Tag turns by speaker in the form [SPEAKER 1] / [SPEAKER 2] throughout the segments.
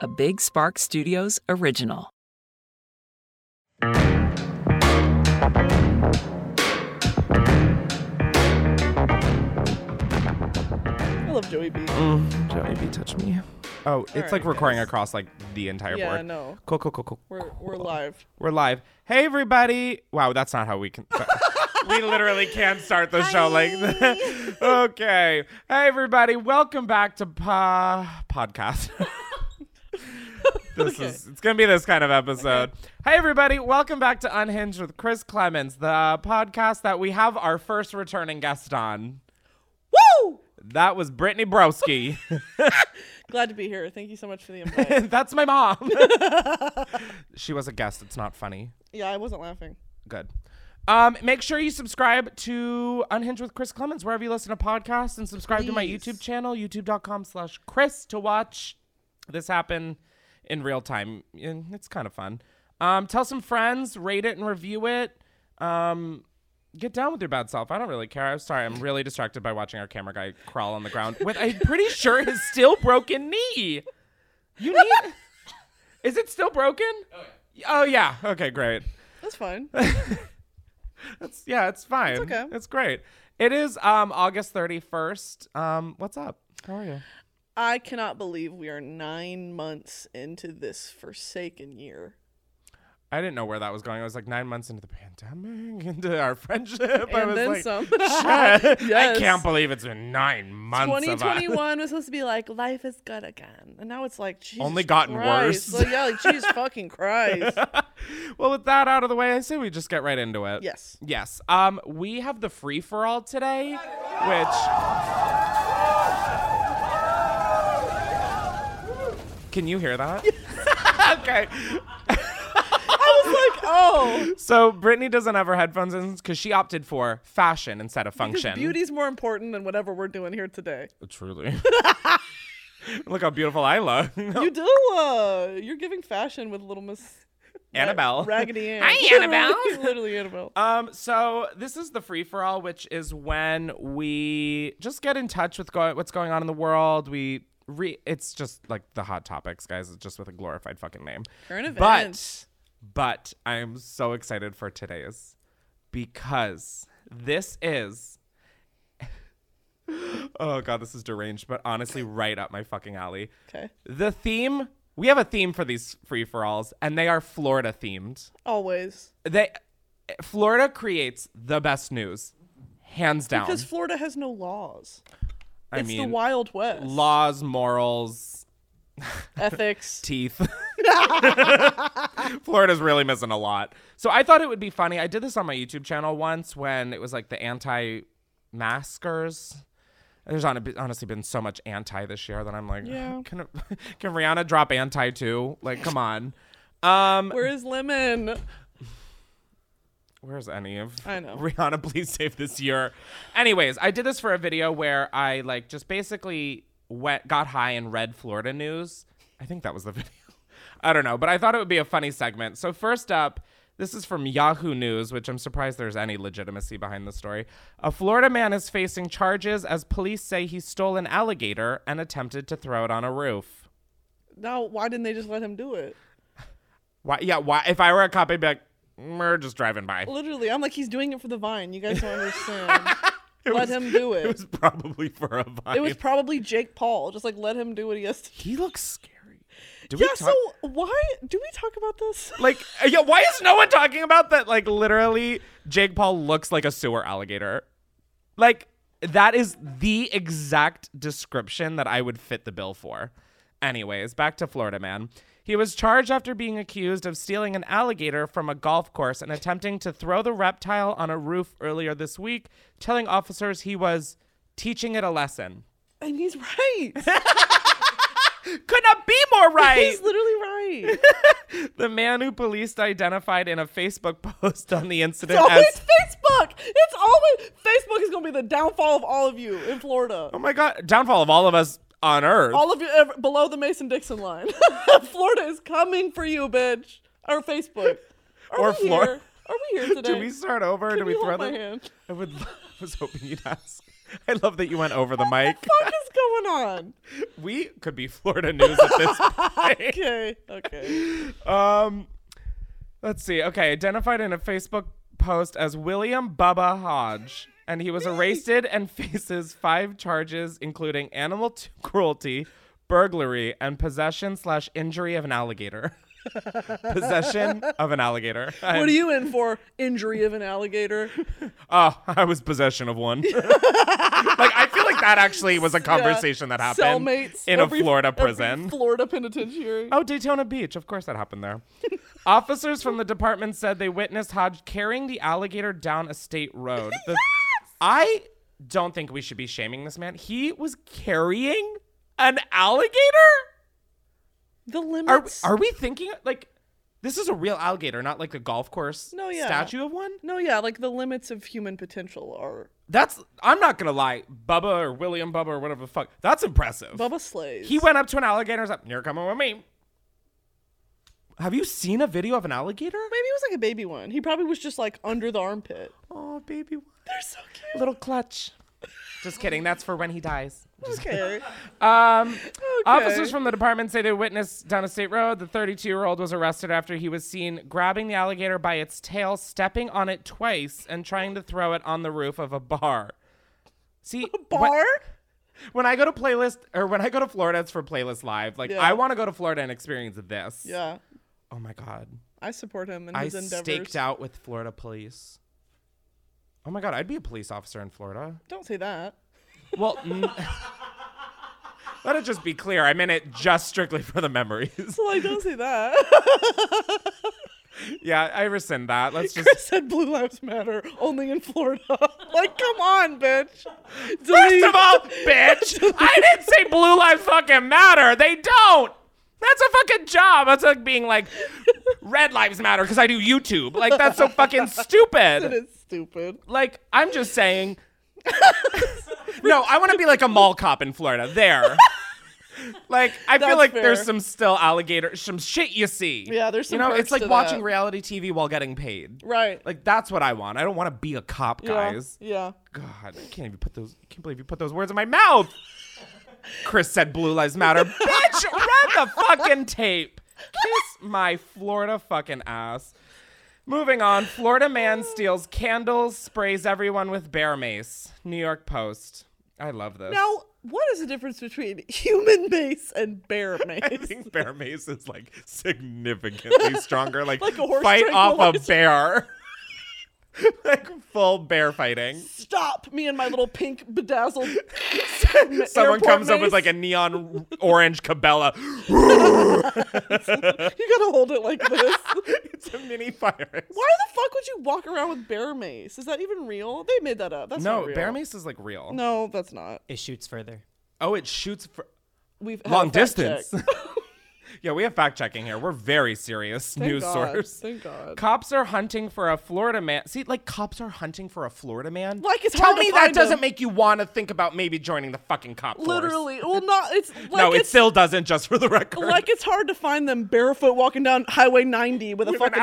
[SPEAKER 1] a Big Spark Studios original.
[SPEAKER 2] I love Joey B.
[SPEAKER 3] Mm, Joey B, touch me.
[SPEAKER 4] Oh, it's
[SPEAKER 2] right,
[SPEAKER 4] like recording
[SPEAKER 2] guys.
[SPEAKER 4] across like the entire
[SPEAKER 2] yeah,
[SPEAKER 4] board.
[SPEAKER 2] no,
[SPEAKER 3] Cool, cool, cool, cool.
[SPEAKER 2] we're we're
[SPEAKER 4] Oh.
[SPEAKER 2] live.
[SPEAKER 4] We're live. Hey everybody. Wow, that's not how we can We literally can't start the show like that. okay. Hey everybody, welcome back to pa- podcast. this is it's going to be this kind of episode. Hey everybody, welcome back to Unhinged with Chris Clemens, the podcast that we have our first returning guest on.
[SPEAKER 2] Woo!
[SPEAKER 4] That was Brittany Broski.
[SPEAKER 2] Glad to be here. Thank you so much for the invite.
[SPEAKER 4] that's my mom. she was a guest. It's not funny.
[SPEAKER 2] yeah, I wasn't laughing.
[SPEAKER 4] Good. Um, make sure you subscribe to Unhinged with Chris Clemens wherever you listen to podcasts and subscribe to my
[SPEAKER 2] Please.
[SPEAKER 4] YouTube channel, youtube.com slash Chris to watch this happen in real time. And it's kind of fun. Um, tell some friends, rate it and review it. Um, get down with your bad self. I don't really care. I'm sorry. I'm really distracted by watching our camera guy crawl on the ground with I'm pretty sure his still broken knee. You need Is it still broken? Oh yeah. Oh yeah. Okay, great.
[SPEAKER 2] That's fine.
[SPEAKER 4] It's yeah, it's fine. It's
[SPEAKER 2] okay.
[SPEAKER 4] great. It is um August 31st. Um what's up? How are you?
[SPEAKER 2] I cannot believe we are nine months into this forsaken year.
[SPEAKER 4] I didn't know where that was going. I was like 9 months into the pandemic, into our friendship. I
[SPEAKER 2] And
[SPEAKER 4] was
[SPEAKER 2] then
[SPEAKER 4] like
[SPEAKER 2] some.
[SPEAKER 4] shit.
[SPEAKER 2] Yes.
[SPEAKER 4] I can't believe it's been 9 months of us.
[SPEAKER 2] 2021 was supposed to be like life is good again, and now it's like Jesus
[SPEAKER 4] Only gotten
[SPEAKER 2] Christ.
[SPEAKER 4] worse.
[SPEAKER 2] Like, yeah, like Jesus fucking Christ.
[SPEAKER 4] well, with that out of the way, I say we just get right into it.
[SPEAKER 2] Yes.
[SPEAKER 4] Yes. Um, we have the free for all today, which. Can you hear that? okay.
[SPEAKER 2] I was like, oh,
[SPEAKER 4] So Brittany doesn't have her headphones in because she opted for fashion instead of function.
[SPEAKER 2] because beauty's more important than whatever we're doing here today.
[SPEAKER 4] Truly. Look how beautiful I look.
[SPEAKER 2] You do. Uh, you're giving fashion with Little Miss
[SPEAKER 4] Annabelle.
[SPEAKER 2] Raggedy Ann.
[SPEAKER 4] Hi, Annabelle.
[SPEAKER 2] Literally Annabelle.
[SPEAKER 4] Um, so this is the free for all, which is when we just get in touch with go- what's going on in the world. We re it's just like the hot topics, guys. It's just with a glorified fucking name.
[SPEAKER 2] Current
[SPEAKER 4] But
[SPEAKER 2] events.
[SPEAKER 4] but I'm so excited for today's because this is Oh god, this is deranged, but honestly right up my fucking alley.
[SPEAKER 2] Okay.
[SPEAKER 4] The theme we have a theme for these free for alls, and they are Florida themed
[SPEAKER 2] Always.
[SPEAKER 4] they Florida creates the best news, hands down.
[SPEAKER 2] Because Florida has no laws.
[SPEAKER 4] I
[SPEAKER 2] it's
[SPEAKER 4] mean,
[SPEAKER 2] the Wild West.
[SPEAKER 4] laws, morals,
[SPEAKER 2] Ethics.
[SPEAKER 4] teeth. Florida's really missing a lot. So I thought it would be funny. I did this on my YouTube channel once when it was like the anti-maskers. There's hon- honestly been so much anti this year that I'm like,
[SPEAKER 2] Yeah.
[SPEAKER 4] can can Rihanna drop anti too? Like, come on. Um,
[SPEAKER 2] Where is Lemon?
[SPEAKER 4] Where's any of
[SPEAKER 2] I know.
[SPEAKER 4] Rihanna? Please save this year. Anyways, I did this for a video where I like just basically went got high and read Florida news. I think that was the video. I don't know, but I thought it would be a funny segment. So first up, this is from Yahoo News, which I'm surprised there's any legitimacy behind the story. A Florida man is facing charges as police say he stole an alligator and attempted to throw it on a roof.
[SPEAKER 2] Now, why didn't they just let him do it?
[SPEAKER 4] Why? Yeah. Why? If I were a cop, I'd be like, "Mm, we're just driving by.
[SPEAKER 2] Literally, I'm like, he's doing it for the vine. You guys don't understand. let him do it.
[SPEAKER 4] It was probably for a vibe.
[SPEAKER 2] probably Jake Paul. Just like, let him do what he has to
[SPEAKER 4] He looks scary. Do
[SPEAKER 2] Yeah,
[SPEAKER 4] we talk-
[SPEAKER 2] so why do we talk about this?
[SPEAKER 4] like uh, yeah, why is no one talking about that? Like literally, Jake Paul looks like a sewer alligator. Like that is the exact description that I would fit the bill for. Anyways, back to Florida man. He was charged after being accused of stealing an alligator from a golf course and attempting to throw the reptile on a roof earlier this week, telling officers he was teaching it a lesson.
[SPEAKER 2] And he's right.
[SPEAKER 4] Could not be more right.
[SPEAKER 2] he's literally right.
[SPEAKER 4] The man who police identified in a Facebook post on the incident
[SPEAKER 2] It's always
[SPEAKER 4] as
[SPEAKER 2] Facebook. It's always Facebook is gonna be the downfall of all of you in Florida.
[SPEAKER 4] Oh my god, downfall of all of us on earth.
[SPEAKER 2] All of you ever, below the Mason Dixon line. Florida is coming for you, bitch. Or Facebook. Are
[SPEAKER 4] Or
[SPEAKER 2] we
[SPEAKER 4] Flor-
[SPEAKER 2] here? Are we here today?
[SPEAKER 4] do we start over?
[SPEAKER 2] Can
[SPEAKER 4] do we
[SPEAKER 2] you
[SPEAKER 4] throw
[SPEAKER 2] hold my
[SPEAKER 4] the
[SPEAKER 2] hand?
[SPEAKER 4] I would I was hoping you'd ask. I love that you went over
[SPEAKER 2] Oh
[SPEAKER 4] the mic.
[SPEAKER 2] What is going on?
[SPEAKER 4] We could be Florida news at this point.
[SPEAKER 2] Okay, okay.
[SPEAKER 4] Um, let's see. Okay, identified in a Facebook post as William Bubba Hodge, and he was arrested and faces five charges, including animal t- cruelty, burglary, and possession slash injury of an alligator. possession of an alligator. I'm-
[SPEAKER 2] What are you in for? Injury of an alligator?
[SPEAKER 4] Oh, I was possession of one. like I feel like that actually was a conversation that happened
[SPEAKER 2] Cellmates
[SPEAKER 4] in a
[SPEAKER 2] every-
[SPEAKER 4] Florida
[SPEAKER 2] every
[SPEAKER 4] prison.
[SPEAKER 2] Florida penitentiary.
[SPEAKER 4] Oh, Daytona Beach. Of course that happened there. Officers from the department said they witnessed Hodge carrying the alligator down a state road. The- I don't think we should be shaming this man. He was carrying an alligator?
[SPEAKER 2] The
[SPEAKER 4] Are,
[SPEAKER 2] limits.
[SPEAKER 4] are we thinking, like, this is a real alligator, not like a golf course
[SPEAKER 2] No, yeah.
[SPEAKER 4] statue of one?
[SPEAKER 2] no, yeah, like the limits of human potential are
[SPEAKER 4] That's, I'm not going to lie, Bubba or William Bubba or whatever the fuck. That's impressive.
[SPEAKER 2] Bubba slays.
[SPEAKER 4] He went up to an alligator and was like, You're coming with me. Have you seen a video of an alligator?
[SPEAKER 2] Maybe it was like a baby one. He probably was just like under the armpit.
[SPEAKER 4] Oh, baby one.
[SPEAKER 2] They're so cute.
[SPEAKER 4] Little clutch. Just kidding. That's for when he dies.
[SPEAKER 2] Okay.
[SPEAKER 4] Um, Officers
[SPEAKER 2] Okay.
[SPEAKER 4] from the department say they witnessed down a state road. The 32 year old was arrested after he was seen grabbing the alligator by its tail, stepping on it twice, and trying to throw it on the roof of a bar. See, when-
[SPEAKER 2] Bar?
[SPEAKER 4] when I go to playlist or when I go to Florida, it's for playlist live. Like,
[SPEAKER 2] Yeah.
[SPEAKER 4] I want to go to Florida and experience this.
[SPEAKER 2] Yeah.
[SPEAKER 4] Oh my god.
[SPEAKER 2] I support him in
[SPEAKER 4] I
[SPEAKER 2] his endeavors.
[SPEAKER 4] staked out with Florida police. Oh my god, I'd be a police officer in Florida.
[SPEAKER 2] Don't say that.
[SPEAKER 4] Well, n- let it just be clear. I meant it just strictly for the memories.
[SPEAKER 2] So like, don't say that.
[SPEAKER 4] yeah, I rescind that. Let's just.
[SPEAKER 2] Chris said Blue Lives Matter only in Florida. like, come on, bitch.
[SPEAKER 4] First
[SPEAKER 2] Delete.
[SPEAKER 4] of all, bitch, I didn't say blue lives fucking matter. They don't. That's a fucking job. That's like being like red lives matter because I do YouTube. Like that's so fucking
[SPEAKER 2] That
[SPEAKER 4] stupid.
[SPEAKER 2] is stupid.
[SPEAKER 4] Like I'm just saying. no, I want to be like a mall cop in Florida. There. Like I feel
[SPEAKER 2] That's
[SPEAKER 4] like
[SPEAKER 2] fair.
[SPEAKER 4] there's some still alligator, some shit you see.
[SPEAKER 2] Yeah, there's
[SPEAKER 4] you
[SPEAKER 2] some
[SPEAKER 4] know
[SPEAKER 2] perks
[SPEAKER 4] it's like
[SPEAKER 2] to
[SPEAKER 4] watching
[SPEAKER 2] that.
[SPEAKER 4] reality TV while getting paid.
[SPEAKER 2] Right.
[SPEAKER 4] Like that's what I want. I don't want to be a cop,
[SPEAKER 2] Yeah.
[SPEAKER 4] guys.
[SPEAKER 2] Yeah.
[SPEAKER 4] God, I can't even put those. I can't believe you put those words in my mouth. Chris said, "Blue lives matter." Bitch, read the fucking tape. Kiss my Florida fucking ass. Moving on, Florida man steals candles, sprays everyone with bear mace. New York Post. I love this.
[SPEAKER 2] Now, what is the difference between human mace and bear
[SPEAKER 4] I
[SPEAKER 2] mace?
[SPEAKER 4] think bear mace is like significantly stronger. Like,
[SPEAKER 2] Like a horse
[SPEAKER 4] fight off a
[SPEAKER 2] tranquilizer.
[SPEAKER 4] bear. like full bear fighting.
[SPEAKER 2] Stop me and my little pink bedazzled.
[SPEAKER 4] Someone
[SPEAKER 2] airport
[SPEAKER 4] comes up
[SPEAKER 2] mace.
[SPEAKER 4] with like a neon orange cabela.
[SPEAKER 2] You gotta hold it like this.
[SPEAKER 4] it's a mini fire.
[SPEAKER 2] Why the fuck would you walk around with bear mace? Is that even real? They made that up. That's
[SPEAKER 4] No,
[SPEAKER 2] not real.
[SPEAKER 4] bear mace is like real.
[SPEAKER 2] No, that's not.
[SPEAKER 5] It shoots further.
[SPEAKER 4] Oh, it shoots for
[SPEAKER 2] We've had a
[SPEAKER 4] long
[SPEAKER 2] fact
[SPEAKER 4] distance.
[SPEAKER 2] check.
[SPEAKER 4] yeah, we have fact checking here. We're very serious
[SPEAKER 2] Thank
[SPEAKER 4] news
[SPEAKER 2] God.
[SPEAKER 4] source.
[SPEAKER 2] Thank God.
[SPEAKER 4] Cops are hunting for a Florida man. See, like cops are hunting for a Florida man.
[SPEAKER 2] Like, it's
[SPEAKER 4] tell
[SPEAKER 2] hard to
[SPEAKER 4] me that
[SPEAKER 2] find
[SPEAKER 4] doesn't
[SPEAKER 2] him.
[SPEAKER 4] make you want to think about maybe joining the fucking cop force.
[SPEAKER 2] Literally, well, not. It's like
[SPEAKER 4] no, it
[SPEAKER 2] it's,
[SPEAKER 4] still doesn't. Just for the record,
[SPEAKER 2] like it's hard to find them barefoot walking down Highway 90 with a
[SPEAKER 4] With an
[SPEAKER 2] fucking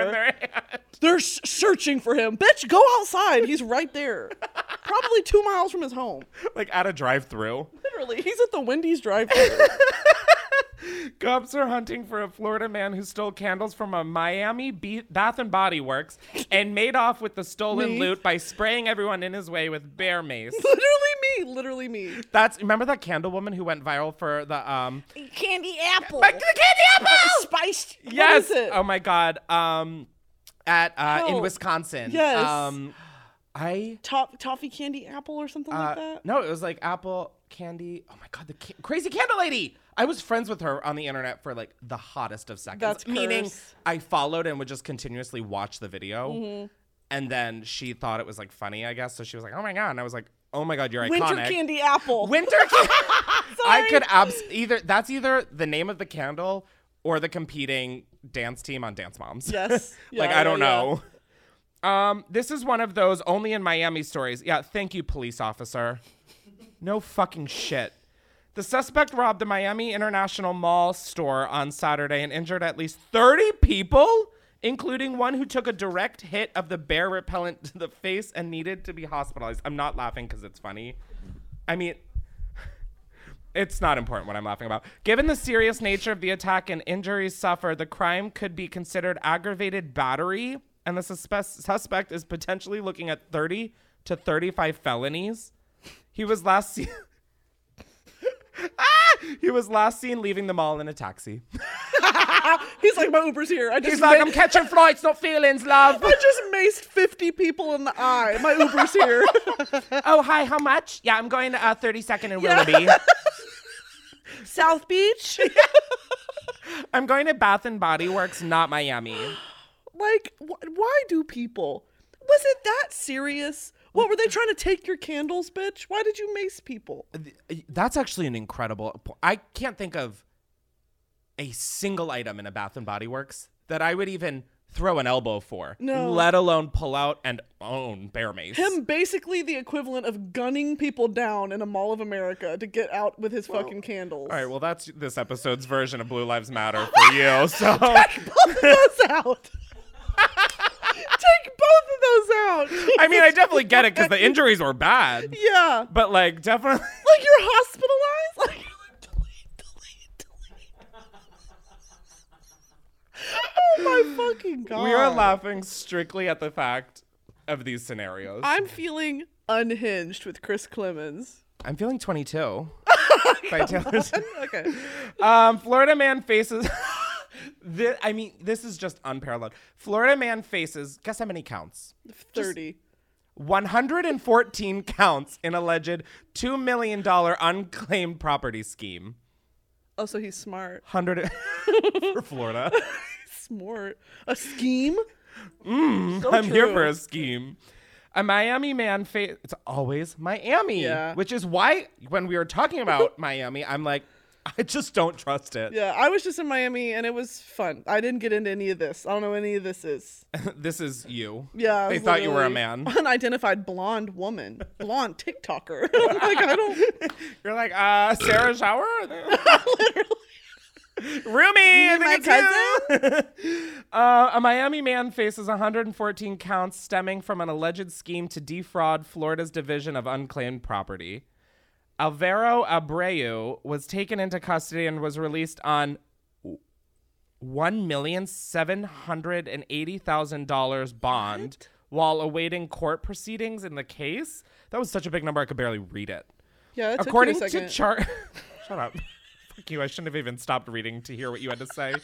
[SPEAKER 2] alligator.
[SPEAKER 4] in their hand.
[SPEAKER 2] They're s- searching for him. Bitch, go outside. He's right there. Probably two miles from his home.
[SPEAKER 4] like at a drive-through.
[SPEAKER 2] Literally, he's at the Wendy's drive-thru.
[SPEAKER 4] Cops are hunting for a Florida man who stole candles from a Miami Be- Bath and Body Works and made off with the stolen
[SPEAKER 2] Me?
[SPEAKER 4] loot by spraying everyone in his way with bear mace.
[SPEAKER 2] literally me. Literally me.
[SPEAKER 4] That's remember that candle woman who went viral for the um
[SPEAKER 2] Candy apple.
[SPEAKER 4] the candy apple.
[SPEAKER 2] Spiced.
[SPEAKER 4] Yes.
[SPEAKER 2] What is it?
[SPEAKER 4] Oh my god. Um at uh in
[SPEAKER 2] Hell.
[SPEAKER 4] Wisconsin.
[SPEAKER 2] Yes.
[SPEAKER 4] Um I
[SPEAKER 2] Top, toffee candy apple or something
[SPEAKER 4] uh,
[SPEAKER 2] like that.
[SPEAKER 4] no, it was like apple candy. Oh my god, the ca- crazy candle lady. I was friends with her on the internet for like the hottest of seconds.
[SPEAKER 2] That's
[SPEAKER 4] meaning
[SPEAKER 2] cursed. Mm-hmm.
[SPEAKER 4] I followed and would just continuously watch the video. And then she thought it was like funny, I guess. So she was like, "Oh my god," and I was like, "Oh my god, you're
[SPEAKER 2] Winter
[SPEAKER 4] iconic."
[SPEAKER 2] candy apple.
[SPEAKER 4] Winter candy. I
[SPEAKER 2] Sorry.
[SPEAKER 4] could abs either that's either the name of the candle or the competing dance team on Dance Moms.
[SPEAKER 2] Yes.
[SPEAKER 4] like
[SPEAKER 2] Yeah,
[SPEAKER 4] I don't
[SPEAKER 2] yeah, yeah.
[SPEAKER 4] know. Um, this is one of those only in Miami stories. Yeah, thank you, police officer. No fucking shit. The suspect robbed the Miami International Mall store on Saturday and injured at least 30 people, including one who took a direct hit of the bear repellent to the face and needed to be hospitalized. I'm not laughing because it's funny. I mean, it's not important what I'm laughing about. Given the serious nature of the attack and injuries suffered, the crime could be considered aggravated battery, and the suspe- suspect is potentially looking at 30 to 35 felonies. He was last seen. ah! He was last seen leaving the mall in a taxi.
[SPEAKER 2] He's like, my Uber's here. I just
[SPEAKER 4] He's like,
[SPEAKER 2] ma-
[SPEAKER 4] I'm catching flights, not feelings, love.
[SPEAKER 2] I just maced 50 people in the eye. My Uber's here.
[SPEAKER 4] Oh, hi, how much? Yeah, I'm going to uh, 32nd and Willoughby.
[SPEAKER 2] South Beach?
[SPEAKER 4] I'm going to Bath and Body Works, not Miami.
[SPEAKER 2] Like, wh- why do people? Was it that serious? What were they trying to take your candles, bitch? Why did you mace people?
[SPEAKER 4] That's actually an incredible. po- I can't think of a single item in a Bath and Body Works that I would even throw an elbow for,
[SPEAKER 2] No.
[SPEAKER 4] let alone pull out and own bear mace.
[SPEAKER 2] Him basically the equivalent of gunning people down in a Mall of America to get out with his fucking candles.
[SPEAKER 4] All right, well, that's this episode's version of Blue Lives Matter for you. So
[SPEAKER 2] both of those out. Take both of those out.
[SPEAKER 4] I mean, I definitely get it because the injuries were bad,
[SPEAKER 2] yeah.
[SPEAKER 4] but like, definitely.
[SPEAKER 2] Like you're hospitalized. Like you're like delete, delete, delete. oh my fucking god.
[SPEAKER 4] We are laughing strictly at the fact of these scenarios.
[SPEAKER 2] I'm feeling unhinged with Chris Clemens.
[SPEAKER 4] I'm feeling 22 by Taylor Swift.
[SPEAKER 2] Okay.
[SPEAKER 4] Um, Florida man faces. Thi- I mean, this is just unparalleled. Florida man faces. Guess how many counts?
[SPEAKER 2] 30.
[SPEAKER 4] 114 counts in alleged two million dollar unclaimed property scheme.
[SPEAKER 2] Oh, so he's smart.
[SPEAKER 4] Hundred for Florida.
[SPEAKER 2] Smart. A scheme? So
[SPEAKER 4] Mm, I'm here
[SPEAKER 2] true.
[SPEAKER 4] for a scheme. A Miami man face. It's always Miami,
[SPEAKER 2] Yeah.
[SPEAKER 4] which is why when we were talking about Miami, I'm like, I just don't trust it.
[SPEAKER 2] Yeah, I was just in Miami and it was fun. I didn't get into any of this. I don't know what any of this is.
[SPEAKER 4] this is you.
[SPEAKER 2] Yeah,
[SPEAKER 4] they
[SPEAKER 2] it was
[SPEAKER 4] thought you were a
[SPEAKER 2] literally
[SPEAKER 4] man.
[SPEAKER 2] Unidentified blonde woman, blonde TikToker. like I don't.
[SPEAKER 4] You're like, uh, Sarah Shower? Roomy, I
[SPEAKER 2] mean
[SPEAKER 4] think
[SPEAKER 2] my
[SPEAKER 4] it's you. uh, a Miami man faces 114 counts stemming from an alleged scheme to defraud Florida's Division of Unclaimed Property. Alvaro Abreu was taken into custody and was released on one million seven hundred and eighty thousand dollars bond while awaiting court proceedings in the case. That was such a big number I could barely read it.
[SPEAKER 2] Yeah, it
[SPEAKER 4] According
[SPEAKER 2] took me a
[SPEAKER 4] to
[SPEAKER 2] second.
[SPEAKER 4] chart, shut up. Fuck you. I shouldn't have even stopped reading to hear what you had to say.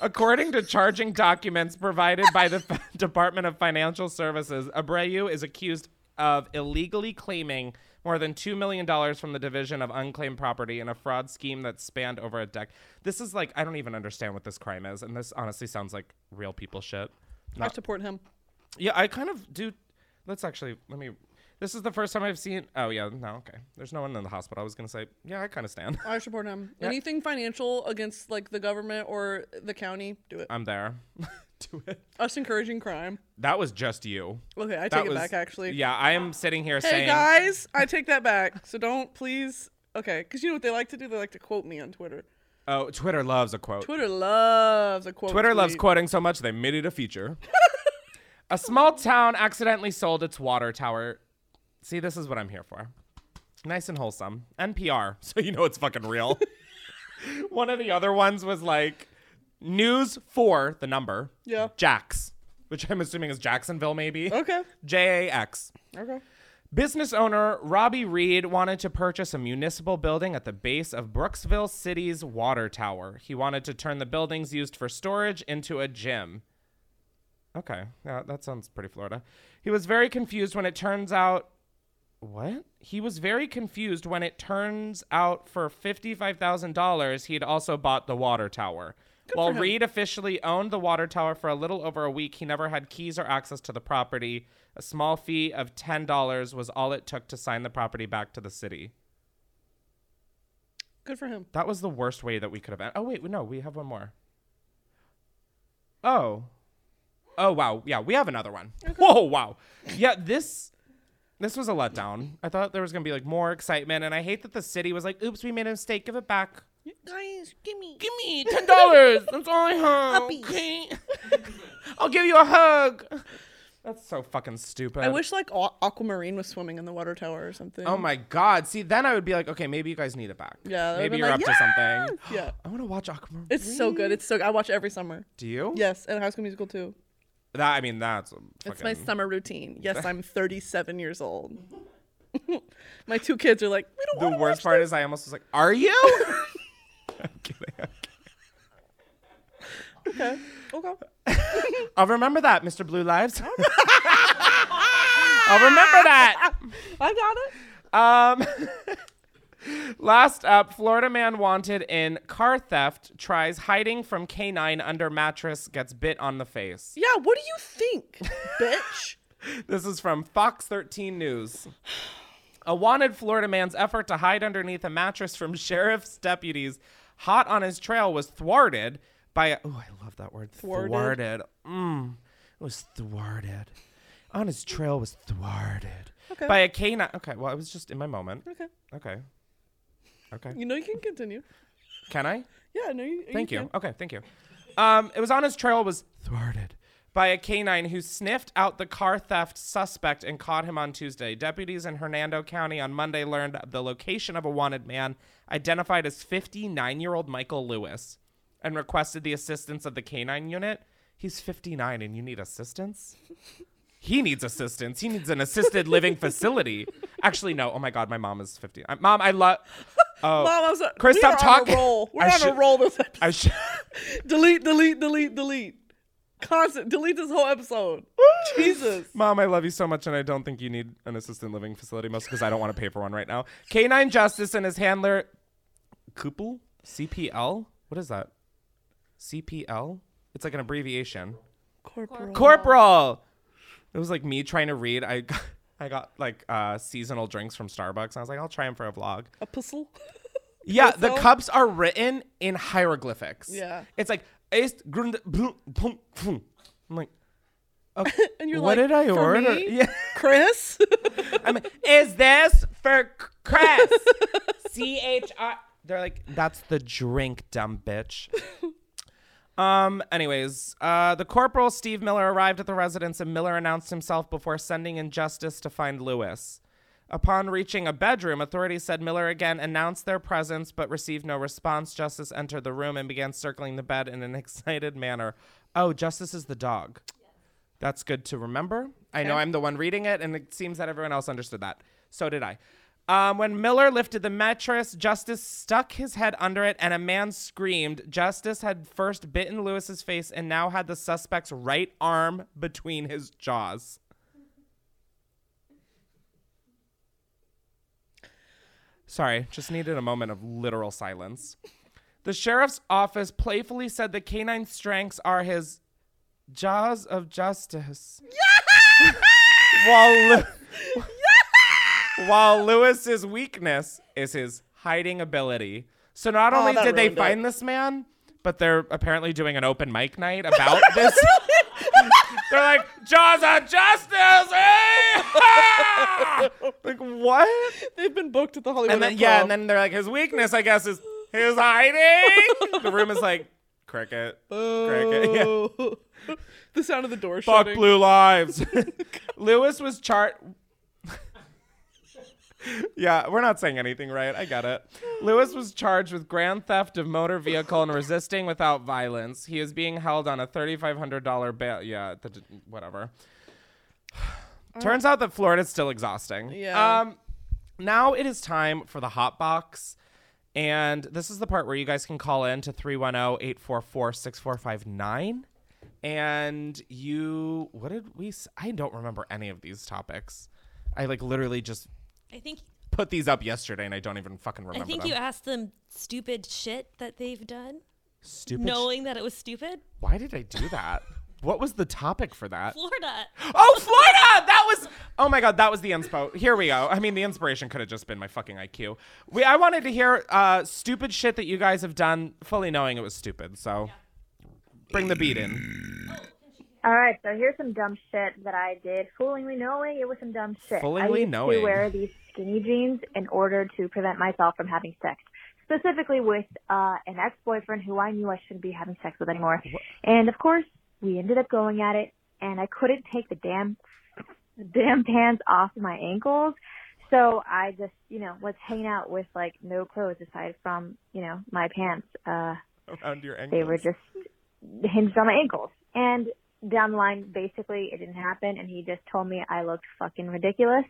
[SPEAKER 4] According to charging documents provided by the F- Department of Financial Services, Abreu is accused of illegally claiming more than $2 million from the division of unclaimed property in a fraud scheme that spanned over a decade. This is like, I don't even understand what this crime is. And this honestly sounds like real people shit.
[SPEAKER 2] I support him.
[SPEAKER 4] Yeah, I kind of do. Let's actually let me. This is the first time I've seen. Oh yeah, no, okay. There's no one in the hospital. I was gonna say, yeah, I kind of stand.
[SPEAKER 2] I support him. Anything financial against like the government or the county, do it.
[SPEAKER 4] I'm there. do it.
[SPEAKER 2] Us encouraging crime.
[SPEAKER 4] That was just you.
[SPEAKER 2] Okay, I take
[SPEAKER 4] That
[SPEAKER 2] it
[SPEAKER 4] was-
[SPEAKER 2] back. Actually.
[SPEAKER 4] Yeah, I am sitting here
[SPEAKER 2] Hey
[SPEAKER 4] saying.
[SPEAKER 2] guys, I take that back. So don't please. Okay, because you know what they like to do? They like to quote me on Twitter.
[SPEAKER 4] Oh, Twitter loves a quote.
[SPEAKER 2] Twitter loves a quote.
[SPEAKER 4] Twitter loves
[SPEAKER 2] tweet.
[SPEAKER 4] quoting so much they made it a feature. a small town accidentally sold its water tower. See, this is what I'm here for. Nice and wholesome. NPR, so you know it's fucking real. One of the other ones was like news for the number.
[SPEAKER 2] Yeah.
[SPEAKER 4] Jax, which I'm assuming is Jacksonville, maybe.
[SPEAKER 2] Okay.
[SPEAKER 4] J A X.
[SPEAKER 2] Okay.
[SPEAKER 4] Business owner Robbie Reed wanted to purchase a municipal building at the base of Brooksville City's water tower. He wanted to turn the buildings used for storage into a gym. Okay, yeah, that sounds pretty Florida. He was very confused when it turns out. What? He was very confused when it turns out for $55,000 he'd also bought the water tower. While Reed officially owned the water tower for a little over a week, he never had keys or access to the property. A small fee of $10 was all it took to sign the property back to the city.
[SPEAKER 2] Good for him.
[SPEAKER 4] That was the worst way that we could have. en- Oh wait, no, we have one more. Oh, oh wow, yeah, we have another one. Whoa, wow, yeah, this this was a letdown. I thought there was gonna be like more excitement, and I hate that the city was like, "Oops, we made a mistake. Give it back.
[SPEAKER 2] Guys, give me.
[SPEAKER 4] Give me ten dollars. That's all I have." Okay. I'll give you a hug. That's so fucking stupid.
[SPEAKER 2] I wish like Aqu- Aquamarine was swimming in the water tower or something.
[SPEAKER 4] Oh my god. See, then I would be like, okay, maybe you guys need it back.
[SPEAKER 2] Yeah, that would've been
[SPEAKER 4] Maybe you're
[SPEAKER 2] like,
[SPEAKER 4] up to something.
[SPEAKER 2] Yeah.
[SPEAKER 4] I want to watch Aquamarine.
[SPEAKER 2] It's so good. It's so good. I watch every summer.
[SPEAKER 4] Do you?
[SPEAKER 2] Yes, and High School Musical too.
[SPEAKER 4] That I mean, that's a
[SPEAKER 2] It's my
[SPEAKER 4] fucking-
[SPEAKER 2] summer routine. Yes, I'm 37 years old. my two kids are like, we don't
[SPEAKER 4] The
[SPEAKER 2] wanna
[SPEAKER 4] worst
[SPEAKER 2] watch
[SPEAKER 4] part is I almost was like, "Are you?" I'm kidding, I'm kidding.
[SPEAKER 2] that." Okay.
[SPEAKER 4] I'll remember that, Mr. Blue Lives. I'll remember that.
[SPEAKER 2] I got it.
[SPEAKER 4] Um, last up, Florida man wanted in car theft tries hiding from canine under mattress, gets bit on the face.
[SPEAKER 2] Yeah, what do you think, bitch?
[SPEAKER 4] This is from Fox 13 News. A wanted Florida man's effort to hide underneath a mattress from sheriff's deputies hot on his trail was thwarted by a, oh, I love that word
[SPEAKER 2] Thwarted.
[SPEAKER 4] thwarted. Mm, it was thwarted. On his trail was thwarted
[SPEAKER 2] Okay.
[SPEAKER 4] by a canine. Okay, well, I was just in my moment.
[SPEAKER 2] Okay.
[SPEAKER 4] Okay. Okay.
[SPEAKER 2] You know you can continue.
[SPEAKER 4] Can I?
[SPEAKER 2] Yeah, no, you.
[SPEAKER 4] Thank you.
[SPEAKER 2] can.
[SPEAKER 4] Okay, thank you. Um, it was on his trail was thwarted by a canine who sniffed out the car theft suspect and caught him on Tuesday. Deputies in Hernando County on Monday learned the location of a wanted man identified as 59-year-old Michael Lewis and requested the assistance of the canine unit. He's 59 and you need assistance? He needs assistance. He needs an assisted living facility. Actually, no. Oh my God, my mom is 50. I- Mom, I love. Oh,
[SPEAKER 2] Mom, I'm sorry.
[SPEAKER 4] Chris,
[SPEAKER 2] we
[SPEAKER 4] stop
[SPEAKER 2] are
[SPEAKER 4] talking.
[SPEAKER 2] On a roll. We're
[SPEAKER 4] I
[SPEAKER 2] on
[SPEAKER 4] should-
[SPEAKER 2] a roll this episode.
[SPEAKER 4] I should.
[SPEAKER 2] delete, delete, delete, delete. Constant. Delete this whole episode. Jesus.
[SPEAKER 4] Mom, I love you so much, and I don't think you need an assistant living facility, mostly because I don't want to pay for one right now. Canine Justice and his handler, Kupel? CPL? What is that? CPL? It's like an abbreviation.
[SPEAKER 2] Corporal.
[SPEAKER 4] Corporal! It was like me trying to read. I got, I got like uh, seasonal drinks from Starbucks. I was like, I'll try them for a vlog.
[SPEAKER 2] Epistle.
[SPEAKER 4] Yeah, the
[SPEAKER 2] Epistle?
[SPEAKER 4] cups are written in hieroglyphics.
[SPEAKER 2] Yeah.
[SPEAKER 4] It's like, "Ist grund- blum- pum- pum." I'm like,
[SPEAKER 2] And you're
[SPEAKER 4] what
[SPEAKER 2] like,
[SPEAKER 4] did I
[SPEAKER 2] "For
[SPEAKER 4] order?
[SPEAKER 2] me?
[SPEAKER 4] Yeah.
[SPEAKER 2] Chris?
[SPEAKER 4] I'm like, is this for C- Chris? C H R. They're like, that's the drink, dumb bitch. Um. Anyways, uh, the corporal Steve Miller arrived at the residence, and Miller announced himself before sending in justice to find Lewis. Upon reaching a bedroom, authorities said Miller again announced their presence, but received no response. Justice entered the room and began circling the bed in an excited manner. Oh, Justice is the dog. That's good to remember. I know I'm the one reading it, and it seems that everyone else understood that. So did I. Um, when Miller lifted the mattress, Justice stuck his head under it, and a man screamed. Justice had first bitten Lewis's face and now had the suspect's right arm between his jaws. Sorry, just needed a moment of literal silence. The sheriff's office playfully said the canine strengths are his jaws of justice. while, Lew- while Lewis's weakness is his hiding ability. So not
[SPEAKER 2] Oh,
[SPEAKER 4] only
[SPEAKER 2] that
[SPEAKER 4] did they
[SPEAKER 2] ruined it.
[SPEAKER 4] find this man, but they're apparently doing an open mic night about this. they're like, jaws of justice! eh!" like, what?
[SPEAKER 2] They've been booked at the Hollywood
[SPEAKER 4] and then yeah, and then they're like, his weakness, I guess, is his hiding. the room is like cricket, cricket. Yeah.
[SPEAKER 2] Oh. the sound of the door
[SPEAKER 4] Fuck
[SPEAKER 2] shutting.
[SPEAKER 4] blue lives. Lewis was chart. yeah, we're not saying anything right. I got it. Lewis was charged with grand theft of motor vehicle and resisting without violence. He is being held on a thirty-five hundred dollar bail. Yeah, the, whatever. Turns out that Florida's still exhausting.
[SPEAKER 2] Yeah.
[SPEAKER 4] Um, now it is time for the hot box. And this is the part where you guys can call in to oh, 310 844 6459. And you, what did we, s- I don't remember any of these topics. I like literally just
[SPEAKER 5] I think
[SPEAKER 4] put these up yesterday and I don't even fucking
[SPEAKER 5] I
[SPEAKER 4] remember
[SPEAKER 5] think
[SPEAKER 4] them.
[SPEAKER 5] you asked them stupid shit that they've done,
[SPEAKER 4] Stupid. sh-
[SPEAKER 5] knowing that it was stupid.
[SPEAKER 4] Why did I do that? what was the topic for that?
[SPEAKER 5] Florida.
[SPEAKER 4] Oh, Florida! That was oh my god, that was the inspo. Here we go. I mean, the inspiration could have just been my fucking IQ. We I wanted to hear uh, stupid shit that you guys have done, fully knowing it was stupid. So bring the beat in.
[SPEAKER 6] All right, so here's some dumb shit that I did, foolingly knowing it was some dumb shit.
[SPEAKER 4] Foolingly
[SPEAKER 6] I used
[SPEAKER 4] knowing.
[SPEAKER 6] to wear these skinny jeans in order to prevent myself from having sex, specifically with uh, an ex-boyfriend who I knew I shouldn't be having sex with anymore. And of course, We ended up going at it, and I couldn't take the damn the damn pants off my ankles. So I just, you know, was hanging out with like no clothes aside from, you know, my pants. Uh,
[SPEAKER 4] around your ankles.
[SPEAKER 6] they were just hinged on my ankles. And down the line, basically, it didn't happen, and he just told me I looked fucking ridiculous.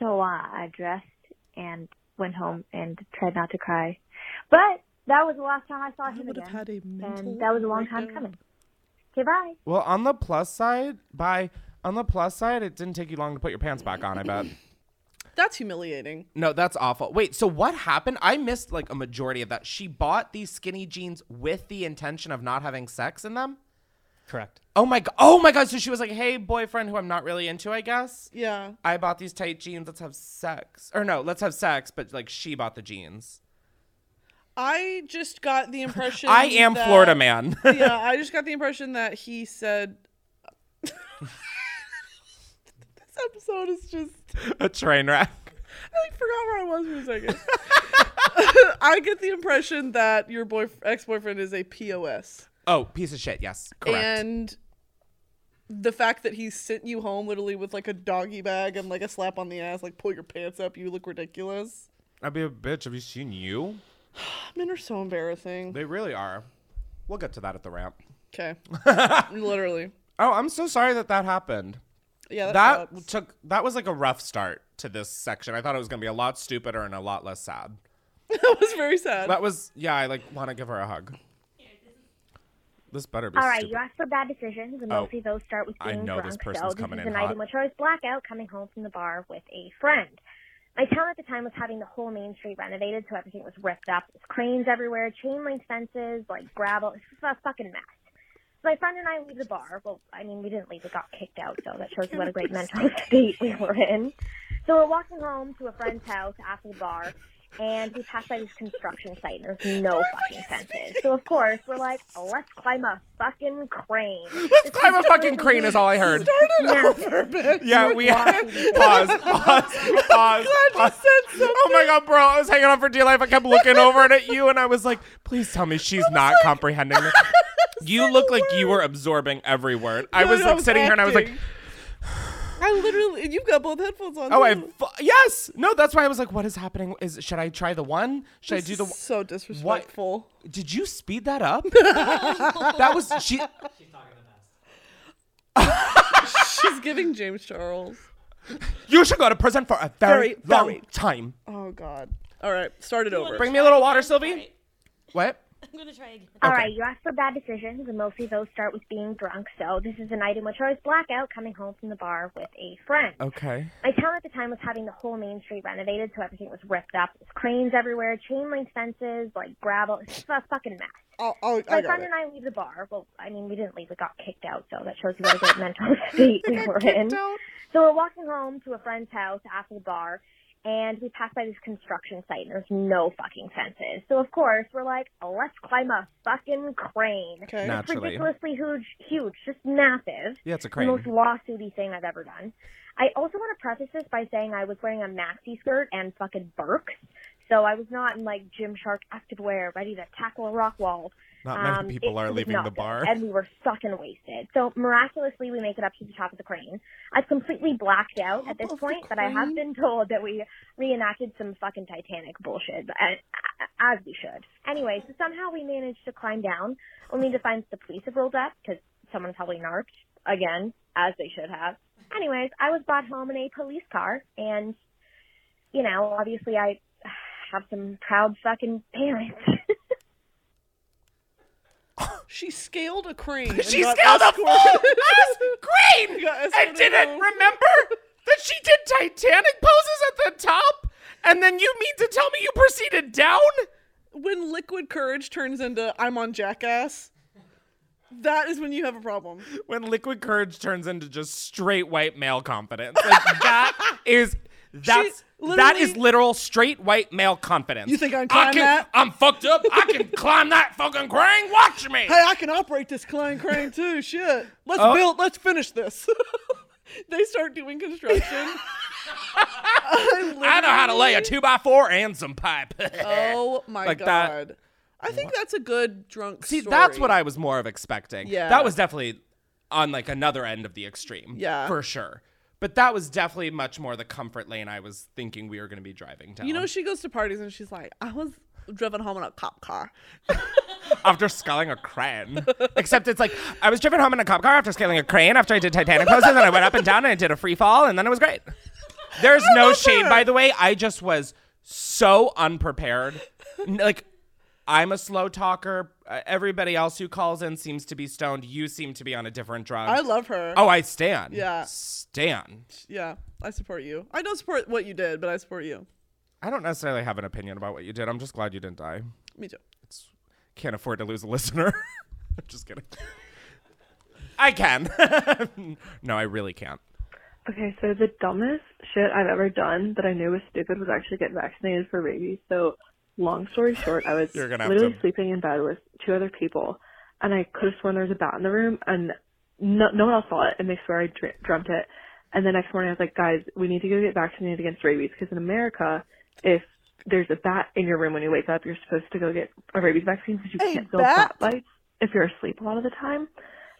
[SPEAKER 6] So uh, I dressed and went home and tried not to cry. But that was the last time I saw
[SPEAKER 2] I
[SPEAKER 6] him
[SPEAKER 2] would
[SPEAKER 6] again,
[SPEAKER 2] have had a mental.
[SPEAKER 6] and that was a long time
[SPEAKER 2] breakdown.
[SPEAKER 6] coming. Okay, bye.
[SPEAKER 4] Well, on the plus side, by on the plus side, it didn't take you long to put your pants back on. I bet.
[SPEAKER 2] That's humiliating.
[SPEAKER 4] No, that's awful. Wait, so what happened? I missed like a majority of that. She bought these skinny jeans with the intention of not having sex in them.
[SPEAKER 7] Correct.
[SPEAKER 4] Oh my god! Oh my god! So she was like, "Hey, boyfriend, who I'm not really into, I guess.
[SPEAKER 2] Yeah.
[SPEAKER 4] I bought these tight jeans. Let's have sex, or no, let's have sex." But like, she bought the jeans.
[SPEAKER 2] I just got the impression.
[SPEAKER 4] I am
[SPEAKER 2] that-
[SPEAKER 4] Florida man.
[SPEAKER 2] yeah, I just got the impression that he said. this episode is just.
[SPEAKER 4] a train wreck.
[SPEAKER 2] I forgot where I was for a second. I get the impression that your boy ex boyfriend is a POS,
[SPEAKER 4] Oh, piece of shit. Yes, correct.
[SPEAKER 2] and the fact that he sent you home literally with like a doggy bag and like a slap on the ass, like pull your pants up, you look ridiculous.
[SPEAKER 4] I'd be a bitch. Have you seen you?
[SPEAKER 2] Men are so embarrassing.
[SPEAKER 4] They really are. We'll get to that at the ramp.
[SPEAKER 2] Okay, literally.
[SPEAKER 4] Oh, I'm so sorry that that happened.
[SPEAKER 2] Yeah, uh,
[SPEAKER 4] that
[SPEAKER 2] sucks.
[SPEAKER 4] took that was like a rough start to this section. I thought it was gonna be a lot stupider and a lot less sad.
[SPEAKER 2] that was very sad.
[SPEAKER 4] That was yeah. I like want to give her a hug. This better be.
[SPEAKER 6] All right,
[SPEAKER 4] stupid.
[SPEAKER 6] you asked for bad decisions, and
[SPEAKER 4] Oh.
[SPEAKER 6] mostly those start with
[SPEAKER 4] I
[SPEAKER 6] being
[SPEAKER 4] know
[SPEAKER 6] drunk.
[SPEAKER 4] this
[SPEAKER 6] so
[SPEAKER 4] person's
[SPEAKER 6] this
[SPEAKER 4] coming
[SPEAKER 6] is
[SPEAKER 4] in
[SPEAKER 6] an
[SPEAKER 4] hot.
[SPEAKER 6] night in which I was blackout coming home from the bar with a friend. My town at the time was having the whole main street renovated, so everything was ripped up. There's cranes everywhere, chain link fences, like gravel. It's just a fucking mess. So my friend and I leave the bar. Well, I mean, we didn't leave. We got kicked out, so that shows you what a great mental state we were in. So we're walking home to a friend's house after the bar, and we pass by this construction site, and there's no fucking fences. So of course, we're like, let's climb a fucking crane. Let's
[SPEAKER 4] Climb a fucking crane is all I heard. Yeah, we pause, pause, pause. pause. Oh my god, bro! I was hanging on for dear life. I kept looking over it at you, and I was like, "Please tell me she's not comprehending." This. You look like you were absorbing every word. I
[SPEAKER 2] No,
[SPEAKER 4] was
[SPEAKER 2] no,
[SPEAKER 4] like sitting here, and I was like,
[SPEAKER 2] acting. I literally, and you've got both headphones on.
[SPEAKER 4] "Oh, I
[SPEAKER 2] too.
[SPEAKER 4] fu- yes, no." That's why I was like, "What is happening? Is should I try the one? Should I do the?"
[SPEAKER 2] This is so disrespectful.
[SPEAKER 4] Did you speed that up? that was she.
[SPEAKER 2] She's giving James Charles.
[SPEAKER 4] You should go to prison for a very,
[SPEAKER 2] Very,
[SPEAKER 4] long
[SPEAKER 2] very.
[SPEAKER 4] time.
[SPEAKER 2] Oh God. All right, start it over.
[SPEAKER 4] Bring me a little water, Sylvie. What?
[SPEAKER 5] I'm gonna try again.
[SPEAKER 6] All right, you asked for bad decisions, and mostly those start with being drunk. So this is a night in which I was blackout coming home from the bar with a friend.
[SPEAKER 4] Okay.
[SPEAKER 6] My town at the time was having the whole main street renovated, so everything was ripped up. There's cranes everywhere, chain link fences, like gravel. It's just a fucking mess.
[SPEAKER 2] I'll, I'll,
[SPEAKER 6] My
[SPEAKER 2] I got
[SPEAKER 6] friend
[SPEAKER 2] it.
[SPEAKER 6] and I leave the bar. Well, I mean, we didn't leave. We got kicked out, so that shows you what a great mental state we were in. So we're walking home to a friend's house after the bar, and we pass by this construction site, and there's no fucking fences. So of course, we're like, let's climb a fucking crane.
[SPEAKER 2] Okay.
[SPEAKER 4] Nah.
[SPEAKER 6] It's
[SPEAKER 4] Naturally.
[SPEAKER 6] ridiculously huge, huge, just massive.
[SPEAKER 4] Yeah, it's a
[SPEAKER 6] The most
[SPEAKER 4] crane.
[SPEAKER 6] lawsuity thing I've ever done. I also want to preface this by saying I was wearing a maxi skirt and fucking Birks, so I was not in like Gymshark activewear, ready to tackle a rock wall.
[SPEAKER 4] Not many
[SPEAKER 6] Um,
[SPEAKER 4] people
[SPEAKER 6] it
[SPEAKER 4] are
[SPEAKER 6] was
[SPEAKER 4] leaving the
[SPEAKER 6] not good,
[SPEAKER 4] bar.
[SPEAKER 6] and we were fucking wasted. So miraculously, we make it up to the top of the crane. I've completely blacked out at this point, but I have been told that we reenacted some fucking Titanic bullshit, but- and- as we should. Anyway, so somehow we managed to climb down, only to find the police have rolled up because someone probably narked again, as they should have. Anyways, I was brought home in a police car, and you know, obviously, I have some proud fucking parents.
[SPEAKER 2] She scaled a crane.
[SPEAKER 4] She scaled a full ass crane
[SPEAKER 2] You got
[SPEAKER 4] and
[SPEAKER 2] escorted
[SPEAKER 4] didn't
[SPEAKER 2] home.
[SPEAKER 4] remember that she did Titanic poses at the top. And then you mean to tell me you proceeded down?
[SPEAKER 2] When liquid courage turns into I'm on jackass, that is when you have a problem.
[SPEAKER 4] When liquid courage turns into just straight white male confidence, like that is that's that is
[SPEAKER 2] literally-
[SPEAKER 4] literal straight white male confidence.
[SPEAKER 2] You think I can
[SPEAKER 4] I
[SPEAKER 2] climb
[SPEAKER 4] can,
[SPEAKER 2] that?
[SPEAKER 4] I'm fucked up. I can climb that fucking crane. Watch me.
[SPEAKER 2] Hey, I can operate this Klein crane too. Shit. Let's
[SPEAKER 4] Oh.
[SPEAKER 2] build. Let's finish this. they start doing construction.
[SPEAKER 4] I know how to lay a two by four and some pipe.
[SPEAKER 2] Oh my
[SPEAKER 4] Like that.
[SPEAKER 2] god. I think that's a good drunk.
[SPEAKER 4] See, that's
[SPEAKER 2] story.
[SPEAKER 4] what I was more of expecting.
[SPEAKER 2] Yeah.
[SPEAKER 4] That was definitely on like another end of the extreme.
[SPEAKER 2] Yeah.
[SPEAKER 4] For sure. But that was definitely much more the comfort lane I was thinking we were going to be driving down.
[SPEAKER 2] You know, she goes to parties and she's like, I was driven home in a cop car.
[SPEAKER 4] after scaling a crane. Except it's like, I was driven home in a cop car after scaling a crane after I did Titanic poses and I went up and down and I did a free fall and then it was great. There's no
[SPEAKER 2] love
[SPEAKER 4] shame,
[SPEAKER 2] her.
[SPEAKER 4] by the way. I just was so unprepared. N- Like, I'm a slow talker. Uh, Everybody else who calls in seems to be stoned. You seem to be on a different drug.
[SPEAKER 2] I love her.
[SPEAKER 4] Oh, I stan.
[SPEAKER 2] Yeah.
[SPEAKER 4] Stan.
[SPEAKER 2] Yeah, I support you. I don't support what you did, but I support you.
[SPEAKER 4] I don't necessarily have an opinion about what you did. I'm just glad you didn't die.
[SPEAKER 2] Me too.
[SPEAKER 4] Can't afford to lose a listener. I'm just kidding. I can. no, I really can't.
[SPEAKER 7] Okay, so the dumbest shit I've ever done that I knew was stupid was actually get vaccinated for rabies. So, long story short, I was
[SPEAKER 4] You're gonna have
[SPEAKER 7] literally
[SPEAKER 4] to-
[SPEAKER 7] sleeping in bed with two other people, and I could have sworn there was a bat in the room, and no, no one else saw it, and they swear I dr- dreamt it. And the next morning, I was like, guys, we need to go get vaccinated against rabies because in America, if there's a bat in your room when you wake up, you're supposed to go get a rabies vaccine because you
[SPEAKER 2] A
[SPEAKER 7] can't feel
[SPEAKER 2] bat?
[SPEAKER 7] bat bites if you're asleep a lot of the time.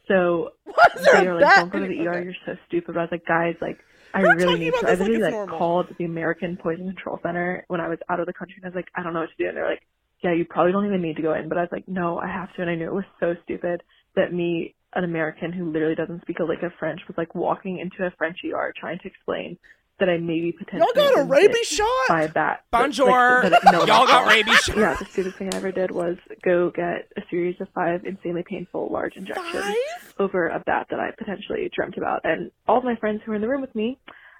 [SPEAKER 7] So
[SPEAKER 2] What is there
[SPEAKER 7] they
[SPEAKER 2] a
[SPEAKER 7] were like,
[SPEAKER 2] bat
[SPEAKER 7] don't go to
[SPEAKER 2] in
[SPEAKER 7] the
[SPEAKER 2] your-
[SPEAKER 7] ER,
[SPEAKER 2] okay.
[SPEAKER 7] you're so stupid. But I was like, guys, like, I
[SPEAKER 2] We're
[SPEAKER 7] really
[SPEAKER 2] talking
[SPEAKER 7] need
[SPEAKER 2] about
[SPEAKER 7] to. I
[SPEAKER 2] this like
[SPEAKER 7] literally,
[SPEAKER 2] it's
[SPEAKER 7] like,
[SPEAKER 2] normal.
[SPEAKER 7] called the American Poison Control Center when I was out of the country, and I was like, I don't know what to do. And they're like, yeah, you probably don't even need to go in. But I was like, no, I have to. And I knew it was so stupid that me, an American who literally doesn't speak a lick of French, was like walking into a French ER trying to explain that I maybe potentially
[SPEAKER 2] Y'all got a
[SPEAKER 7] been bit
[SPEAKER 2] rabies shot?
[SPEAKER 7] by a bat. But, like,
[SPEAKER 4] Bonjour.
[SPEAKER 7] that it- no one
[SPEAKER 4] Y'all got
[SPEAKER 7] saw.
[SPEAKER 4] rabies. shot.
[SPEAKER 7] Yeah, the stupidest thing I ever did was go get a series of five insanely painful large injections
[SPEAKER 2] Five?
[SPEAKER 7] over a bat that I potentially dreamt about. And all of my friends who were in the room with me,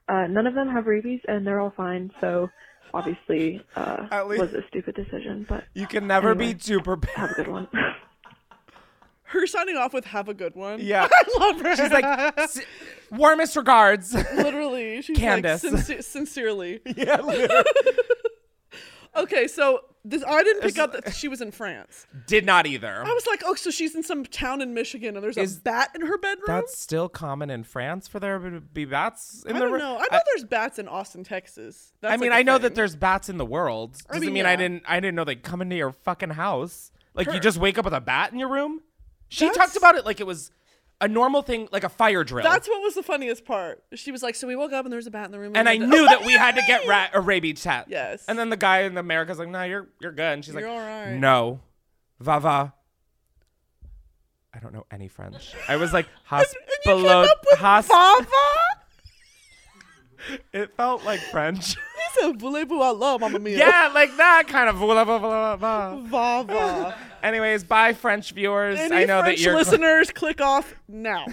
[SPEAKER 7] uh, none of them have rabies and they're all fine. So obviously, uh,
[SPEAKER 4] At least-
[SPEAKER 7] was a stupid decision, but
[SPEAKER 4] You can never be
[SPEAKER 7] Anyway.
[SPEAKER 4] too
[SPEAKER 7] have
[SPEAKER 4] prepared.
[SPEAKER 7] a good one.
[SPEAKER 2] Her signing off with "Have a good one."
[SPEAKER 4] Yeah.
[SPEAKER 2] I love her.
[SPEAKER 4] She's like, "S- warmest regards.
[SPEAKER 2] literally, she's
[SPEAKER 4] Candace.
[SPEAKER 2] like, "Sincer- sincerely.
[SPEAKER 4] yeah, literally.
[SPEAKER 2] Okay, so this I didn't pick up that she was in France.
[SPEAKER 4] Did not either.
[SPEAKER 2] I was like, oh, so she's in some town in Michigan, and there's
[SPEAKER 4] Is-
[SPEAKER 2] a bat in her bedroom.
[SPEAKER 4] That's still common in France for there to be bats in
[SPEAKER 2] I
[SPEAKER 4] the
[SPEAKER 2] don't
[SPEAKER 4] ro-
[SPEAKER 2] know. I know there's bats in Austin, Texas. That's
[SPEAKER 4] I mean,
[SPEAKER 2] like a
[SPEAKER 4] I know that
[SPEAKER 2] thing.
[SPEAKER 4] there's bats in the world. Doesn't
[SPEAKER 2] mean,
[SPEAKER 4] mean, I
[SPEAKER 2] yeah.
[SPEAKER 4] didn't. I didn't know they come into your fucking house. Like you just wake up with a bat in your room. She talked
[SPEAKER 2] That's-
[SPEAKER 4] about it like it was a normal thing, like a fire drill.
[SPEAKER 2] That's what was the funniest part. She was like, so we woke up and there was a bat in the room,
[SPEAKER 4] and
[SPEAKER 2] we
[SPEAKER 4] I
[SPEAKER 2] had to-
[SPEAKER 4] knew that we had to get ra- a rabies test.
[SPEAKER 2] Mm-hmm. Yes.
[SPEAKER 4] And then the guy in America's like, "No, you're you're good." And she's
[SPEAKER 2] You're
[SPEAKER 4] like,
[SPEAKER 2] all right.
[SPEAKER 4] "No, Vava." I don't know any French. I was like,
[SPEAKER 2] And you
[SPEAKER 4] "Hospital,
[SPEAKER 2] came up with
[SPEAKER 4] hos-
[SPEAKER 2] Vava.
[SPEAKER 4] It felt like French.
[SPEAKER 2] He said, "Voulez-vous Allah, Mamma Mia?"
[SPEAKER 4] yeah, like that kind of. Blah, blah, blah, blah.
[SPEAKER 2] Vava.
[SPEAKER 4] Anyways, bye, French viewers.
[SPEAKER 2] Any
[SPEAKER 4] I know
[SPEAKER 2] French
[SPEAKER 4] that you're.
[SPEAKER 2] listeners, click off now.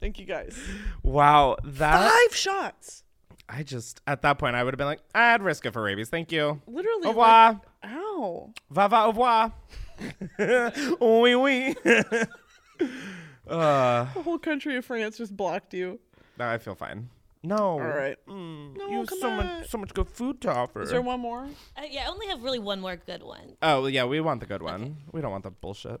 [SPEAKER 2] Thank you guys.
[SPEAKER 4] Wow, that
[SPEAKER 2] Five shots.
[SPEAKER 4] I just at that point I would have been like, I'd risk it for rabies. Thank you.
[SPEAKER 2] Literally.
[SPEAKER 4] Au revoir.
[SPEAKER 2] Like, ow.
[SPEAKER 4] Va va au revoir. oui oui. uh,
[SPEAKER 2] The whole country of France just blocked you.
[SPEAKER 4] now I feel fine. No.
[SPEAKER 2] All right.
[SPEAKER 4] Mm,
[SPEAKER 2] No,
[SPEAKER 4] you have
[SPEAKER 2] come
[SPEAKER 4] so
[SPEAKER 2] back.
[SPEAKER 4] much so much good food to offer.
[SPEAKER 2] Is there one more?
[SPEAKER 5] Uh, yeah, I only have really one more good one.
[SPEAKER 4] oh well, yeah, we want the good one. We don't want the bullshit.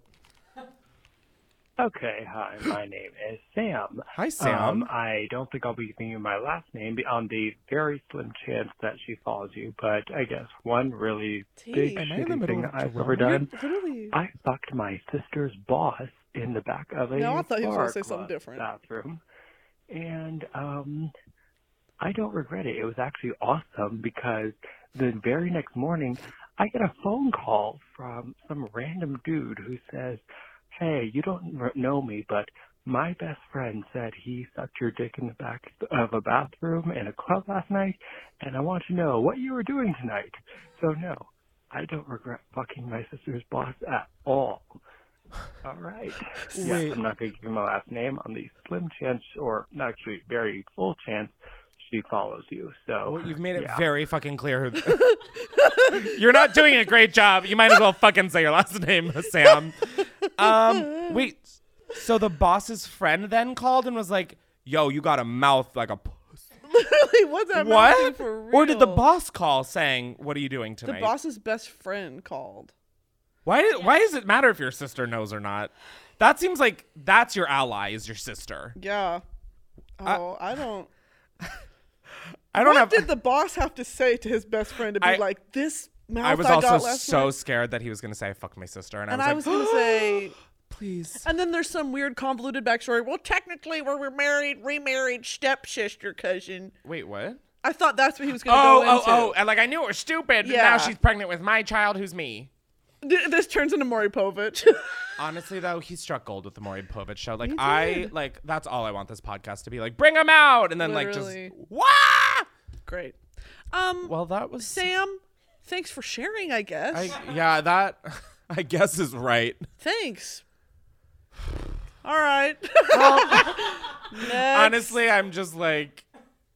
[SPEAKER 8] Okay, hi, my name is Sam.
[SPEAKER 4] Hi, Sam.
[SPEAKER 8] Um, I don't think I'll be giving you my last name be- on the very slim chance that she follows you, but I guess one really big
[SPEAKER 2] Jeez.
[SPEAKER 4] Am I in the
[SPEAKER 8] shitty
[SPEAKER 4] middle
[SPEAKER 8] thing
[SPEAKER 4] of
[SPEAKER 8] that I've
[SPEAKER 4] Toronto?
[SPEAKER 8] ever done.
[SPEAKER 2] Literally.
[SPEAKER 8] I fucked my sister's boss in the back of a
[SPEAKER 2] No, I thought he was gonna
[SPEAKER 8] bar
[SPEAKER 2] say something
[SPEAKER 8] club
[SPEAKER 2] different.
[SPEAKER 8] bathroom, and um, I don't regret it. It was actually awesome because the very next morning, I get a phone call from some random dude who says, "Hey, you don't r- know me, but." My best friend said he sucked your dick in the back of a bathroom in a club last night, and I want to know what you were doing tonight. So no, I don't regret fucking my sister's boss at all. All right. Yes,
[SPEAKER 4] Wait.
[SPEAKER 8] I'm not going to give you my last name on the slim chance, or actually very full chance, she follows you. So
[SPEAKER 4] Well, you've made it
[SPEAKER 8] yeah.
[SPEAKER 4] very fucking clear. who- You're not doing a great job. You might as well fucking say your last name, Sam. Um, wait. So the boss's friend then called and was like, "Yo, you got a mouth like a puss."
[SPEAKER 2] Literally, what's that?
[SPEAKER 4] What?
[SPEAKER 2] For real?
[SPEAKER 4] Or did the boss call saying, "What are you doing
[SPEAKER 2] The
[SPEAKER 4] tonight?"
[SPEAKER 2] boss's best friend called.
[SPEAKER 4] why? Why does it matter if your sister knows or not? That seems like that's your ally is your sister.
[SPEAKER 2] Yeah. Oh, I, don't.
[SPEAKER 4] I don't
[SPEAKER 2] what
[SPEAKER 4] have.
[SPEAKER 2] did the boss have to say to his best friend to be
[SPEAKER 4] I-
[SPEAKER 2] like, "This mouth
[SPEAKER 4] I was also
[SPEAKER 2] got last
[SPEAKER 4] so
[SPEAKER 2] night.
[SPEAKER 4] scared that he was going to say I fucked my sister, and,
[SPEAKER 2] And
[SPEAKER 4] I
[SPEAKER 2] I
[SPEAKER 4] was
[SPEAKER 2] was
[SPEAKER 4] like,
[SPEAKER 2] gonna say,
[SPEAKER 4] please.
[SPEAKER 2] and then there's some weird convoluted backstory. Well, technically, we were married, remarried, stepsister, cousin.
[SPEAKER 4] Wait, what?
[SPEAKER 2] I thought that's what he was gonna
[SPEAKER 4] Oh,
[SPEAKER 2] go
[SPEAKER 4] oh,
[SPEAKER 2] into.
[SPEAKER 4] oh! And like I knew it was stupid. but
[SPEAKER 2] Yeah.
[SPEAKER 4] Now she's pregnant with my child, who's me. oh.
[SPEAKER 2] Th- This turns into Maury Povich.
[SPEAKER 4] Honestly, though, he struck gold with the Maury Povich show. Like I like that's all I want this podcast to be like. Bring him out, and then
[SPEAKER 2] Literally.
[SPEAKER 4] like just wah.
[SPEAKER 2] Great. Um,
[SPEAKER 4] Well, that was
[SPEAKER 2] Sam, thanks for sharing. I guess.
[SPEAKER 4] I, yeah, that I guess is right.
[SPEAKER 2] Thanks. All right. Next.
[SPEAKER 4] Honestly, I'm just like,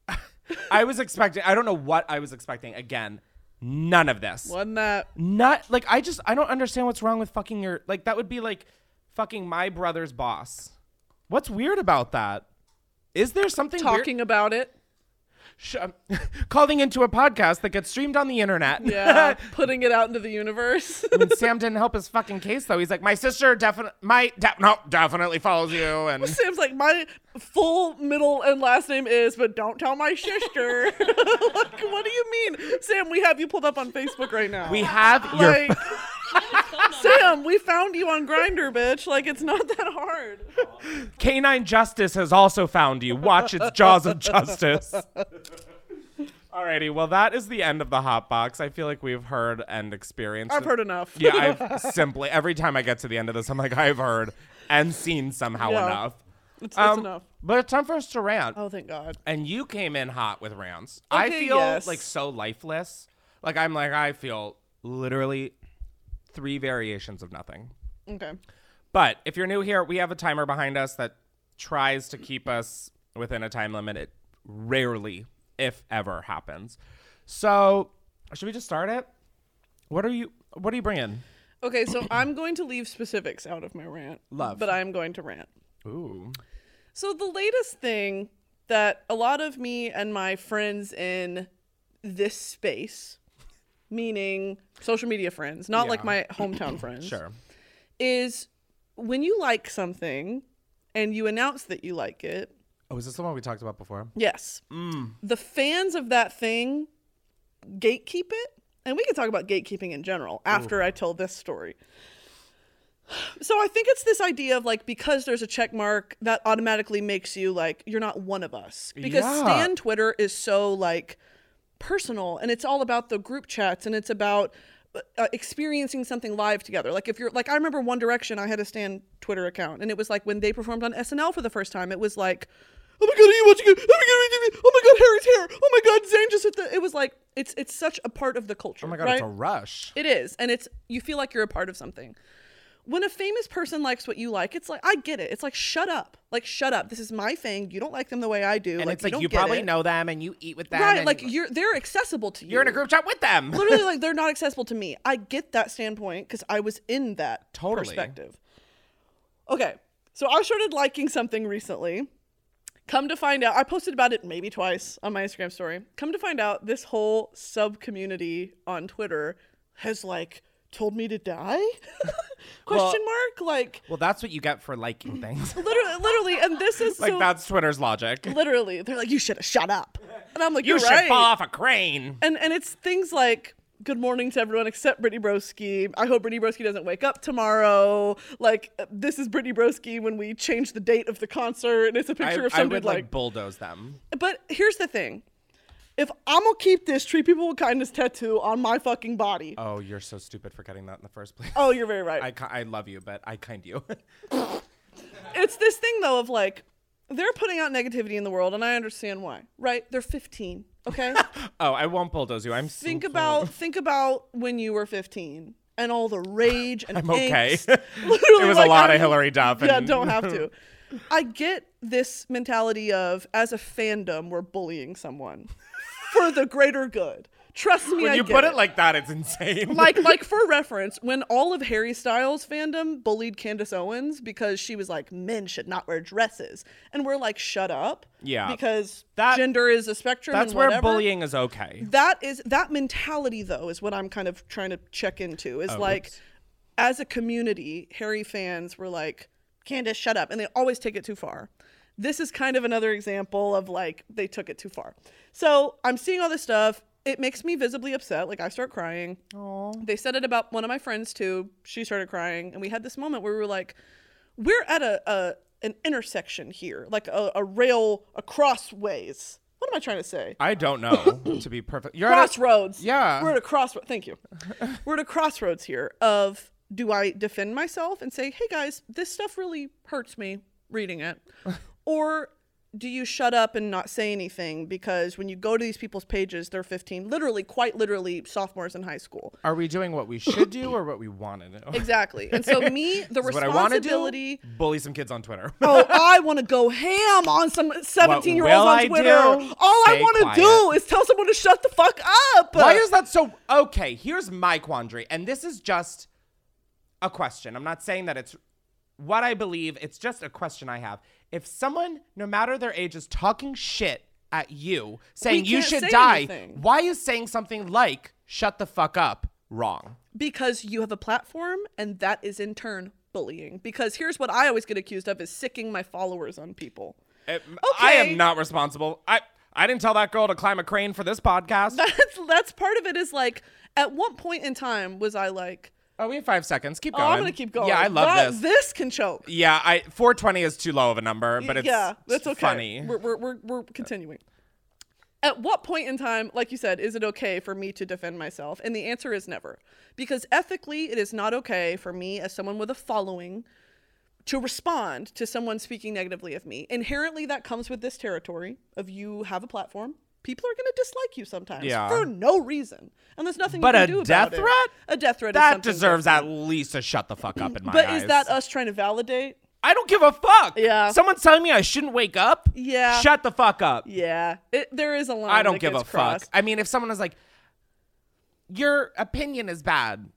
[SPEAKER 4] I was expecting. I don't know what I was expecting. Again, none of this.
[SPEAKER 2] wasn't that
[SPEAKER 4] Not like I just I don't understand what's wrong with fucking your like that would be like fucking my brother's boss. What's weird about that? Is there something weird-
[SPEAKER 2] talking about it?
[SPEAKER 4] Sh- um, calling into a podcast that gets streamed on the internet?
[SPEAKER 2] Yeah, putting it out into the universe.
[SPEAKER 4] I mean, Sam didn't help his fucking case though. He's like, my sister definitely, my de- no, definitely follows you, and
[SPEAKER 2] Sam's like, my full middle and last name is, but don't tell my sister. like, what do you mean, Sam? We have you pulled up on Facebook right now.
[SPEAKER 4] we have your.
[SPEAKER 2] like, Sam, we found you on Grinder, bitch. Like, it's not that hard.
[SPEAKER 4] Canine Justice has also found you. Watch its jaws of justice. Alrighty, well, that is the end of the hot box. I feel like we've heard and experienced.
[SPEAKER 2] I've
[SPEAKER 4] it.
[SPEAKER 2] heard enough.
[SPEAKER 4] Yeah, I've simply every time I get to the end of this, I'm like, I've heard and seen somehow
[SPEAKER 2] Yeah.
[SPEAKER 4] enough.
[SPEAKER 2] it's, it's
[SPEAKER 4] Um,
[SPEAKER 2] enough.
[SPEAKER 4] But it's time for us to rant.
[SPEAKER 2] Oh, thank God.
[SPEAKER 4] And you came in hot with rants. I
[SPEAKER 2] Okay,
[SPEAKER 4] feel
[SPEAKER 2] yes.
[SPEAKER 4] like so lifeless. Like I'm like I feel literally three variations of nothing.
[SPEAKER 2] Okay.
[SPEAKER 4] But if you're new here, we have a timer behind us that tries to keep us within a time limit. It rarely, if ever, happens. So, should we just start it? What are you? What are you bringing?
[SPEAKER 2] Okay, so I'm going to leave specifics out of my rant.
[SPEAKER 4] Love.
[SPEAKER 2] But I'm going to rant.
[SPEAKER 4] Ooh,
[SPEAKER 2] So the latest thing that a lot of me and my friends in this space, meaning social media friends, not like
[SPEAKER 4] Yeah.
[SPEAKER 2] my hometown friends,
[SPEAKER 4] sure.
[SPEAKER 2] is when you like something and you announce that you like it,
[SPEAKER 4] Oh, is this the one we talked about before?
[SPEAKER 2] yes, the fans of that thing gatekeep it. And we can talk about gatekeeping in general after I tell this story. So I think it's this idea of like because there's a check mark that automatically makes you like you're not one of us. Because
[SPEAKER 4] Yeah.
[SPEAKER 2] Stan Twitter is so like personal and it's all about the group chats and it's about uh, experiencing something live together. Like if you're like I remember One Direction, I had a Stan Twitter account and it was like when they performed on SNL for the first time, it was like Oh my god, are you watching it? Oh my god, oh my god, Harry's hair. Oh my god, Zayn just hit the. It was like it's it's such a part of the culture.
[SPEAKER 4] Oh my god,
[SPEAKER 2] right?
[SPEAKER 4] it's a rush.
[SPEAKER 2] It is, and it's you feel like you're a part of something. When a famous person likes what you like, it's like I get it. It's like shut up, like shut up. This is my thing. You don't like them the way I do.
[SPEAKER 4] and
[SPEAKER 2] like,
[SPEAKER 4] it's like
[SPEAKER 2] don't
[SPEAKER 4] you
[SPEAKER 2] get
[SPEAKER 4] probably
[SPEAKER 2] it.
[SPEAKER 4] know them and you eat with them.
[SPEAKER 2] right?
[SPEAKER 4] and
[SPEAKER 2] Like you're they're accessible to you.
[SPEAKER 4] you're in a group chat with them.
[SPEAKER 2] Literally, like they're not accessible to me. I get that standpoint because I was in that
[SPEAKER 4] Totally.
[SPEAKER 2] perspective. Okay, so I started liking something recently. Come to find out, I posted about it maybe twice on my Instagram story. Come to find out, this whole sub community on Twitter has like told me to die? Question mark? Like
[SPEAKER 4] well, that's what you get for liking things.
[SPEAKER 2] literally, literally, and this is
[SPEAKER 4] like
[SPEAKER 2] so
[SPEAKER 4] that's Twitter's logic.
[SPEAKER 2] literally. They're like, you should have shut up, and I'm like,
[SPEAKER 4] you
[SPEAKER 2] You're
[SPEAKER 4] should
[SPEAKER 2] right.
[SPEAKER 4] fall off a crane.
[SPEAKER 2] And and it's things like good morning to everyone except Brittany Broski. I hope Brittany Broski doesn't wake up tomorrow. Like uh, this is Brittany Broski when we change the date of the concert and it's a
[SPEAKER 4] I,
[SPEAKER 2] picture of
[SPEAKER 4] I
[SPEAKER 2] somebody
[SPEAKER 4] would
[SPEAKER 2] like,
[SPEAKER 4] like bulldoze them.
[SPEAKER 2] But here's the thing. If I'm gonna keep this treat people with kindness tattoo on my fucking body. Oh,
[SPEAKER 4] Oh, you're so stupid for getting that in the first place.
[SPEAKER 2] you're very right.
[SPEAKER 4] I, ki- I love you, but I kind you.
[SPEAKER 2] it's this thing though of like they're putting out negativity in the world and I understand why. Right? They're 15, okay?
[SPEAKER 4] oh, I won't bulldoze you. I'm so
[SPEAKER 2] think
[SPEAKER 4] cool.
[SPEAKER 2] about think about when you were 15 and all the rage and
[SPEAKER 4] I'm okay.
[SPEAKER 2] angst.
[SPEAKER 4] It
[SPEAKER 2] Literally,
[SPEAKER 4] was a lot of
[SPEAKER 2] I'm-
[SPEAKER 4] Hillary Duff
[SPEAKER 2] Yeah,
[SPEAKER 4] and-
[SPEAKER 2] don't have to. I get this mentality of as a fandom we're bullying someone for the greater good. Trust me,
[SPEAKER 4] when
[SPEAKER 2] I
[SPEAKER 4] you
[SPEAKER 2] get
[SPEAKER 4] put it like that, it's insane.
[SPEAKER 2] like like for reference, when all of Harry Styles fandom bullied Candace Owens because she was like men should not wear dresses, and we're like shut up,
[SPEAKER 4] Yeah.
[SPEAKER 2] because
[SPEAKER 4] That-
[SPEAKER 2] gender is a spectrum.
[SPEAKER 4] that's
[SPEAKER 2] and
[SPEAKER 4] where
[SPEAKER 2] whatever.
[SPEAKER 4] bullying is okay.
[SPEAKER 2] That is that mentality though is what I'm kind of trying to check into. Is like
[SPEAKER 4] oops.
[SPEAKER 2] as a community, Harry fans were like, Candace, shut up. And they always take it too far. This is kind of another example of like they took it too far. So I'm seeing all this stuff. it makes me visibly upset. Like I start crying. They said it about one of my friends too. She started crying, and we had this moment where we were like, "We're at a, a an intersection here, like a, a rail, a crossways. What am I trying to say?
[SPEAKER 4] I don't know, to be perfect. You're at a-
[SPEAKER 2] crossroads.
[SPEAKER 4] yeah.
[SPEAKER 2] We're at a crossroads. Thank you. We're at a crossroads here of do I defend myself and say, hey guys, this stuff really hurts me reading it? or do you shut up and not say anything? Because when you go to these people's pages, they're 15, literally, quite literally, sophomores in high school.
[SPEAKER 4] Are we doing what we should do or what we want to do?
[SPEAKER 2] Exactly. And so, me, the
[SPEAKER 4] What I want to do?
[SPEAKER 2] responsibility.
[SPEAKER 4] Bully some kids on Twitter.
[SPEAKER 2] Oh, I want to go ham on some 17 year olds
[SPEAKER 4] will
[SPEAKER 2] on
[SPEAKER 4] I
[SPEAKER 2] Twitter.
[SPEAKER 4] do?
[SPEAKER 2] All I
[SPEAKER 4] Stay
[SPEAKER 2] want
[SPEAKER 4] quiet.
[SPEAKER 2] to do is tell someone to shut the fuck up.
[SPEAKER 4] Why is that so? Okay, here's my quandary, and this is just a question. I'm not saying that it's what I believe, it's just a question I have. If someone, no matter their age, is talking shit at you, saying you
[SPEAKER 2] can't
[SPEAKER 4] should
[SPEAKER 2] say
[SPEAKER 4] die,
[SPEAKER 2] anything.
[SPEAKER 4] why is saying something like shut the fuck up wrong?
[SPEAKER 2] because you have a platform and that is in turn bullying because here's what i always get accused of is sicking my followers on people
[SPEAKER 4] I
[SPEAKER 2] Okay.
[SPEAKER 4] am not responsible. I, I didn't tell that girl to climb a crane for this podcast.
[SPEAKER 2] that's that's part of it is like at what point in time was i like
[SPEAKER 4] oh, we have five seconds. Keep
[SPEAKER 2] oh
[SPEAKER 4] going.
[SPEAKER 2] i'm gonna keep going
[SPEAKER 4] Yeah, I love
[SPEAKER 2] That-
[SPEAKER 4] this.
[SPEAKER 2] this can choke
[SPEAKER 4] yeah, I 420 is too low of a number, but it's
[SPEAKER 2] yeah that's okay
[SPEAKER 4] funny.
[SPEAKER 2] we're, we're, we're, we're continuing at what point in time like you said is it okay for me to defend myself and the answer is never because ethically it is not okay for me as someone with a following to respond to someone speaking negatively of me. Inherently, that comes with this territory of you have a platform. People are going to dislike you sometimes
[SPEAKER 4] Yeah.
[SPEAKER 2] for no reason, and there's nothing
[SPEAKER 4] But
[SPEAKER 2] you
[SPEAKER 4] a
[SPEAKER 2] can do
[SPEAKER 4] death
[SPEAKER 2] about it.
[SPEAKER 4] threat?
[SPEAKER 2] A death threat. is
[SPEAKER 4] That
[SPEAKER 2] something
[SPEAKER 4] deserves at
[SPEAKER 2] different.
[SPEAKER 4] least a shut the fuck up in my
[SPEAKER 2] But
[SPEAKER 4] eyes.
[SPEAKER 2] is that us trying to validate?
[SPEAKER 4] I don't give a fuck.
[SPEAKER 2] Yeah.
[SPEAKER 4] Someone's telling me I shouldn't wake up.
[SPEAKER 2] Yeah.
[SPEAKER 4] Shut the fuck up.
[SPEAKER 2] Yeah, it, there is a line.
[SPEAKER 4] I don't
[SPEAKER 2] that
[SPEAKER 4] give a
[SPEAKER 2] gets crossed.
[SPEAKER 4] fuck. I mean, if someone is like, your opinion is bad,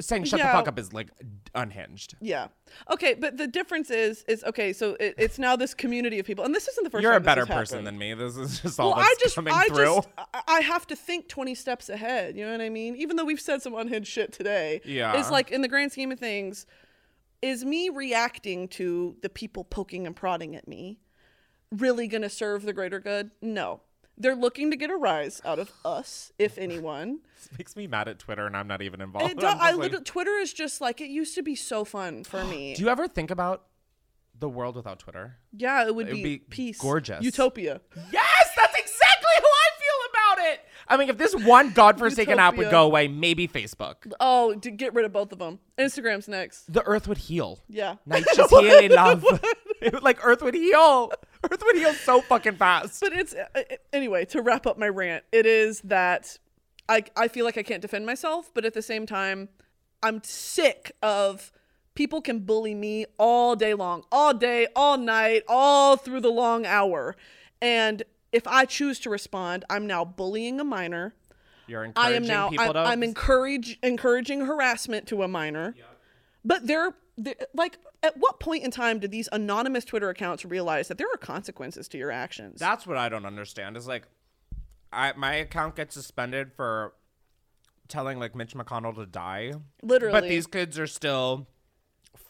[SPEAKER 4] saying shut
[SPEAKER 2] Yeah.
[SPEAKER 4] the fuck up is like unhinged.
[SPEAKER 2] Yeah. Okay, but the difference is is okay. So it, it's now this community of people, and this isn't the 1st
[SPEAKER 4] You're a
[SPEAKER 2] time this
[SPEAKER 4] better
[SPEAKER 2] has
[SPEAKER 4] person
[SPEAKER 2] happened.
[SPEAKER 4] than me. This is just all
[SPEAKER 2] Well,
[SPEAKER 4] that's
[SPEAKER 2] I just,
[SPEAKER 4] coming
[SPEAKER 2] I
[SPEAKER 4] through.
[SPEAKER 2] just, I- I have to think twenty steps ahead. You know what I mean? Even though we've said some unhinged shit today,
[SPEAKER 4] Yeah.
[SPEAKER 2] it's like in the grand scheme of things, is me reacting to the people poking and prodding at me really going to serve the greater good? No, they're looking to get a rise out of us, if anyone.
[SPEAKER 4] This makes me mad at Twitter, and I'm not even involved.
[SPEAKER 2] It
[SPEAKER 4] I'm
[SPEAKER 2] do-
[SPEAKER 4] just
[SPEAKER 2] I
[SPEAKER 4] like-
[SPEAKER 2] literally, Twitter is just like it used to be so fun for me.
[SPEAKER 4] do you ever think about the world without Twitter?
[SPEAKER 2] yeah, it would
[SPEAKER 4] It would
[SPEAKER 2] be,
[SPEAKER 4] be
[SPEAKER 2] peace,
[SPEAKER 4] gorgeous.
[SPEAKER 2] utopia.
[SPEAKER 4] Yes, that's exactly how I feel about it. I mean, if this one godforsaken app would
[SPEAKER 2] Utopia.
[SPEAKER 4] go away, maybe Facebook.
[SPEAKER 2] Oh, d- get rid of both of them. Instagram's next.
[SPEAKER 4] The earth would heal.
[SPEAKER 2] Yeah.
[SPEAKER 4] Nature's healing love. It would- like Earth would heal. Earth would heal so fucking fast.
[SPEAKER 2] But it's uh, uh, anyway to wrap up my rant. It is that I I feel like I can't defend myself, but at the same time, I'm sick of people can bully me all day long, all day, all night, all through the long hour, and if I choose to respond, I'm now bullying a minor.
[SPEAKER 4] You're encouraging
[SPEAKER 2] I am now
[SPEAKER 4] people
[SPEAKER 2] I'm,
[SPEAKER 4] to.
[SPEAKER 2] I'm encourage encouraging harassment to a minor. But they're, they like at what point in time did these anonymous Twitter accounts realize that there are consequences to your actions?
[SPEAKER 4] That's what I don't understand. Is like, I my account gets suspended for telling like Mitch McConnell to die,
[SPEAKER 2] Literally.
[SPEAKER 4] but these kids are still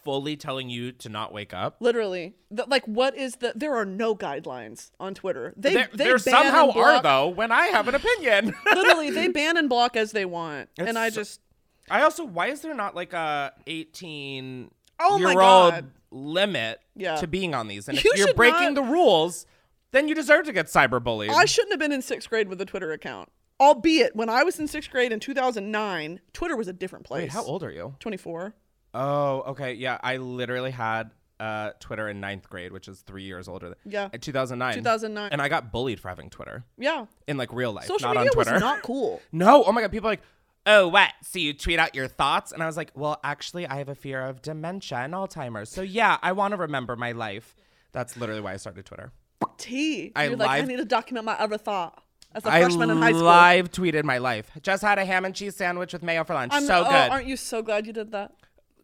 [SPEAKER 4] fully telling you to not wake up.
[SPEAKER 2] Literally, Th- like, what is the? There are no guidelines on Twitter. They
[SPEAKER 4] There,
[SPEAKER 2] they
[SPEAKER 4] there
[SPEAKER 2] ban
[SPEAKER 4] somehow
[SPEAKER 2] and block,
[SPEAKER 4] are though. When I have an opinion.
[SPEAKER 2] Literally, they ban and block as they want, and I
[SPEAKER 4] so-
[SPEAKER 2] just
[SPEAKER 4] I also why is there not like a 18
[SPEAKER 2] Oh my
[SPEAKER 4] year old
[SPEAKER 2] God.
[SPEAKER 4] limit
[SPEAKER 2] Yeah.
[SPEAKER 4] to being on these? And
[SPEAKER 2] You
[SPEAKER 4] if you're
[SPEAKER 2] should
[SPEAKER 4] breaking
[SPEAKER 2] not-
[SPEAKER 4] the rules, then you deserve to get cyberbullied.
[SPEAKER 2] I shouldn't have been in sixth grade with a Twitter account. Albeit, when I was in sixth grade in 2009, Twitter was a different place.
[SPEAKER 4] Wait, how old are you?
[SPEAKER 2] 24.
[SPEAKER 4] Oh, okay. Yeah, I literally had uh, Twitter in ninth grade, which is three years older. Than,
[SPEAKER 2] Yeah.
[SPEAKER 4] in 2009.
[SPEAKER 2] 2009.
[SPEAKER 4] And I got bullied for having Twitter
[SPEAKER 2] Yeah,
[SPEAKER 4] in like real life,
[SPEAKER 2] social
[SPEAKER 4] not
[SPEAKER 2] media
[SPEAKER 4] on Twitter.
[SPEAKER 2] was not cool.
[SPEAKER 4] No. Oh my god, people are like, oh what? So you tweet out your thoughts, and I was like, well, actually, I have a fear of dementia and Alzheimer's. So yeah, I want to remember my life. That's literally why I started Twitter.
[SPEAKER 2] T.
[SPEAKER 4] I
[SPEAKER 2] You're like, I
[SPEAKER 4] live-
[SPEAKER 2] need to document my other thought as a
[SPEAKER 4] I
[SPEAKER 2] freshman in high school.
[SPEAKER 4] live tweeted my life. Just had a ham and cheese sandwich with mayo for lunch.
[SPEAKER 2] I'm
[SPEAKER 4] so
[SPEAKER 2] oh,
[SPEAKER 4] good.
[SPEAKER 2] Aren't you so glad you did that?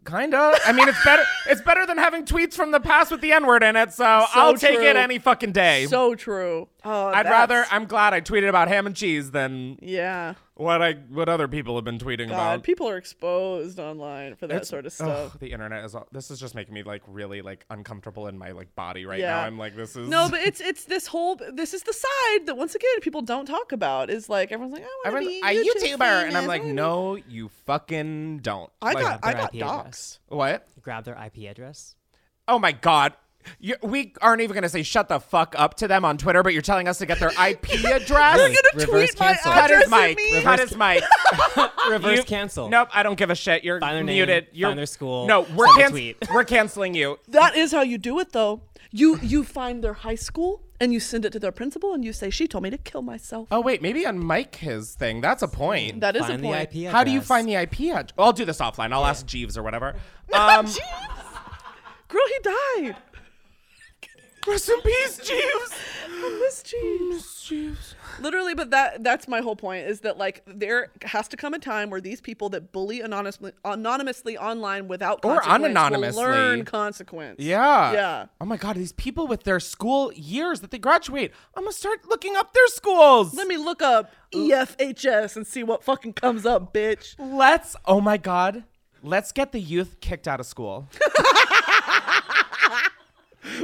[SPEAKER 4] Kinda. I mean, it's better. it's better than having tweets from the past with the N word in it. So, I'll take it
[SPEAKER 2] true.
[SPEAKER 4] any fucking day.
[SPEAKER 2] So true. Oh,
[SPEAKER 4] I'd
[SPEAKER 2] that's-
[SPEAKER 4] rather. I'm glad I tweeted about ham and cheese than
[SPEAKER 2] Yeah.
[SPEAKER 4] what I what other people have been tweeting
[SPEAKER 2] God,
[SPEAKER 4] about.
[SPEAKER 2] people are exposed online for that
[SPEAKER 4] It's-
[SPEAKER 2] sort of
[SPEAKER 4] ugh,
[SPEAKER 2] stuff.
[SPEAKER 4] the internet is. all- This is just making me like really like uncomfortable in my like body right
[SPEAKER 2] Yeah.
[SPEAKER 4] now. I'm like, this is
[SPEAKER 2] No, but it's it's this whole this is the side that once again people don't talk about is like everyone's like I want to be
[SPEAKER 4] Everyone's a
[SPEAKER 2] YouTube
[SPEAKER 4] YouTuber, and I'm
[SPEAKER 2] famous.
[SPEAKER 4] like,
[SPEAKER 2] I wanna be-"
[SPEAKER 4] no, you fucking don't.
[SPEAKER 2] I
[SPEAKER 4] Like,
[SPEAKER 2] got I
[SPEAKER 9] their
[SPEAKER 2] got
[SPEAKER 9] IP
[SPEAKER 2] doxxed.
[SPEAKER 9] address.
[SPEAKER 4] what?
[SPEAKER 9] You grab their IP address.
[SPEAKER 4] Oh my god. You, we aren't even gonna say shut the fuck up to them on Twitter, but you're telling us to get their IP
[SPEAKER 2] You're
[SPEAKER 4] address.
[SPEAKER 2] gonna
[SPEAKER 9] Reverse
[SPEAKER 2] tweet my
[SPEAKER 9] cancel.
[SPEAKER 4] Cut
[SPEAKER 2] address
[SPEAKER 4] his
[SPEAKER 2] at
[SPEAKER 4] mic.
[SPEAKER 2] me?
[SPEAKER 4] Cut his mic.
[SPEAKER 9] Reverse
[SPEAKER 4] You-
[SPEAKER 9] cancel.
[SPEAKER 4] Nope, I don't give a shit. You're
[SPEAKER 9] Find their name,
[SPEAKER 4] muted.
[SPEAKER 9] find
[SPEAKER 4] you're
[SPEAKER 9] their school,
[SPEAKER 4] No, we're
[SPEAKER 9] send a
[SPEAKER 4] canc-
[SPEAKER 9] tweet.
[SPEAKER 4] We're canceling you.
[SPEAKER 2] That is how you do it, though. You you find their high school and you send it to their principal and you say she told me to kill myself.
[SPEAKER 4] Oh wait, maybe unmic his thing. That's a point.
[SPEAKER 2] that is a
[SPEAKER 9] Find the
[SPEAKER 2] point.
[SPEAKER 9] IP address.
[SPEAKER 4] How do you find the IP address? Well, I'll do this offline. I'll ask Jeeves or whatever. Um,
[SPEAKER 2] Girl, he died.
[SPEAKER 4] rest in peace, Jeeves.
[SPEAKER 2] Miss Jeeves. Literally, but that that's my whole point is that like there has to come a time where these people that bully anonymously anonymously online without
[SPEAKER 4] Or
[SPEAKER 2] consequence will
[SPEAKER 4] unanonymously.
[SPEAKER 2] learn consequence.
[SPEAKER 4] Yeah.
[SPEAKER 2] Yeah.
[SPEAKER 4] Oh my God, these people with their school years that they graduate. I'm gonna start looking up their schools.
[SPEAKER 2] Let me look up E EFHS and see what fucking comes up, bitch.
[SPEAKER 4] Let's. Oh my God. Let's get the youth kicked out of school.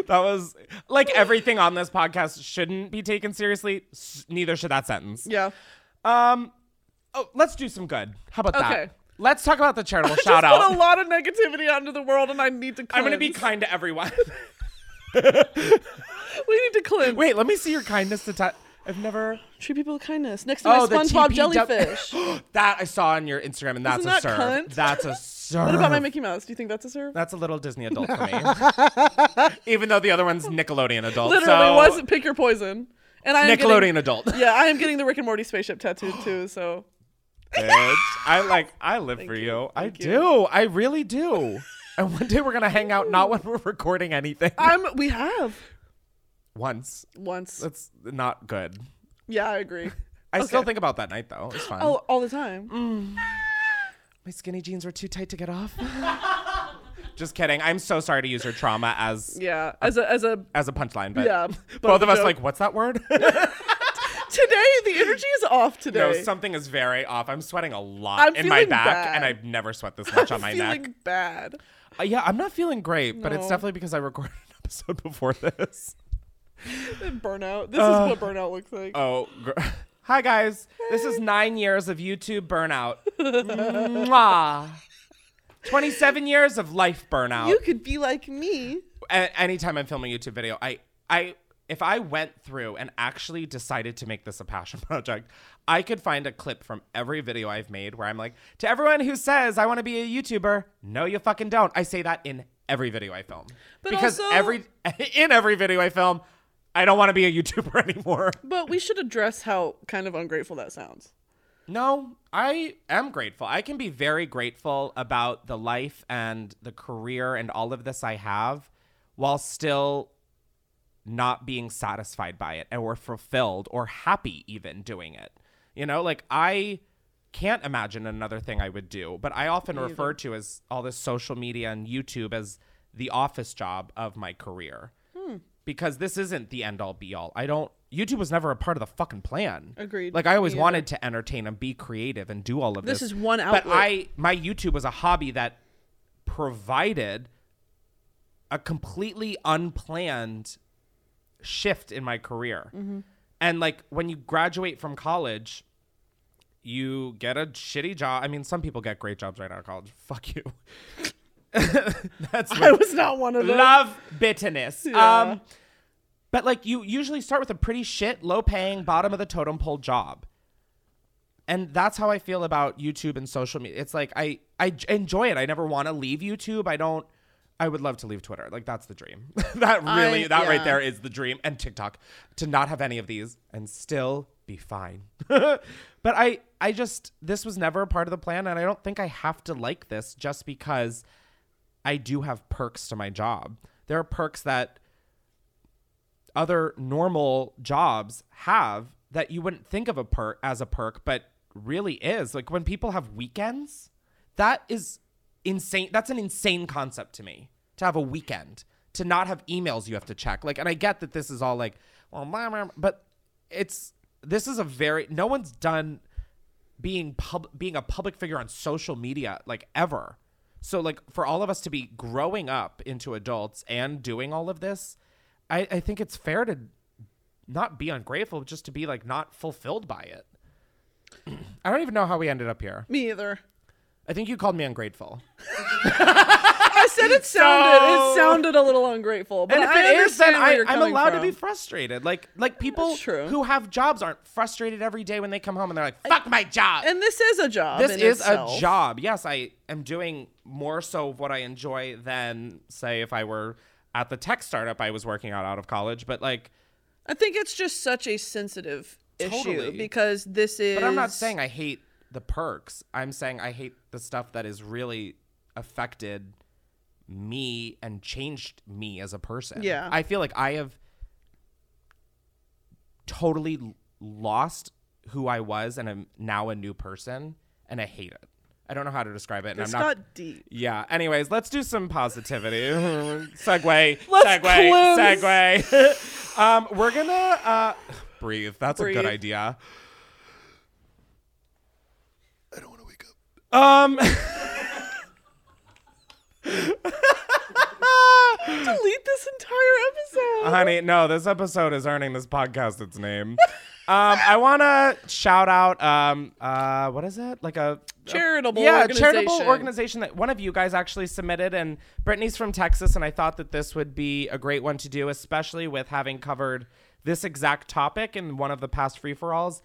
[SPEAKER 4] that was like everything on this podcast shouldn't be taken seriously. S- neither should that sentence.
[SPEAKER 2] Yeah.
[SPEAKER 4] Um. Oh, let's do some good. How about that?
[SPEAKER 2] Okay.
[SPEAKER 4] Let's talk about the charitable shout
[SPEAKER 2] Just put a
[SPEAKER 4] out.
[SPEAKER 2] lot of negativity out into the world, and I need to.
[SPEAKER 4] I'm
[SPEAKER 2] Cleanse.
[SPEAKER 4] gonna be kind to everyone.
[SPEAKER 2] We need to cleanse.
[SPEAKER 4] Wait, let me see your kindness to. i I've never.
[SPEAKER 2] Treat people with kindness. Next
[SPEAKER 4] Oh,
[SPEAKER 2] to my SpongeBob jellyfish.
[SPEAKER 4] that I saw on your Instagram, and that's
[SPEAKER 2] Isn't
[SPEAKER 4] a
[SPEAKER 2] that
[SPEAKER 4] serve.
[SPEAKER 2] cunt?
[SPEAKER 4] That's a serve.
[SPEAKER 2] what about my Mickey Mouse? Do you think that's a serve?
[SPEAKER 4] That's a little Disney adult to me. Even though the other one's Nickelodeon adult.
[SPEAKER 2] Literally,
[SPEAKER 4] so
[SPEAKER 2] was pick your poison. And I am
[SPEAKER 4] Nickelodeon
[SPEAKER 2] Getting,
[SPEAKER 4] adult.
[SPEAKER 2] yeah, I am getting the Rick and Morty spaceship tattooed too. So
[SPEAKER 4] Bitch. I like. I live for you. I do. I really do. And one day we're gonna hang out, not when we're recording anything.
[SPEAKER 2] I'm. We have
[SPEAKER 4] Once.
[SPEAKER 2] once.
[SPEAKER 4] That's not good.
[SPEAKER 2] Yeah, I agree.
[SPEAKER 4] I still
[SPEAKER 2] Okay.
[SPEAKER 4] think about that night though. It's fine.
[SPEAKER 2] Oh, all the time.
[SPEAKER 4] mm. My skinny jeans were too tight to get off. Just kidding. I'm so sorry to use your trauma as
[SPEAKER 2] Yeah, as a as a
[SPEAKER 4] as a punchline, but
[SPEAKER 2] Yeah,
[SPEAKER 4] both,
[SPEAKER 2] but
[SPEAKER 4] of us
[SPEAKER 2] no.
[SPEAKER 4] like, what's that word?
[SPEAKER 2] today the energy is off today.
[SPEAKER 4] no, something is very off. I'm sweating a lot
[SPEAKER 2] I'm
[SPEAKER 4] in my
[SPEAKER 2] feeling
[SPEAKER 4] back,
[SPEAKER 2] bad.
[SPEAKER 4] and I've never sweat this much on my
[SPEAKER 2] feeling
[SPEAKER 4] neck.
[SPEAKER 2] bad.
[SPEAKER 4] Uh, yeah, I'm not feeling great, but it's
[SPEAKER 2] No.
[SPEAKER 4] definitely because I recorded an episode before this.
[SPEAKER 2] Burnout. This
[SPEAKER 4] Uh,
[SPEAKER 2] is what burnout looks like.
[SPEAKER 4] Oh, gr- hi guys. This is nine years of YouTube burnout. Mwah. 27 years of life burnout.
[SPEAKER 2] you could be like me.
[SPEAKER 4] a- anytime I'm filming a YouTube video, I I if I went through and actually decided to make this a passion project, I could find a clip from every video I've made where I'm like, to everyone who says I want to be a YouTuber, no, you fucking don't. I say that in every video I film
[SPEAKER 2] But
[SPEAKER 4] because
[SPEAKER 2] also-
[SPEAKER 4] every in every video I film, I don't want to be a YouTuber anymore.
[SPEAKER 2] But we should address how kind of ungrateful that sounds.
[SPEAKER 4] No, I am grateful. I can be very grateful about the life and the career and all of this I have while still not being satisfied by it or fulfilled or happy even doing it. You know, like I can't imagine another thing I would do, but I often refer to as all this social media and YouTube as the office job of my career.
[SPEAKER 2] Hmm.
[SPEAKER 4] Because this isn't the end all be all. I don't YouTube was never a part of the fucking plan.
[SPEAKER 2] Agreed.
[SPEAKER 4] Like I always
[SPEAKER 2] Me either.
[SPEAKER 4] wanted to entertain and be creative and do all of this.
[SPEAKER 2] This is one
[SPEAKER 4] But
[SPEAKER 2] outlet.
[SPEAKER 4] I my YouTube was a hobby that provided a completely unplanned shift in my career.
[SPEAKER 2] Mm-hmm.
[SPEAKER 4] And like when you graduate from college, you get a shitty job. I mean, some people get great jobs right out of college. Fuck you. That's
[SPEAKER 2] I was not one of them.
[SPEAKER 4] Mm. love bitterness.
[SPEAKER 2] Yeah.
[SPEAKER 4] Um, but like you usually start with a pretty shit, low paying, bottom of the totem pole job. And that's how I feel about YouTube and social media. It's like I I j- enjoy it. I never want to leave YouTube. I don't. I would love to leave Twitter. Like that's the dream. that really,
[SPEAKER 2] I-
[SPEAKER 4] that right
[SPEAKER 2] yeah.
[SPEAKER 4] there is the dream. And TikTok to not have any of these and still be fine. but I I just this was never a part of the plan, and I don't think I have to like this just because I do have perks to my job. There are perks that other normal jobs have that you wouldn't think of a perk as a perk, but really is. Like when people have weekends, that is insane. That's an insane concept to me to have a weekend, to not have emails you have to check. Like, and I get that this is all like, well, blah, blah, blah, but it's this is a very no one's done being pub being a public figure on social media like ever. So like for all of us to be growing up into adults and doing all of this, I, I think it's fair to not be ungrateful, just to be like not fulfilled by it. I don't even know how we ended up here.
[SPEAKER 2] Me either.
[SPEAKER 4] I think you called me ungrateful.
[SPEAKER 2] I said it sounded
[SPEAKER 4] So-
[SPEAKER 2] it sounded a little ungrateful, but
[SPEAKER 4] and if
[SPEAKER 2] I
[SPEAKER 4] it is, then
[SPEAKER 2] understand where
[SPEAKER 4] I,
[SPEAKER 2] you're
[SPEAKER 4] I'm
[SPEAKER 2] coming
[SPEAKER 4] allowed
[SPEAKER 2] from.
[SPEAKER 4] to be frustrated. Like like people
[SPEAKER 2] That's true.
[SPEAKER 4] who have jobs aren't frustrated every day when they come home and they're like, "Fuck my job."
[SPEAKER 2] And this is a job.
[SPEAKER 4] this
[SPEAKER 2] in
[SPEAKER 4] is
[SPEAKER 2] itself.
[SPEAKER 4] a job. Yes, I am doing more so of what I enjoy than say if I were at the tech startup I was working at out of college. But like,
[SPEAKER 2] I think it's just such a sensitive
[SPEAKER 4] Totally.
[SPEAKER 2] issue because this is.
[SPEAKER 4] but I'm not saying I hate the perks. I'm saying I hate the stuff that has really affected me and changed me as a person.
[SPEAKER 2] Yeah.
[SPEAKER 4] I feel like I have totally l- lost who I was and am now a new person, and I hate it. I don't know how to describe it, and
[SPEAKER 2] It's
[SPEAKER 4] I'm not.
[SPEAKER 2] got deep.
[SPEAKER 4] Yeah. Anyways, let's do some positivity. segue.
[SPEAKER 2] Let's cleanse.
[SPEAKER 4] segue. Segue. um, we're gonna uh, breathe. That's a
[SPEAKER 2] Breathe.
[SPEAKER 4] good idea. I don't want to wake up. Um.
[SPEAKER 2] Delete this entire episode.
[SPEAKER 4] Honey, no, this episode is earning this podcast its name. Um, I want to shout out, um, uh, what is it? Like a a-
[SPEAKER 2] Charitable
[SPEAKER 4] yeah, a charitable
[SPEAKER 2] organization.
[SPEAKER 4] organization that one of you guys actually submitted, and Brittany's from Texas, and I thought that this would be a great one to do, especially with having covered this exact topic in one of the past free for alls.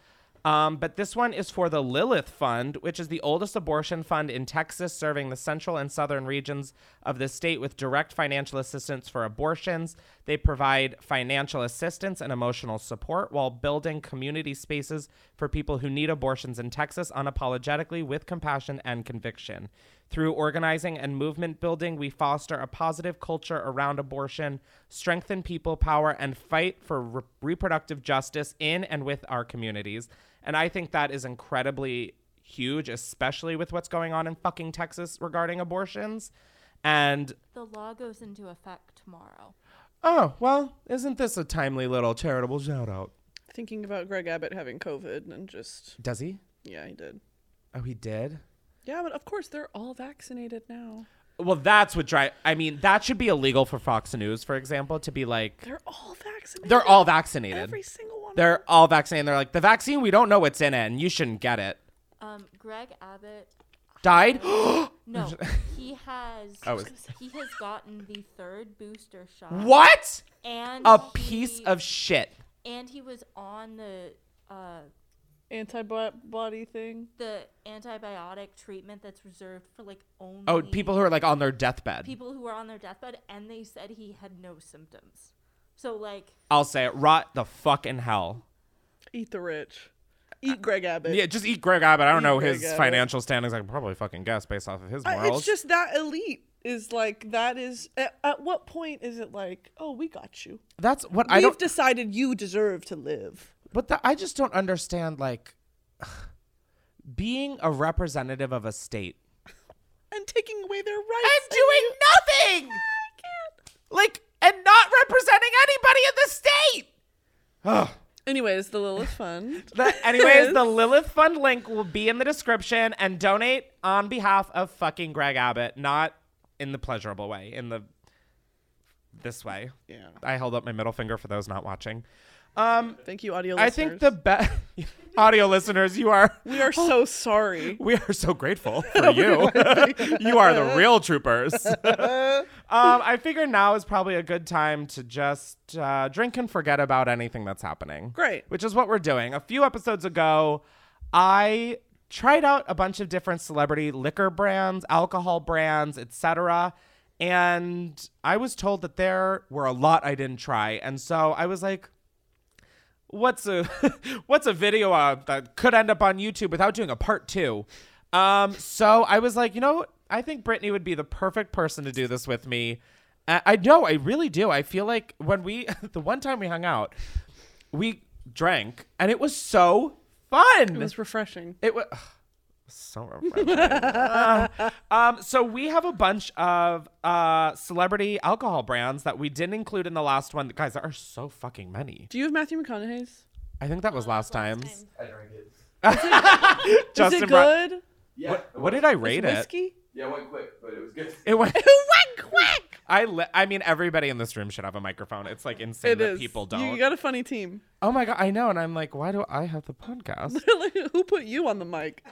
[SPEAKER 4] Um, but this one is for the Lilith Fund, which is the oldest abortion fund in Texas, serving the central and southern regions of the state with direct financial assistance for abortions. They provide financial assistance and emotional support while building community spaces for people who need abortions in Texas unapologetically with compassion and conviction. Through organizing and movement building, we foster a positive culture around abortion, strengthen people power, and fight for re- reproductive justice in and with our communities. And I think that is incredibly huge, especially with what's going on in fucking Texas regarding abortions. And
[SPEAKER 10] The law goes into effect tomorrow.
[SPEAKER 4] oh, well, isn't this a timely little charitable shout out?
[SPEAKER 2] Thinking about Greg Abbott having COVID and just
[SPEAKER 4] Does he?
[SPEAKER 2] yeah, he did.
[SPEAKER 4] Oh, he did?
[SPEAKER 2] Yeah, but of course they're all vaccinated now.
[SPEAKER 4] Well, that's what drive. I mean, that should be illegal for Fox News, for example, to be like,
[SPEAKER 2] They're all vaccinated.
[SPEAKER 4] they're all vaccinated.
[SPEAKER 2] every single one.
[SPEAKER 4] They're all vaccinated. They're like, the vaccine, we don't know what's in it, and you shouldn't get it.
[SPEAKER 10] Um, Greg Abbott.
[SPEAKER 4] Died?
[SPEAKER 10] No, he has.
[SPEAKER 4] I was-
[SPEAKER 10] He has gotten the third booster shot.
[SPEAKER 4] what?
[SPEAKER 10] And
[SPEAKER 4] A piece
[SPEAKER 10] he-
[SPEAKER 4] of shit.
[SPEAKER 10] And he was on the uh
[SPEAKER 2] antibody thing.
[SPEAKER 10] the antibiotic treatment that's reserved for like only
[SPEAKER 2] Mm-hmm.
[SPEAKER 4] Oh, people who are like on their deathbed.
[SPEAKER 10] people who are on their deathbed, and they said he had no symptoms. So like,
[SPEAKER 4] I'll say it. Rot the fuck in hell.
[SPEAKER 2] Eat the rich. Eat Greg Abbott.
[SPEAKER 4] Uh, Yeah, just eat Greg Abbott. I don't
[SPEAKER 2] Eat
[SPEAKER 4] know
[SPEAKER 2] Greg
[SPEAKER 4] his
[SPEAKER 2] Abbott.
[SPEAKER 4] financial standings. I can probably fucking guess based off of his
[SPEAKER 2] I-
[SPEAKER 4] morals.
[SPEAKER 2] it's just that elite is like that is at, at what point is it like oh we got you
[SPEAKER 4] That's what I
[SPEAKER 2] we've
[SPEAKER 4] don't.
[SPEAKER 2] decided you deserve to live
[SPEAKER 4] But the, I just don't understand, like, being a representative of a state
[SPEAKER 2] and taking away their rights
[SPEAKER 4] and doing nothing. Like, and not representing anybody in the state.
[SPEAKER 2] anyways the Lilith Fund
[SPEAKER 4] The- anyways, the Lilith Fund link will be in the description and donate on behalf of fucking Greg Abbott, not in the pleasurable way, in the this way.
[SPEAKER 2] yeah
[SPEAKER 4] I held up my middle finger for those not watching.
[SPEAKER 2] thank you audio
[SPEAKER 4] I think the best audio listeners, you are
[SPEAKER 2] we are so sorry
[SPEAKER 4] we are so grateful for you. you are the real troopers. um, I figure now is probably a good time to just uh, drink and forget about anything that's happening.
[SPEAKER 2] Great.
[SPEAKER 4] Which is what we're doing. A few episodes ago, I tried out a bunch of different celebrity liquor brands, alcohol brands, etc. And I was told that there were a lot I didn't try. And so I was like, what's a what's a video uh, that could end up on YouTube without doing a part two? Um, so I was like, you know, I think Brittany would be the perfect person to do this with me. I, I know, I really do. I feel like when we the one time we hung out, we drank and it was so fun.
[SPEAKER 2] it was refreshing
[SPEAKER 4] It was so refreshing. Ah. um, so we have a bunch of uh, celebrity alcohol brands that we didn't include in the last one. Guys, there are so fucking many.
[SPEAKER 2] do you have Matthew McConaughey's
[SPEAKER 4] I think that was last time's.
[SPEAKER 5] time.
[SPEAKER 4] I
[SPEAKER 2] Is
[SPEAKER 4] Justin
[SPEAKER 2] it
[SPEAKER 4] Bro-
[SPEAKER 2] good?
[SPEAKER 11] Yeah.
[SPEAKER 4] What, what did I rate it?
[SPEAKER 2] Whiskey?
[SPEAKER 11] Yeah, it went quick, but it was good.
[SPEAKER 4] It went.
[SPEAKER 2] Went quick.
[SPEAKER 4] I li- I mean, everybody in this room should have a microphone. It's like insane
[SPEAKER 2] It
[SPEAKER 4] that
[SPEAKER 2] is.
[SPEAKER 4] people
[SPEAKER 2] You-
[SPEAKER 4] don't.
[SPEAKER 2] You got a funny team.
[SPEAKER 4] oh my god, I know, and I'm like, why do I have the podcast?
[SPEAKER 2] Who put you on the mic?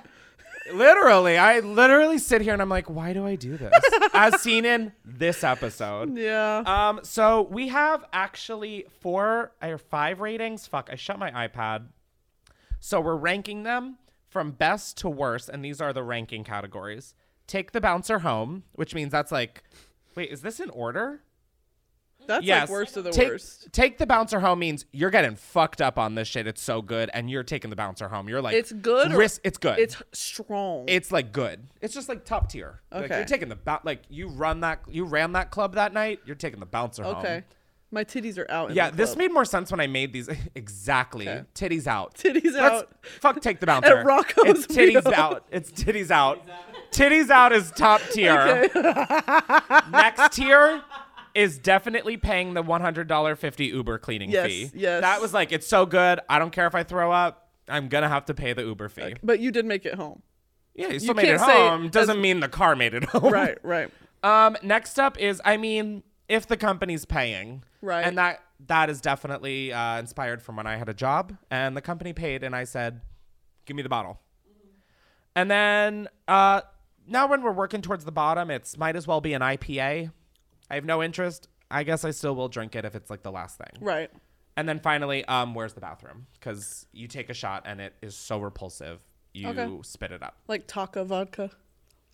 [SPEAKER 4] literally, I literally sit here and I'm like, why do I do this? As seen in this episode.
[SPEAKER 2] Yeah.
[SPEAKER 4] Um, so we have actually four or five ratings. Fuck, I shut my iPad. So we're ranking them from best to worst, and these are the ranking categories. Take the bouncer home, which means that's like, wait, is this in order?
[SPEAKER 2] That's
[SPEAKER 4] yes.
[SPEAKER 2] like worst of the
[SPEAKER 4] take,
[SPEAKER 2] worst.
[SPEAKER 4] Take the bouncer home means you're getting fucked up on this shit. It's so good, and you're taking the bouncer home. You're like,
[SPEAKER 2] it's good. Or
[SPEAKER 4] risk- it's good.
[SPEAKER 2] It's strong.
[SPEAKER 4] It's like good. It's just like top tier. Like,
[SPEAKER 2] Okay.
[SPEAKER 4] you're taking the bou- like you run that you ran that club that night. You're taking the bouncer home.
[SPEAKER 2] okay. My titties are out. in
[SPEAKER 4] Yeah,
[SPEAKER 2] the
[SPEAKER 4] this
[SPEAKER 2] club.
[SPEAKER 4] made more sense when I made these. exactly. Titties out.
[SPEAKER 2] Titties out.
[SPEAKER 4] Fuck, take the bouncer.
[SPEAKER 2] At Rocco's
[SPEAKER 4] It's titties
[SPEAKER 2] Meetup.
[SPEAKER 4] out. It's titties out. titties out is top tier. Next tier is definitely paying the $100 50 Uber cleaning
[SPEAKER 2] Yes,
[SPEAKER 4] fee.
[SPEAKER 2] yes.
[SPEAKER 4] That was like, it's so good. I don't care if I throw up. I'm going to have to pay the Uber fee.
[SPEAKER 2] But you did make it home.
[SPEAKER 4] yeah, you still
[SPEAKER 2] you
[SPEAKER 4] made it
[SPEAKER 2] can't say
[SPEAKER 4] home. Doesn't mean the car made it home.
[SPEAKER 2] Right, right.
[SPEAKER 4] Um, next up is, I mean, if the company's paying,
[SPEAKER 2] Right.
[SPEAKER 4] and that that is definitely uh, inspired from when I had a job and the company paid, and I said, "Give me the bottle." And then uh, now, when we're working towards the bottom, it's might as well be an IPA. I have no interest. I guess I still will drink it if it's like the last thing.
[SPEAKER 2] Right.
[SPEAKER 4] And then finally, um, where's the bathroom? Because you take a shot and it is so repulsive, you
[SPEAKER 2] Okay.
[SPEAKER 4] spit it up.
[SPEAKER 2] Like taka vodka.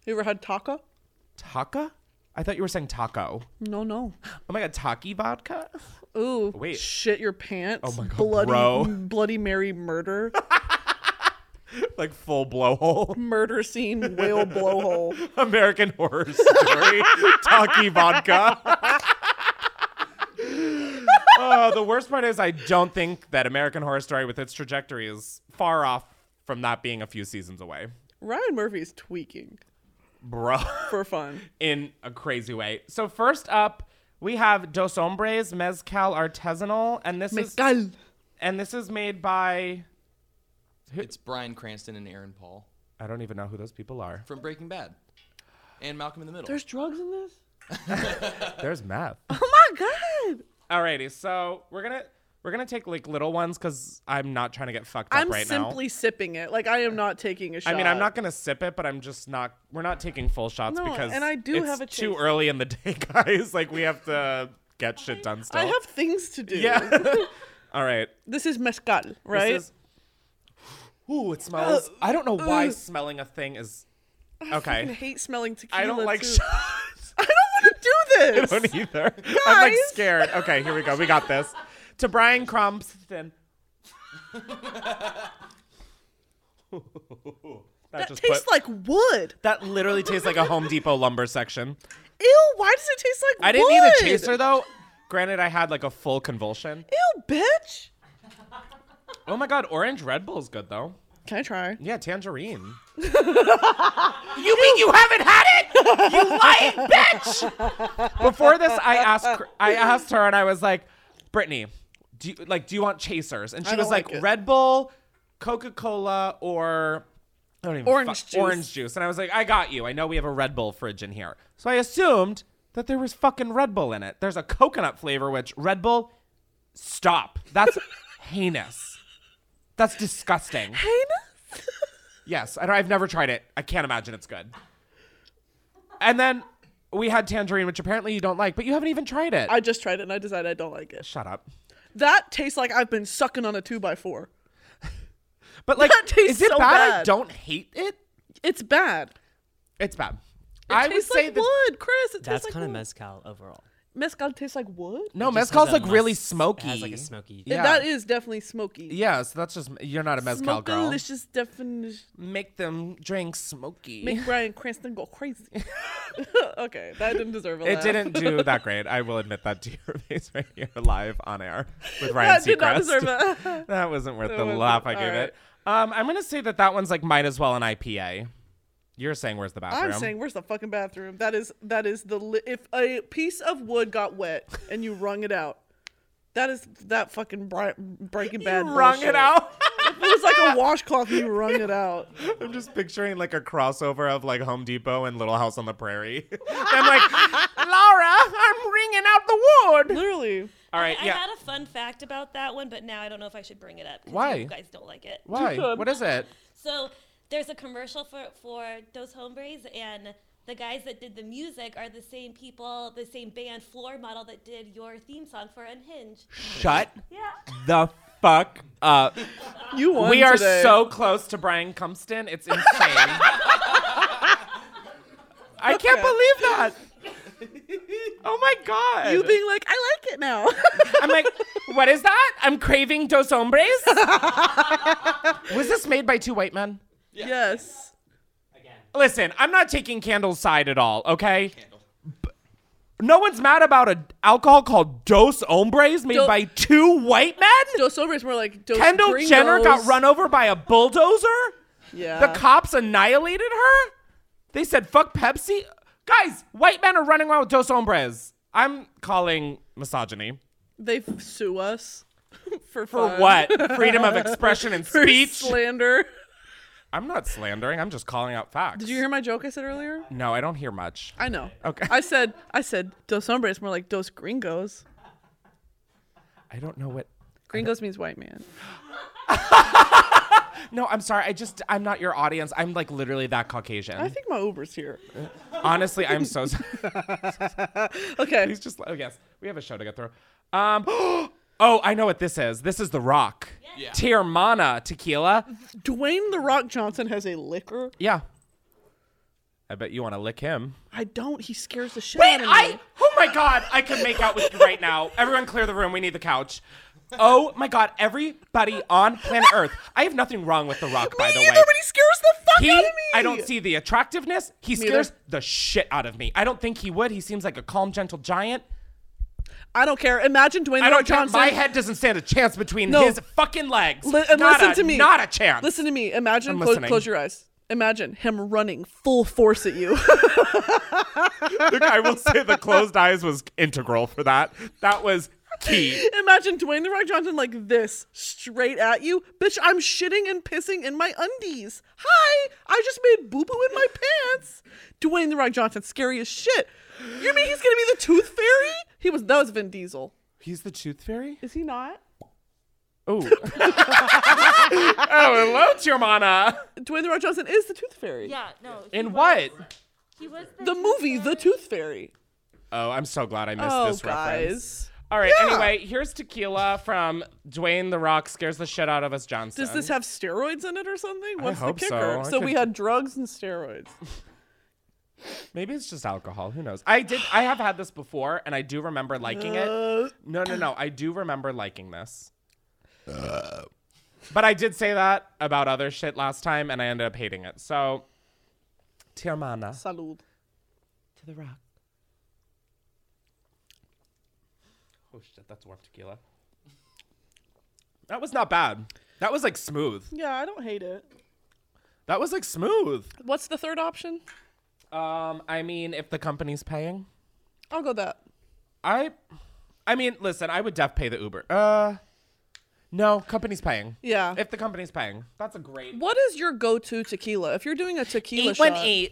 [SPEAKER 2] You ever had taka?
[SPEAKER 4] Taka? I thought you were saying taco.
[SPEAKER 2] No, no.
[SPEAKER 4] Oh my god, Taki vodka?
[SPEAKER 2] Ooh.
[SPEAKER 4] Wait.
[SPEAKER 2] Shit your pants.
[SPEAKER 4] Oh my God,
[SPEAKER 2] Bloody,
[SPEAKER 4] bro.
[SPEAKER 2] Bloody Mary murder.
[SPEAKER 4] like full blowhole.
[SPEAKER 2] murder scene whale blowhole.
[SPEAKER 4] American Horror Story. Taki vodka. oh, the worst part is I don't think that American Horror Story with its trajectory is far off from that being a few seasons away.
[SPEAKER 2] Ryan Murphy's tweaking
[SPEAKER 4] Bro.
[SPEAKER 2] for fun.
[SPEAKER 4] In a crazy way. So first up, we have Dos Hombres Mezcal Artesanal, and this is
[SPEAKER 2] Mezcal.
[SPEAKER 4] and this is made by
[SPEAKER 11] It's Brian Cranston and Aaron Paul
[SPEAKER 4] I don't even know who those people are.
[SPEAKER 11] from Breaking Bad and Malcolm in the Middle.
[SPEAKER 2] There's drugs in this?
[SPEAKER 4] There's math.
[SPEAKER 2] Oh my god.
[SPEAKER 4] Alrighty, so we're gonna we're gonna take like little ones because I'm not trying to get fucked up
[SPEAKER 2] I'm
[SPEAKER 4] right
[SPEAKER 2] simply sipping it. Like I am not taking a
[SPEAKER 4] now.
[SPEAKER 2] shot.
[SPEAKER 4] I mean, I'm not gonna sip it, but I'm just not. We're not taking full shots
[SPEAKER 2] No,
[SPEAKER 4] because
[SPEAKER 2] and I do
[SPEAKER 4] it's
[SPEAKER 2] have a
[SPEAKER 4] too
[SPEAKER 2] taste.
[SPEAKER 4] early in the day, guys. Like we have to get shit done still.
[SPEAKER 2] I have things to do.
[SPEAKER 4] yeah. All right.
[SPEAKER 2] This is mezcal, right? Uh,
[SPEAKER 4] This is, ooh, it smells. I don't know why smelling a thing is.
[SPEAKER 2] I
[SPEAKER 4] Okay.
[SPEAKER 2] hate smelling tequila.
[SPEAKER 4] I don't like
[SPEAKER 2] too.
[SPEAKER 4] shots.
[SPEAKER 2] I don't want to do
[SPEAKER 4] I
[SPEAKER 2] this.
[SPEAKER 4] don't either. I'm like
[SPEAKER 2] Guys.
[SPEAKER 4] scared. Okay, here we go. We got this. To Brian Cromston. that
[SPEAKER 2] that
[SPEAKER 4] just
[SPEAKER 2] tastes
[SPEAKER 4] put-
[SPEAKER 2] like wood.
[SPEAKER 4] that literally tastes like a Home Depot lumber section.
[SPEAKER 2] Ew, why does it taste like
[SPEAKER 4] I didn't
[SPEAKER 2] wood?
[SPEAKER 4] need a chaser though. Granted, I had like a full convulsion.
[SPEAKER 2] Ew, bitch.
[SPEAKER 4] Oh my god, orange Red Bull's good though.
[SPEAKER 2] Can I try?
[SPEAKER 4] Yeah, tangerine. you mean you haven't had it? You lying bitch! Before this, I asked Cr- I asked her, and I was like, Brittany, do you, like do you want chasers? And she
[SPEAKER 2] I
[SPEAKER 4] was
[SPEAKER 2] don't
[SPEAKER 4] like,
[SPEAKER 2] like it.
[SPEAKER 4] Red Bull, Coca Cola, or I don't even
[SPEAKER 2] Orange
[SPEAKER 4] fuck-
[SPEAKER 2] juice.
[SPEAKER 4] orange juice. And I was like, I got you. I know we have a Red Bull fridge in here, so I assumed that there was fucking Red Bull in it. There's a coconut flavor, which Red Bull. Stop. That's heinous. That's disgusting. Yes, I don't, I've never tried it. I can't imagine it's good. And then we had tangerine, which apparently you don't like, but you haven't even tried it.
[SPEAKER 2] I just tried it and I decided I don't like it.
[SPEAKER 4] Shut up.
[SPEAKER 2] That tastes like I've been sucking on a two by four.
[SPEAKER 4] But like,
[SPEAKER 2] That tastes
[SPEAKER 4] is it
[SPEAKER 2] so
[SPEAKER 4] bad? I
[SPEAKER 2] bad.
[SPEAKER 4] don't hate it.
[SPEAKER 2] It's bad.
[SPEAKER 4] It's bad.
[SPEAKER 2] It
[SPEAKER 4] I would
[SPEAKER 2] tastes
[SPEAKER 4] say
[SPEAKER 2] like
[SPEAKER 4] that
[SPEAKER 2] wood, Chris. It
[SPEAKER 9] That's
[SPEAKER 2] tastes
[SPEAKER 9] kind of
[SPEAKER 2] like wood.
[SPEAKER 9] mezcal overall.
[SPEAKER 2] mezcal tastes like wood.
[SPEAKER 4] no,
[SPEAKER 9] It just
[SPEAKER 4] mezcal's
[SPEAKER 9] has
[SPEAKER 4] like
[SPEAKER 9] that
[SPEAKER 4] really
[SPEAKER 9] mus-
[SPEAKER 4] smoky.
[SPEAKER 9] It has like a smoky.
[SPEAKER 4] Yeah.
[SPEAKER 2] That is definitely smoky.
[SPEAKER 4] Yeah, so that's just you're not a mezcal
[SPEAKER 2] Smoke
[SPEAKER 4] girl.
[SPEAKER 2] delicious definition.
[SPEAKER 4] Make them drink smoky.
[SPEAKER 2] Make Brian Cranston go crazy. okay, that didn't deserve a
[SPEAKER 4] it
[SPEAKER 2] laugh.
[SPEAKER 4] didn't do that great. I will admit that to your face right here, live on air with Ryan
[SPEAKER 2] That did not
[SPEAKER 4] Seacrest.
[SPEAKER 2] deserve a.
[SPEAKER 4] that wasn't worth the
[SPEAKER 2] wasn't-
[SPEAKER 4] laugh I gave
[SPEAKER 2] alright.
[SPEAKER 4] it. Um, I'm gonna say that that one's like might as well an IPA. You're saying where's the bathroom?
[SPEAKER 2] I'm saying, where's the fucking bathroom? That is that is the li- if a piece of wood got wet and you wrung it out, that is that fucking bri- Breaking Bad.
[SPEAKER 4] wrung
[SPEAKER 2] bullshit.
[SPEAKER 4] it out.
[SPEAKER 2] It was like a washcloth. You wrung it out.
[SPEAKER 4] I'm just picturing like a crossover of like Home Depot and Little House on the Prairie. I'm like, Laura, I'm wringing out the wood.
[SPEAKER 2] Literally.
[SPEAKER 4] All right,
[SPEAKER 5] I,
[SPEAKER 4] yeah.
[SPEAKER 5] I had a fun fact about that one, but now I don't know if I should bring it up. 'cause
[SPEAKER 4] Why?
[SPEAKER 5] You guys don't like it.
[SPEAKER 4] Why? What is it?
[SPEAKER 5] So there's a commercial for for Dos Hombres, and the guys that did the music are the same people, the same band floor model that did your theme song for Unhinged.
[SPEAKER 4] Shut the fuck up.
[SPEAKER 2] You won
[SPEAKER 4] We are
[SPEAKER 2] today.
[SPEAKER 4] so close to Brian Cumston. It's insane. I can't believe that. Oh my god.
[SPEAKER 2] You being like, I like it now.
[SPEAKER 4] I'm like, what is that? I'm craving dos hombres. Was this made by two white men?
[SPEAKER 2] Yes.
[SPEAKER 4] Listen, I'm not taking Candle's side at all, okay? B- No one's mad about an alcohol called Dos Hombres made
[SPEAKER 2] Do-
[SPEAKER 4] by two white men?
[SPEAKER 2] Dos Hombres more like Dos
[SPEAKER 4] Kendall
[SPEAKER 2] gringos.
[SPEAKER 4] Jenner got run over by a bulldozer?
[SPEAKER 2] Yeah.
[SPEAKER 4] The cops annihilated her? They said, fuck Pepsi? Guys, white men are running around with Dos Hombres. I'm calling misogyny.
[SPEAKER 2] They f- sue us for
[SPEAKER 4] For
[SPEAKER 2] fun.
[SPEAKER 4] what? Freedom of expression and
[SPEAKER 2] For
[SPEAKER 4] speech?
[SPEAKER 2] slander.
[SPEAKER 4] I'm not slandering. I'm just calling out facts.
[SPEAKER 2] Did you hear my joke I said earlier?
[SPEAKER 4] No, I don't hear much.
[SPEAKER 2] I know.
[SPEAKER 4] Okay.
[SPEAKER 2] I said I said Dos Hombres more like Dos Gringos.
[SPEAKER 4] I don't know what.
[SPEAKER 2] Gringos means white man.
[SPEAKER 4] No, I'm sorry. I just I'm not your audience. I'm like literally that Caucasian.
[SPEAKER 2] I think my Uber's here.
[SPEAKER 4] Honestly, I'm so sorry.
[SPEAKER 2] Okay.
[SPEAKER 4] He's just oh yes, we have a show to get through. Um, oh, I know what this is. This is The Rock.
[SPEAKER 11] Yeah.
[SPEAKER 4] Tiramana tequila.
[SPEAKER 2] Mm-hmm. Dwayne the Rock Johnson has a liquor.
[SPEAKER 4] Yeah. I bet you want to lick him.
[SPEAKER 2] I don't. He scares the shit
[SPEAKER 4] Wait,
[SPEAKER 2] out of me.
[SPEAKER 4] I. Oh my god, I can make out with you right now. Everyone, clear the room. We need the couch. Oh my god, everybody on planet Earth. I have nothing wrong with The Rock, by the way.
[SPEAKER 2] Nobody scares the fuck
[SPEAKER 4] he,
[SPEAKER 2] out of me.
[SPEAKER 4] I don't see the attractiveness. He
[SPEAKER 2] Neither.
[SPEAKER 4] scares the shit out of me. I don't think he would. He seems like a calm, gentle giant.
[SPEAKER 2] I don't care. Imagine Dwayne
[SPEAKER 4] I
[SPEAKER 2] the Rock
[SPEAKER 4] don't care.
[SPEAKER 2] Johnson.
[SPEAKER 4] My head doesn't stand a chance between
[SPEAKER 2] No.
[SPEAKER 4] his fucking legs.
[SPEAKER 2] Li- and
[SPEAKER 4] not
[SPEAKER 2] listen
[SPEAKER 4] a,
[SPEAKER 2] to me.
[SPEAKER 4] Not a chance.
[SPEAKER 2] Listen to me. Imagine.
[SPEAKER 4] I'm
[SPEAKER 2] close,
[SPEAKER 4] listening.
[SPEAKER 2] close your eyes. Imagine him running full force at you.
[SPEAKER 4] Look, I will say the closed eyes was integral for that. That was key.
[SPEAKER 2] Imagine Dwayne the Rock Johnson like this, straight at you. Bitch, I'm shitting and pissing in my undies. Hi, I just made boo boo in my pants. Dwayne the Rock Johnson, scary as shit. You mean he's gonna be the Tooth Fairy? He was. That was Vin Diesel.
[SPEAKER 4] He's the tooth fairy.
[SPEAKER 2] Is he not?
[SPEAKER 4] Oh. oh, hello, Tiramana.
[SPEAKER 2] Dwayne the Rock Johnson is the Tooth Fairy.
[SPEAKER 10] Yeah, no. he
[SPEAKER 4] In
[SPEAKER 10] was-
[SPEAKER 4] what?
[SPEAKER 10] He was the,
[SPEAKER 2] The movie, The Tooth Fairy.
[SPEAKER 4] Oh, I'm so glad I missed
[SPEAKER 2] oh,
[SPEAKER 4] this reference.
[SPEAKER 2] guys.
[SPEAKER 4] All right. Anyway, here's tequila from Dwayne the Rock scares the shit out of us Johnson.
[SPEAKER 2] Does this have steroids in it or something? What's
[SPEAKER 4] hope
[SPEAKER 2] the
[SPEAKER 4] so.
[SPEAKER 2] kicker?
[SPEAKER 4] I
[SPEAKER 2] So we
[SPEAKER 4] could-
[SPEAKER 2] had drugs and steroids.
[SPEAKER 4] Maybe it's just alcohol. Who knows? I did. I have had this before, and I do remember liking it. No, no, no. I do remember liking this. But I did say that about other shit last time, and I ended up hating it. So, Tiamana
[SPEAKER 2] Salud.
[SPEAKER 4] to the rock. Oh shit, that's warm tequila. That was not bad. That was like smooth.
[SPEAKER 2] Yeah, I don't hate it.
[SPEAKER 4] That was like smooth.
[SPEAKER 2] What's the third option?
[SPEAKER 4] Um, I mean, if the company's paying.
[SPEAKER 2] I'll go that.
[SPEAKER 4] I, I mean, listen, I would def pay the Uber. Uh, no, company's paying.
[SPEAKER 2] Yeah.
[SPEAKER 4] If the company's paying, that's a great.
[SPEAKER 2] What is your go-to tequila? If you're doing a tequila shot,
[SPEAKER 4] Just
[SPEAKER 2] Are you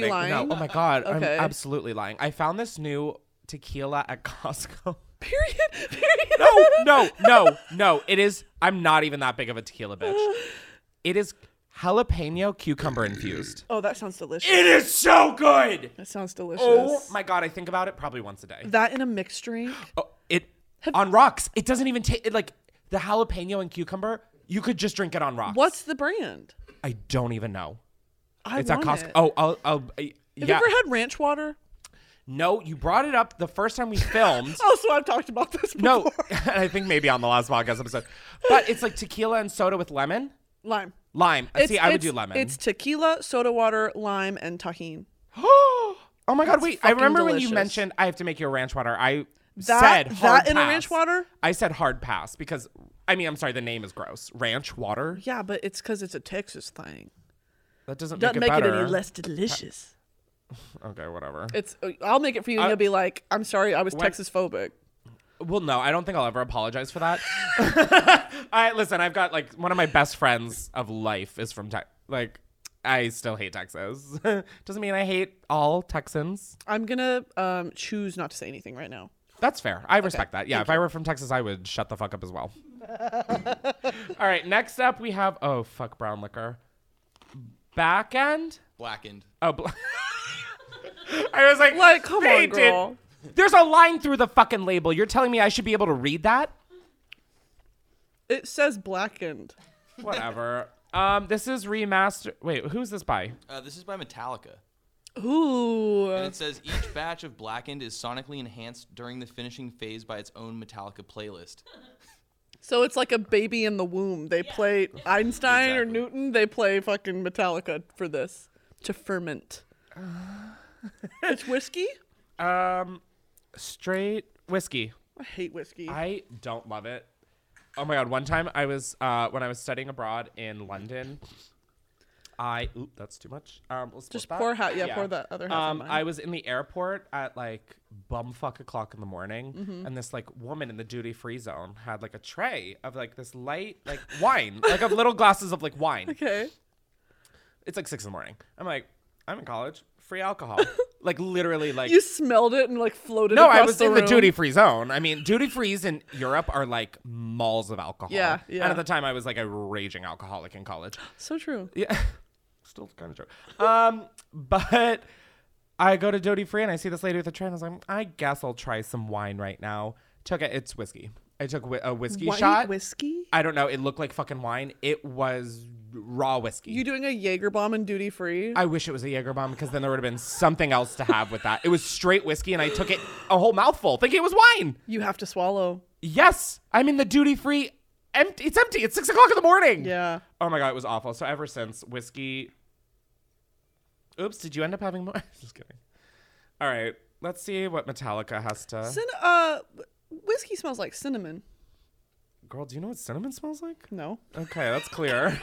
[SPEAKER 4] kidding.
[SPEAKER 2] lying?
[SPEAKER 4] No. Oh my god, I'm
[SPEAKER 2] Okay.
[SPEAKER 4] absolutely lying. I found this new tequila at Costco.
[SPEAKER 2] period, period.
[SPEAKER 4] no, no, no, no. It is. I'm not even that big of a tequila bitch. It is jalapeno cucumber infused.
[SPEAKER 2] Oh, that sounds delicious.
[SPEAKER 4] It is so good.
[SPEAKER 2] that sounds delicious.
[SPEAKER 4] Oh my god, I think about it probably once a day.
[SPEAKER 2] That in a mixed drink.
[SPEAKER 4] Oh, it on rocks. It doesn't even take like the jalapeno and cucumber. You could just drink it on rocks.
[SPEAKER 2] What's the brand?
[SPEAKER 4] I don't even know.
[SPEAKER 2] I
[SPEAKER 4] it's at
[SPEAKER 2] want
[SPEAKER 4] Costco.
[SPEAKER 2] it.
[SPEAKER 4] Oh, I'll. I'll I,
[SPEAKER 2] Have
[SPEAKER 4] yeah.
[SPEAKER 2] you ever had ranch water?
[SPEAKER 4] no, you brought it up the first time we filmed.
[SPEAKER 2] Oh, so I've talked about this before.
[SPEAKER 4] no, and I think maybe on the last podcast episode. But it's like tequila and soda with lemon,
[SPEAKER 2] lime.
[SPEAKER 4] lime. Uh,
[SPEAKER 2] It's-
[SPEAKER 4] See, I would
[SPEAKER 2] it's-
[SPEAKER 4] do lemon.
[SPEAKER 2] It's tequila, soda water, lime, and tahine.
[SPEAKER 4] oh my god!
[SPEAKER 2] That's
[SPEAKER 4] Wait, I
[SPEAKER 2] fucking
[SPEAKER 4] remember when
[SPEAKER 2] delicious.
[SPEAKER 4] you mentioned I have to make you a ranch water. I
[SPEAKER 2] That-
[SPEAKER 4] said
[SPEAKER 2] that
[SPEAKER 4] hard
[SPEAKER 2] in a
[SPEAKER 4] pass.
[SPEAKER 2] ranch water?
[SPEAKER 4] I said hard pass because I mean I'm sorry the name is gross. Ranch water.
[SPEAKER 2] Yeah, but it's because it's a Texas thing.
[SPEAKER 4] That doesn't,
[SPEAKER 2] Doesn't
[SPEAKER 4] make it better.
[SPEAKER 2] any less delicious.
[SPEAKER 4] Okay, whatever.
[SPEAKER 2] It's. I'll make it for you, and
[SPEAKER 4] I-
[SPEAKER 2] you'll be like, "I'm sorry, I was
[SPEAKER 4] When-
[SPEAKER 2] Texas phobic."
[SPEAKER 4] well, no, I don't think I'll ever apologize for that. I listen. I've got like one of my best friends of life is from Texas. Like, I still hate Texas. Doesn't mean I hate all Texans.
[SPEAKER 2] I'm gonna um, choose not to say anything right now.
[SPEAKER 4] That's fair. I respect that. Yeah, if I were from Texas, I would shut the fuck up as well. all right. Next up, we have oh fuck brown liquor, back end
[SPEAKER 11] Blackened.
[SPEAKER 4] Oh, bl- I was like,
[SPEAKER 2] like, come
[SPEAKER 4] they
[SPEAKER 2] on,
[SPEAKER 4] did-
[SPEAKER 2] girl.
[SPEAKER 4] There's a line through the fucking label. You're telling me I should be able to read that?
[SPEAKER 2] It says blackened.
[SPEAKER 4] Whatever. um, this is remaster. Wait, who's this by?
[SPEAKER 11] Uh, this is by Metallica.
[SPEAKER 2] Ooh.
[SPEAKER 11] And it says each batch of Blackened is sonically enhanced during the finishing phase by its own Metallica playlist.
[SPEAKER 2] So it's like a baby in the womb. They play Einstein or Newton. They play fucking Metallica for this to ferment. it's whiskey.
[SPEAKER 4] Um, straight whiskey.
[SPEAKER 2] I hate whiskey.
[SPEAKER 4] I don't love it. Oh my god! One time I was uh, when I was studying abroad in London. I oop, that's too much. Um, let's
[SPEAKER 2] Just
[SPEAKER 4] flip that.
[SPEAKER 2] pour half- yeah, pour that other half on
[SPEAKER 4] Um,
[SPEAKER 2] mine.
[SPEAKER 4] I was in the airport at like bumfuck o'clock in the morning,
[SPEAKER 2] Mhm.
[SPEAKER 4] and this like woman in the duty free zone had like a tray of like this light like wine, like of little glasses of like wine.
[SPEAKER 2] Okay.
[SPEAKER 4] It's like six in the morning. I'm like, I'm in college, free alcohol, like literally like
[SPEAKER 2] you smelled it and like floated.
[SPEAKER 4] no, I
[SPEAKER 2] across
[SPEAKER 4] was in the
[SPEAKER 2] room.
[SPEAKER 4] duty free zone. I mean, duty frees in Europe are like malls of alcohol.
[SPEAKER 2] Yeah, yeah.
[SPEAKER 4] And at the time, I was like a raging alcoholic in college.
[SPEAKER 2] So true.
[SPEAKER 4] Yeah, still kind of true. Um, but I go to duty free and I see this lady with a tray, and I was like, I guess I'll try some wine right now. Took it. It's whiskey. I took whi- a whiskey
[SPEAKER 2] White
[SPEAKER 4] shot.
[SPEAKER 2] whiskey?
[SPEAKER 4] I don't know. It looked like fucking wine. It was raw whiskey.
[SPEAKER 2] You doing a Jaeger bomb and duty free?
[SPEAKER 4] I wish it was a Jaeger bomb because then there would have been something else to have with that. It was straight whiskey, and I took it a whole mouthful, thinking it was wine.
[SPEAKER 2] You have to swallow.
[SPEAKER 4] Yes, I'm in the duty free. Empty. It's empty. It's six o'clock in the morning.
[SPEAKER 2] Yeah.
[SPEAKER 4] Oh my god, it was awful. So ever since whiskey. Oops. Did you end up having more? Just kidding. All right. Let's see what Metallica has to.
[SPEAKER 2] Cin- uh, whiskey smells like cinnamon.
[SPEAKER 4] Girl, do you know what cinnamon smells like?
[SPEAKER 2] No.
[SPEAKER 4] Okay, that's clear.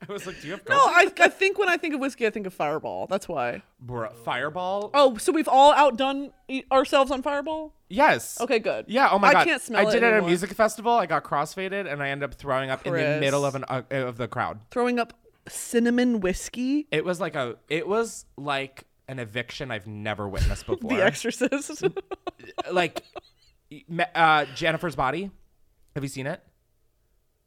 [SPEAKER 4] I was like, do you have
[SPEAKER 2] No, I, I think when I think of whiskey, I think of Fireball. That's why.
[SPEAKER 4] Bruh, Fireball?
[SPEAKER 2] Oh, so we've all outdone e- ourselves on Fireball?
[SPEAKER 4] Yes.
[SPEAKER 2] Okay, good.
[SPEAKER 4] Yeah. Oh my god.
[SPEAKER 2] I can't smell
[SPEAKER 4] I
[SPEAKER 2] it.
[SPEAKER 4] did it at a
[SPEAKER 2] anymore.
[SPEAKER 4] music festival. I got crossfaded, and I ended up throwing up in the
[SPEAKER 2] Chris.
[SPEAKER 4] middle of an uh, of the crowd.
[SPEAKER 2] Throwing up cinnamon whiskey?
[SPEAKER 4] It was like a. It was like an eviction I've never witnessed before.
[SPEAKER 2] The Exorcist.
[SPEAKER 4] like me- uh, Jennifer's Body. Have you seen it?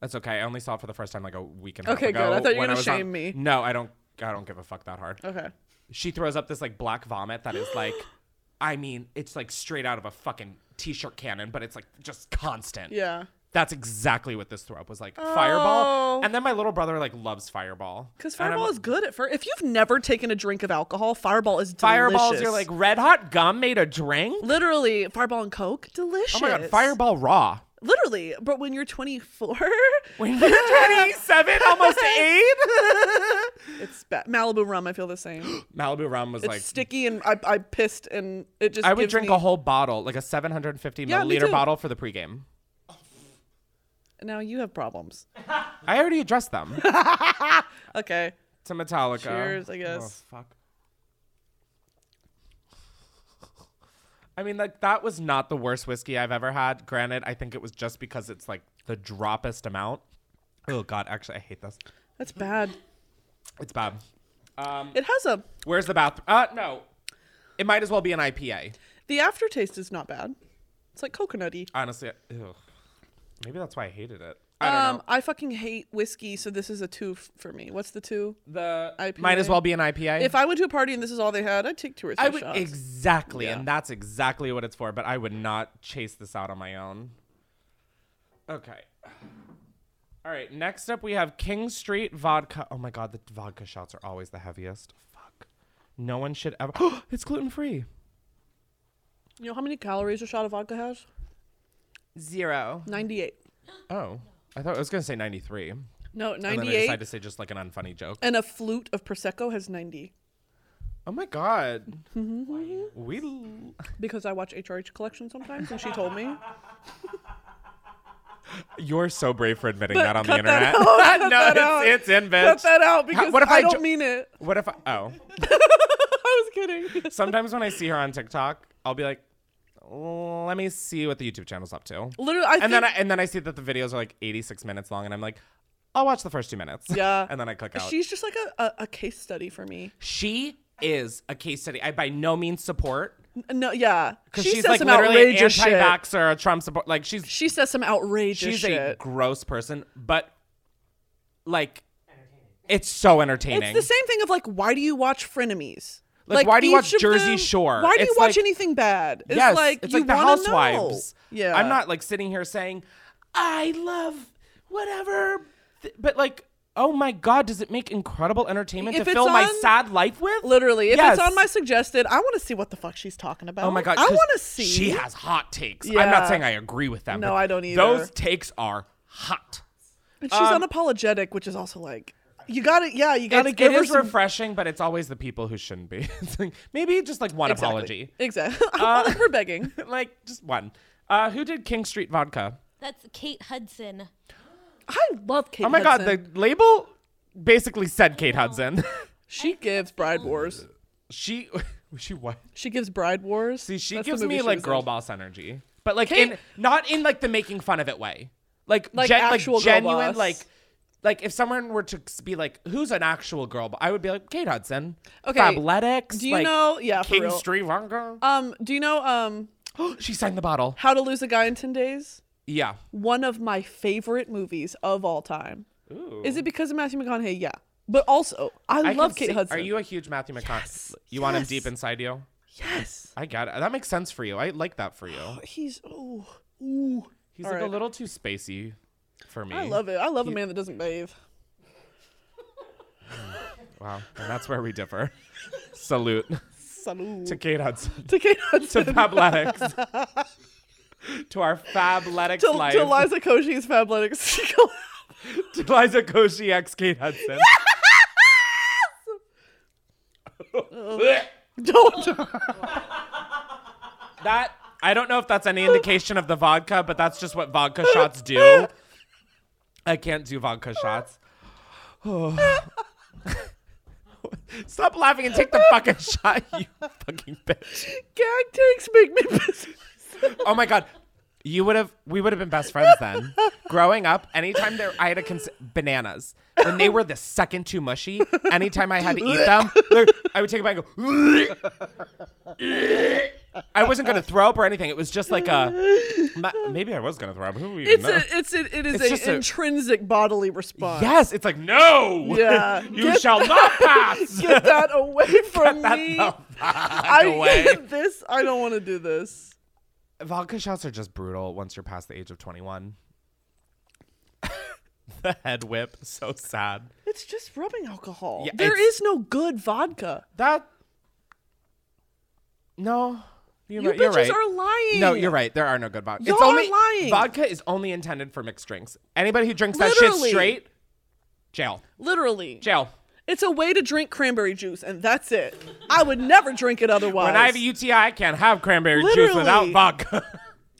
[SPEAKER 4] That's okay. I only saw it for the first time like a week and a half
[SPEAKER 2] Okay, good.
[SPEAKER 4] ago
[SPEAKER 2] I thought you were
[SPEAKER 4] when
[SPEAKER 2] gonna
[SPEAKER 4] was
[SPEAKER 2] shame me.
[SPEAKER 4] No, I don't. I don't give a fuck that hard.
[SPEAKER 2] Okay.
[SPEAKER 4] She throws up this like black vomit that is like, I mean, it's like straight out of a fucking t-shirt cannon, but it's like just constant.
[SPEAKER 2] Yeah.
[SPEAKER 4] That's exactly what this throw up was like.
[SPEAKER 2] Oh.
[SPEAKER 4] Fireball. And then my little brother like loves Fireball.
[SPEAKER 2] Because
[SPEAKER 4] And I'm
[SPEAKER 2] Fireball is good at first. If you've never taken a drink of alcohol, Fireball is delicious.
[SPEAKER 4] Fireballs, you're like red hot gum made a drink?
[SPEAKER 2] Literally, Fireball and Coke, delicious.
[SPEAKER 4] Oh my god, Fireball raw.
[SPEAKER 2] Literally, but when you're 24,
[SPEAKER 4] When you're 27, almost 8.
[SPEAKER 2] it's bad. Malibu rum, I feel the same.
[SPEAKER 4] Malibu rum was
[SPEAKER 2] it's
[SPEAKER 4] like
[SPEAKER 2] sticky and I, I pissed and it just
[SPEAKER 4] I would
[SPEAKER 2] gives
[SPEAKER 4] drink
[SPEAKER 2] me-
[SPEAKER 4] a whole bottle, like a 750
[SPEAKER 2] Yeah, me
[SPEAKER 4] milliliter
[SPEAKER 2] too.
[SPEAKER 4] bottle for the pregame.
[SPEAKER 2] Now you have problems.
[SPEAKER 4] I already addressed them.
[SPEAKER 2] okay.
[SPEAKER 4] To Metallica.
[SPEAKER 2] Cheers, I
[SPEAKER 4] Oh,
[SPEAKER 2] guess.
[SPEAKER 4] fuck. I mean, like that was not the worst whiskey I've ever had. Granted, I think it was just because it's like the droppest amount. Oh god, actually, I hate this.
[SPEAKER 2] That's bad.
[SPEAKER 4] It's bad. Um,
[SPEAKER 2] It has a
[SPEAKER 4] where's the bathroom? Uh, no, it might as well be an IPA.
[SPEAKER 2] the aftertaste is not bad. It's like coconutty.
[SPEAKER 4] Honestly, ugh. maybe that's why I hated it. I don't know.
[SPEAKER 2] Um, I fucking hate whiskey, so this is a two f- for me. What's the two?
[SPEAKER 4] The
[SPEAKER 2] IPA.
[SPEAKER 4] Might as well be an IPA.
[SPEAKER 2] If I went to a party and this is all they had, I'd take two or three
[SPEAKER 4] I would
[SPEAKER 2] shots.
[SPEAKER 4] exactly,
[SPEAKER 2] Yeah.
[SPEAKER 4] and that's exactly what it's for. But I would not chase this out on my own. Okay. All right. Next up, we have King Street vodka. Oh my god, the vodka shots are always the heaviest. Fuck. No one should ever. it's gluten free.
[SPEAKER 2] you know how many calories a shot of vodka has?
[SPEAKER 4] Zero.
[SPEAKER 2] 98.
[SPEAKER 4] Oh, I thought I was gonna say ninety three.
[SPEAKER 2] No,
[SPEAKER 4] And then I
[SPEAKER 2] 98.
[SPEAKER 4] decided to say just like an unfunny joke.
[SPEAKER 2] And a flute of prosecco has 90.
[SPEAKER 4] oh my god. we. l-
[SPEAKER 2] Because I watch HRH collection sometimes, and she told me.
[SPEAKER 4] You're so brave for admitting
[SPEAKER 2] But
[SPEAKER 4] that on the
[SPEAKER 2] cut that
[SPEAKER 4] internet.
[SPEAKER 2] out, cut
[SPEAKER 4] no,
[SPEAKER 2] that
[SPEAKER 4] it's,
[SPEAKER 2] out.
[SPEAKER 4] it's in, bitch.
[SPEAKER 2] Cut that out
[SPEAKER 4] How-
[SPEAKER 2] because
[SPEAKER 4] what if
[SPEAKER 2] I,
[SPEAKER 4] I,
[SPEAKER 2] don't
[SPEAKER 4] jo-
[SPEAKER 2] mean it.
[SPEAKER 4] What if I? Oh.
[SPEAKER 2] I was kidding.
[SPEAKER 4] Sometimes when I see her on TikTok, I'll be like, let me see what the YouTube channel's up to.
[SPEAKER 2] Literally, I
[SPEAKER 4] and then I,
[SPEAKER 2] think-
[SPEAKER 4] and then I see that the videos are like 86 minutes long, and I'm like, I'll watch the first two minutes.
[SPEAKER 2] Yeah.
[SPEAKER 4] and then I click out.
[SPEAKER 2] She's just like a, a, a case study for me.
[SPEAKER 4] she is a case study. I by no means support
[SPEAKER 2] N- No, yeah.
[SPEAKER 4] because
[SPEAKER 2] she
[SPEAKER 4] she's
[SPEAKER 2] says
[SPEAKER 4] like
[SPEAKER 2] some
[SPEAKER 4] literally
[SPEAKER 2] outrageous shit.
[SPEAKER 4] anti-vaxxer, Trump support. Like she's
[SPEAKER 2] She says some outrageous
[SPEAKER 4] she's a
[SPEAKER 2] shit.
[SPEAKER 4] gross person, but like, it's so entertaining.
[SPEAKER 2] It's the same thing of like, why do you watch frenemies?
[SPEAKER 4] Like, why do you
[SPEAKER 2] each
[SPEAKER 4] watch
[SPEAKER 2] of
[SPEAKER 4] Jersey
[SPEAKER 2] them-
[SPEAKER 4] Shore?
[SPEAKER 2] Why do you
[SPEAKER 4] It's
[SPEAKER 2] watch
[SPEAKER 4] like-
[SPEAKER 2] anything bad? It's
[SPEAKER 4] yes,
[SPEAKER 2] like
[SPEAKER 4] it's
[SPEAKER 2] you
[SPEAKER 4] like the
[SPEAKER 2] wanna know.
[SPEAKER 4] Housewives.
[SPEAKER 2] Yeah,
[SPEAKER 4] I'm not like sitting here saying I love whatever, th- but like. Oh my God! Does it make incredible entertainment
[SPEAKER 2] If
[SPEAKER 4] to
[SPEAKER 2] it's
[SPEAKER 4] fill my
[SPEAKER 2] on-
[SPEAKER 4] sad life with?
[SPEAKER 2] Literally, if
[SPEAKER 4] Yes.
[SPEAKER 2] it's on my suggested, I want to see what the fuck she's talking about.
[SPEAKER 4] Oh my god!
[SPEAKER 2] I
[SPEAKER 4] 'cause
[SPEAKER 2] want to see.
[SPEAKER 4] She has hot takes. I'm not
[SPEAKER 2] Yeah.
[SPEAKER 4] saying I agree with them.
[SPEAKER 2] No,
[SPEAKER 4] but
[SPEAKER 2] I don't either.
[SPEAKER 4] Those takes are hot.
[SPEAKER 2] And she's unapologetic, which is also like, you gotta, yeah, you gotta
[SPEAKER 4] Um, It's,
[SPEAKER 2] give
[SPEAKER 4] it
[SPEAKER 2] her
[SPEAKER 4] is
[SPEAKER 2] some.
[SPEAKER 4] refreshing, but it's always the people who shouldn't be. It's like, maybe just like one
[SPEAKER 2] Exactly.
[SPEAKER 4] apology, Uh,
[SPEAKER 2] Exactly. I'm all for begging.
[SPEAKER 4] like just one. Uh, who did King Street Vodka?
[SPEAKER 5] That's Kate Hudson.
[SPEAKER 2] I love Kate.
[SPEAKER 4] oh my
[SPEAKER 2] Hudson.
[SPEAKER 4] god! The label basically said Kate Hudson.
[SPEAKER 2] she gives Bride Wars.
[SPEAKER 4] she, she what?
[SPEAKER 2] She gives Bride Wars.
[SPEAKER 4] See, she
[SPEAKER 2] That's the
[SPEAKER 4] gives
[SPEAKER 2] movie
[SPEAKER 4] me
[SPEAKER 2] she
[SPEAKER 4] like
[SPEAKER 2] was
[SPEAKER 4] girl
[SPEAKER 2] in.
[SPEAKER 4] boss energy, but like
[SPEAKER 2] Kate-
[SPEAKER 4] in not in like the making fun of it way, like
[SPEAKER 2] Like
[SPEAKER 4] gen-
[SPEAKER 2] actual girl
[SPEAKER 4] like genuine
[SPEAKER 2] boss.
[SPEAKER 4] like like if someone were to be like who's an actual girl, bo-" I would be like Kate Hudson,
[SPEAKER 2] Okay,
[SPEAKER 4] Fabletics.
[SPEAKER 2] do you
[SPEAKER 4] like,
[SPEAKER 2] know- yeah, for
[SPEAKER 4] King
[SPEAKER 2] real.
[SPEAKER 4] Street Vodka.
[SPEAKER 2] Um, do you know um
[SPEAKER 4] she sang the bottle.
[SPEAKER 2] How to Lose a Guy in Ten Days?
[SPEAKER 4] Yeah,
[SPEAKER 2] One of my favorite movies of all time.
[SPEAKER 4] Ooh.
[SPEAKER 2] Is it because of Matthew McConaughey? Yeah, but also I,
[SPEAKER 4] I
[SPEAKER 2] love
[SPEAKER 4] can
[SPEAKER 2] Kate
[SPEAKER 4] see-
[SPEAKER 2] Hudson.
[SPEAKER 4] Are you a huge Matthew McConaughey? You want him
[SPEAKER 2] yes.
[SPEAKER 4] deep inside you?
[SPEAKER 2] Yes.
[SPEAKER 4] I got it. That makes sense for you. I like that for you.
[SPEAKER 2] He's oh ooh.
[SPEAKER 4] He's
[SPEAKER 2] All
[SPEAKER 4] like a
[SPEAKER 2] right.
[SPEAKER 4] little too spacey for me.
[SPEAKER 2] I love it. I love
[SPEAKER 4] He-
[SPEAKER 2] a man that doesn't bathe.
[SPEAKER 4] Wow, and that's where we differ. Salute
[SPEAKER 2] Salute.
[SPEAKER 4] to Kate Hudson.
[SPEAKER 2] To Kate Hudson.
[SPEAKER 4] to Fabletics. to our Fabletics
[SPEAKER 2] to,
[SPEAKER 4] life.
[SPEAKER 2] to Liza Koshy's Fabletics.
[SPEAKER 4] to Liza Koshy ex Kate Hudson.
[SPEAKER 2] Don't.
[SPEAKER 4] that I don't know if that's any indication of the vodka, but that's just what vodka shots do. I can't do vodka shots. Stop laughing and take the fucking shot, you fucking bitch.
[SPEAKER 2] Gag takes make me piss.
[SPEAKER 4] Oh my god. You would have we would have been best friends then. Growing up, anytime there I had a cons- bananas. When they were the second too mushy, anytime I had to eat them, they're- I would take a bite and go I wasn't going to throw up or anything. It was just like a ma- maybe I was going to throw up. Who even
[SPEAKER 2] It's
[SPEAKER 4] know?
[SPEAKER 2] a, it's a, it is
[SPEAKER 4] It's just
[SPEAKER 2] an
[SPEAKER 4] a-
[SPEAKER 2] intrinsic bodily response.
[SPEAKER 4] yes, it's like no.
[SPEAKER 2] Yeah.
[SPEAKER 4] you
[SPEAKER 2] Get
[SPEAKER 4] shall not pass.
[SPEAKER 2] Get that away from
[SPEAKER 4] That
[SPEAKER 2] me.
[SPEAKER 4] the fuck
[SPEAKER 2] I
[SPEAKER 4] away.
[SPEAKER 2] this I don't want to do this.
[SPEAKER 4] Vodka shots are just brutal once you're past the age of 21. the head whip, so sad.
[SPEAKER 2] It's just rubbing alcohol.
[SPEAKER 4] Yeah,
[SPEAKER 2] there
[SPEAKER 4] it's-
[SPEAKER 2] is no good vodka.
[SPEAKER 4] That. No. You're,
[SPEAKER 2] You
[SPEAKER 4] right, you're
[SPEAKER 2] bitches
[SPEAKER 4] right.
[SPEAKER 2] are lying.
[SPEAKER 4] No, you're right. There are no good vodka.
[SPEAKER 2] Y'all
[SPEAKER 4] it's
[SPEAKER 2] are
[SPEAKER 4] only,
[SPEAKER 2] lying.
[SPEAKER 4] Vodka is only intended for mixed drinks. Anybody who drinks that shit
[SPEAKER 2] Literally.
[SPEAKER 4] straight, jail.
[SPEAKER 2] Literally.
[SPEAKER 4] Jail.
[SPEAKER 2] It's a way to drink cranberry juice and that's it. I would never drink it otherwise.
[SPEAKER 4] When I have a UTI, I can't have cranberry juice
[SPEAKER 2] Literally.
[SPEAKER 4] without vodka.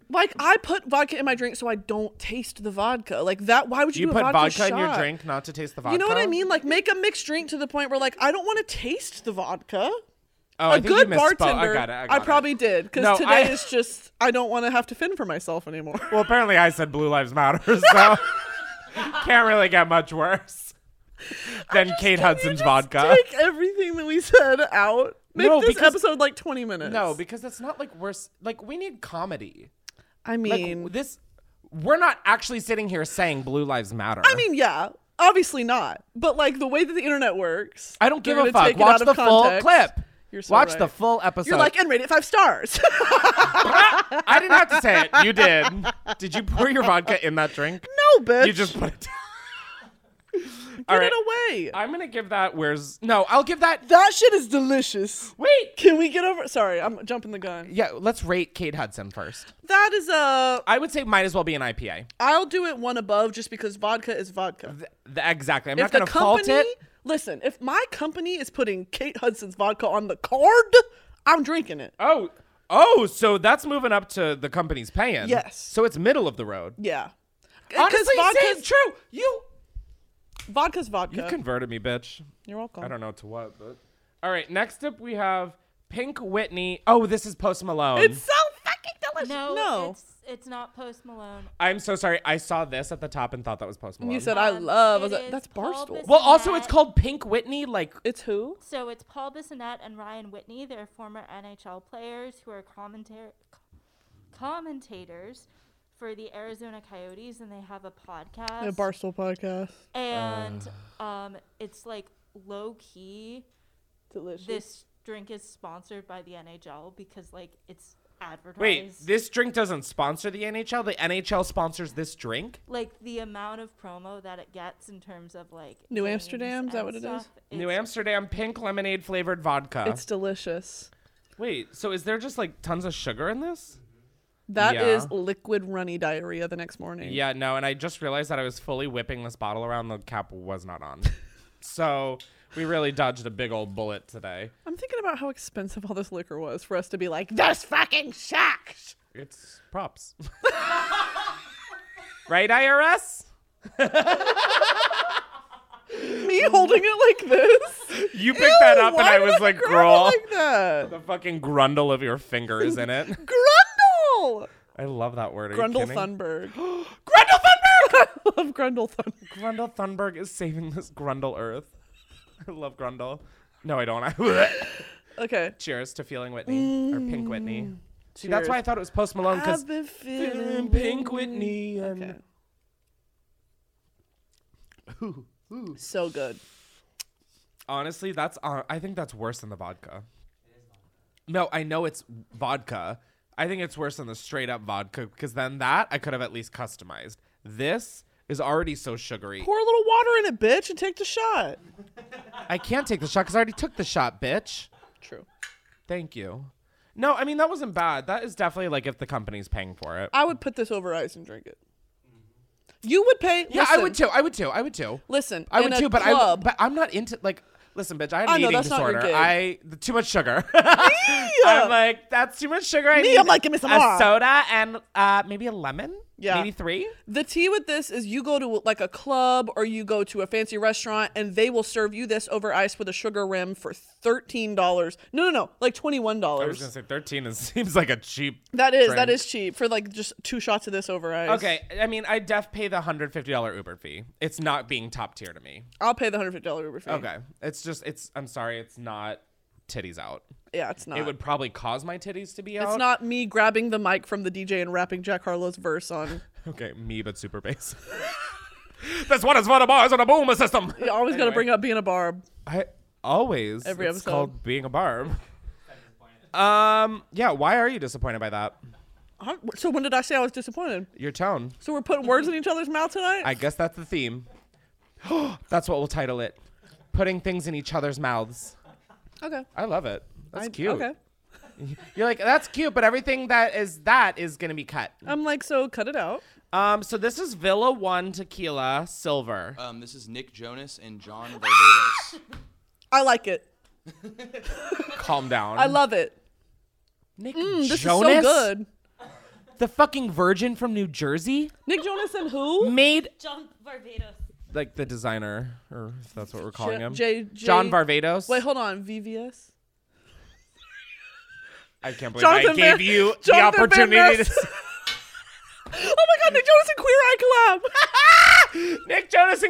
[SPEAKER 2] like I put vodka in my drink so I don't taste the vodka. Like that why would you,
[SPEAKER 4] you
[SPEAKER 2] do a
[SPEAKER 4] put
[SPEAKER 2] vodka,
[SPEAKER 4] vodka in your
[SPEAKER 2] shot?
[SPEAKER 4] drink not to taste the vodka.
[SPEAKER 2] You know what I mean? Like make a mixed drink to the point where like I don't want to taste the vodka.
[SPEAKER 4] Oh,
[SPEAKER 2] A
[SPEAKER 4] I think
[SPEAKER 2] good
[SPEAKER 4] you misspoke.
[SPEAKER 2] bartender.
[SPEAKER 4] I got it. I, got it.
[SPEAKER 2] probably did because
[SPEAKER 4] No,
[SPEAKER 2] today
[SPEAKER 4] I-
[SPEAKER 2] is just I don't want to have to fend for myself anymore.
[SPEAKER 4] Well, apparently I said Blue Lives Matter, so can't really get much worse than Kate Hudson's vodka.
[SPEAKER 2] Take everything that we said out. Make
[SPEAKER 4] No,
[SPEAKER 2] this
[SPEAKER 4] because-
[SPEAKER 2] episode like twenty minutes.
[SPEAKER 4] No, because that's not like worse. Like we need comedy.
[SPEAKER 2] I
[SPEAKER 4] Like
[SPEAKER 2] mean,
[SPEAKER 4] this, we're not actually sitting here saying Blue Lives Matter.
[SPEAKER 2] I mean, yeah, obviously not. But like the way that the internet works,
[SPEAKER 4] I don't give
[SPEAKER 2] they're
[SPEAKER 4] a
[SPEAKER 2] gonna
[SPEAKER 4] fuck.
[SPEAKER 2] take it
[SPEAKER 4] Watch
[SPEAKER 2] out of
[SPEAKER 4] the full
[SPEAKER 2] context.
[SPEAKER 4] clip.
[SPEAKER 2] You're so
[SPEAKER 4] Watch
[SPEAKER 2] right.
[SPEAKER 4] the full episode.
[SPEAKER 2] You're like and rate it five stars.
[SPEAKER 4] I didn't have to say it. You did. Did you pour your vodka in that drink?
[SPEAKER 2] no, bitch.
[SPEAKER 4] You just put it down.
[SPEAKER 2] Put
[SPEAKER 4] All right.
[SPEAKER 2] it away.
[SPEAKER 4] I'm gonna give that. Where's no? I'll give that.
[SPEAKER 2] that shit is delicious.
[SPEAKER 4] Wait.
[SPEAKER 2] Can we get over? Sorry, I'm jumping the gun.
[SPEAKER 4] Yeah, let's rate Kate Hudson first.
[SPEAKER 2] That is a.
[SPEAKER 4] I would say might as well be an IPA.
[SPEAKER 2] I'll do it one above just because vodka is vodka.
[SPEAKER 4] Th- th- exactly. I'm
[SPEAKER 2] if
[SPEAKER 4] not gonna
[SPEAKER 2] the company,
[SPEAKER 4] fault it.
[SPEAKER 2] listen, if my company is putting Kate Hudson's vodka on the card, I'm drinking it.
[SPEAKER 4] Oh, oh, so that's moving up to the company's paying.
[SPEAKER 2] Yes.
[SPEAKER 4] So it's middle of the road.
[SPEAKER 2] Yeah. Uh, 'Cause
[SPEAKER 4] Honestly,
[SPEAKER 2] vodka's,
[SPEAKER 4] vodka's true. You
[SPEAKER 2] vodka's vodka.
[SPEAKER 4] you converted me, bitch.
[SPEAKER 2] You're welcome.
[SPEAKER 4] I don't know to what, but all right. Next up, we have Pink Whitney. Oh, this is Post Malone.
[SPEAKER 2] It's so fucking gosh,
[SPEAKER 10] No,
[SPEAKER 2] no.
[SPEAKER 10] It's, it's not Post Malone.
[SPEAKER 4] I'm so sorry. I saw this at the top and thought that was Post Malone.
[SPEAKER 2] You said I love. I was like, that's barstool.
[SPEAKER 4] Well, also it's called Pink Whitney. Like
[SPEAKER 2] it's who?
[SPEAKER 10] So it's Paul Bissonnette and Ryan Whitney. They're former NHL players who are commentar- commentators for the Arizona Coyotes, and they have a podcast.
[SPEAKER 2] a barstool podcast.
[SPEAKER 10] and
[SPEAKER 4] Uh.
[SPEAKER 10] um, it's like low key.
[SPEAKER 2] Delicious.
[SPEAKER 10] This drink is sponsored by the NHL because like it's advertised.
[SPEAKER 4] Wait, this drink doesn't sponsor the NHL. The NHL sponsors this drink.
[SPEAKER 10] like the amount of promo that it gets in terms of like
[SPEAKER 2] New
[SPEAKER 10] names
[SPEAKER 2] Amsterdam, is that
[SPEAKER 10] and
[SPEAKER 2] what it
[SPEAKER 10] stuff,
[SPEAKER 2] is?
[SPEAKER 4] New Amsterdam pink lemonade flavored vodka.
[SPEAKER 2] It's delicious.
[SPEAKER 4] Wait, so is there just like tons of sugar in this?
[SPEAKER 2] That
[SPEAKER 4] Yeah.
[SPEAKER 2] is liquid runny diarrhea the next morning.
[SPEAKER 4] Yeah, no, and I just realized that I was fully whipping this bottle around. The cap was not on. so we really dodged a big old bullet today.
[SPEAKER 2] I'm thinking about how expensive all this liquor was for us to be like, this fucking sucks.
[SPEAKER 4] It's props. right, IRS?
[SPEAKER 2] Me holding it like this.
[SPEAKER 4] You picked Mm. that
[SPEAKER 2] Ew,
[SPEAKER 4] up and
[SPEAKER 2] why
[SPEAKER 4] I
[SPEAKER 2] did
[SPEAKER 4] was like,
[SPEAKER 2] grab it
[SPEAKER 4] girl.
[SPEAKER 2] like that.
[SPEAKER 4] The fucking grundle of your finger is in it.
[SPEAKER 2] Grundle.
[SPEAKER 4] I love that word. Are you
[SPEAKER 2] Grundle
[SPEAKER 4] kidding?
[SPEAKER 2] Thunberg. Grundle
[SPEAKER 4] Thunberg.
[SPEAKER 2] I love Grundle Thunberg.
[SPEAKER 4] Grundle Thunberg is saving this Grundle Earth. I love Grundle. No, I don't.
[SPEAKER 2] okay.
[SPEAKER 4] Cheers to feeling Whitney or Pink Whitney. See, that's why I
[SPEAKER 2] Cheers.
[SPEAKER 4] thought it was Post Malone because
[SPEAKER 2] I've been feeling
[SPEAKER 4] feeling Pink Whitney and
[SPEAKER 2] Okay. So good.
[SPEAKER 4] honestly, that's uh, I think that's worse than the vodka. No, I know it's vodka. I think it's worse than the straight up vodka because then that I could have at least customized. This is already so sugary.
[SPEAKER 2] Pour a little water in it, bitch, and take the shot.
[SPEAKER 4] I can't take the shot because I already took the shot, bitch.
[SPEAKER 2] True.
[SPEAKER 4] Thank you. No, I mean that wasn't bad. That is definitely like if the company's paying for it.
[SPEAKER 2] I would put this over ice and drink it. You would pay.
[SPEAKER 4] yeah, I
[SPEAKER 2] listen,
[SPEAKER 4] would too. I would too. I would too.
[SPEAKER 2] Listen,
[SPEAKER 4] I
[SPEAKER 2] in
[SPEAKER 4] would
[SPEAKER 2] a
[SPEAKER 4] too, but I
[SPEAKER 2] club-
[SPEAKER 4] but I'm not into like listen, bitch, I have
[SPEAKER 2] I
[SPEAKER 4] an
[SPEAKER 2] know,
[SPEAKER 4] eating
[SPEAKER 2] that's not your
[SPEAKER 4] disorder.
[SPEAKER 2] gig.
[SPEAKER 4] I th- too much sugar. I'm like, that's too much sugar. I
[SPEAKER 2] Me,
[SPEAKER 4] need
[SPEAKER 2] I'm like, give me some
[SPEAKER 4] a
[SPEAKER 2] more.
[SPEAKER 4] soda and uh maybe a lemon?
[SPEAKER 2] Yeah.
[SPEAKER 4] Maybe three?
[SPEAKER 2] The tea with this is you go to like a club or you go to a fancy restaurant and they will serve you this over ice with a sugar rim for thirteen dollars. No, no, no, like twenty one
[SPEAKER 4] I was
[SPEAKER 2] dollars.
[SPEAKER 4] gonna say thirteen is, seems like a cheap
[SPEAKER 2] That is
[SPEAKER 4] drink.
[SPEAKER 2] that is cheap for like just two shots of this over ice.
[SPEAKER 4] Okay. I mean I def pay the hundred fifty dollar Uber fee. It's not being top tier to me.
[SPEAKER 2] I'll pay the hundred fifty dollar Uber fee.
[SPEAKER 4] Okay. It's just it's I'm sorry, it's not titties out.
[SPEAKER 2] yeah, it's not.
[SPEAKER 4] It would probably cause my titties to be out.
[SPEAKER 2] It's not me grabbing the mic from the DJ and rapping Jack Harlow's verse on.
[SPEAKER 4] Okay, me but super bass. That's what is for the bars on a boomer system.
[SPEAKER 2] You always got to
[SPEAKER 4] Anyway.
[SPEAKER 2] bring up being a barb.
[SPEAKER 4] I always
[SPEAKER 2] Every
[SPEAKER 4] it's
[SPEAKER 2] episode.
[SPEAKER 4] called being a barb. Um, yeah. Why are you disappointed by that?
[SPEAKER 2] Huh? So when did I say I was disappointed?
[SPEAKER 4] Your tone.
[SPEAKER 2] So we're putting words in each other's mouth tonight.
[SPEAKER 4] I guess that's the theme. that's what we'll title it. Putting things in each other's mouths.
[SPEAKER 2] okay.
[SPEAKER 4] I love it. That's
[SPEAKER 2] I-
[SPEAKER 4] cute.
[SPEAKER 2] Okay.
[SPEAKER 4] You're like, that's cute, but everything that is that is gonna be cut.
[SPEAKER 2] I'm like, so cut it out.
[SPEAKER 4] Um, so this is Villa One Tequila Silver.
[SPEAKER 11] Um, this is Nick Jonas and John Varvatos.
[SPEAKER 2] I like it.
[SPEAKER 4] Calm down.
[SPEAKER 2] I love it.
[SPEAKER 4] Nick
[SPEAKER 2] Mm, this
[SPEAKER 4] Jonas,
[SPEAKER 2] is so good.
[SPEAKER 4] the fucking virgin from New Jersey,
[SPEAKER 2] Nick Jonas and who?
[SPEAKER 4] made
[SPEAKER 5] John Barbados.
[SPEAKER 4] like the designer, or if that's what we're calling him.
[SPEAKER 2] J- J-
[SPEAKER 4] John Varvatos.
[SPEAKER 2] Wait, hold on. VVS.
[SPEAKER 4] I can't believe I
[SPEAKER 2] Jonathan
[SPEAKER 4] gave
[SPEAKER 2] Van-
[SPEAKER 4] you the
[SPEAKER 2] Jonathan Van
[SPEAKER 4] opportunity to.
[SPEAKER 2] Ness. Oh my God, Nick Jonas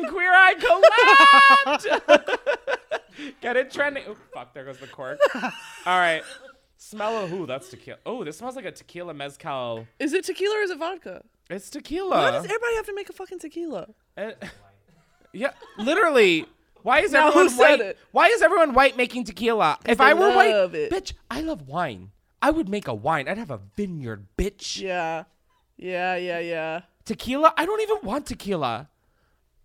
[SPEAKER 2] and Queer Eye Club.
[SPEAKER 4] Nick Jonas and Queer Eye collabed. Get it trending. Oh, fuck, there goes the cork. All right. Smell of who? That's tequila. Oh, this smells like a tequila mezcal.
[SPEAKER 2] is it tequila or is it vodka?
[SPEAKER 4] It's
[SPEAKER 2] Why
[SPEAKER 4] tequila.
[SPEAKER 2] does everybody have to make a fucking tequila?
[SPEAKER 4] Uh, yeah, literally. Why is
[SPEAKER 2] Now who
[SPEAKER 4] everyone
[SPEAKER 2] said
[SPEAKER 4] white?
[SPEAKER 2] it?
[SPEAKER 4] Why is everyone white making tequila? If
[SPEAKER 2] they
[SPEAKER 4] I were white,
[SPEAKER 2] love it.
[SPEAKER 4] bitch, I love wine. I would make a wine. I'd have a vineyard, bitch.
[SPEAKER 2] Yeah. Yeah, yeah, yeah.
[SPEAKER 4] Tequila? I don't even want tequila.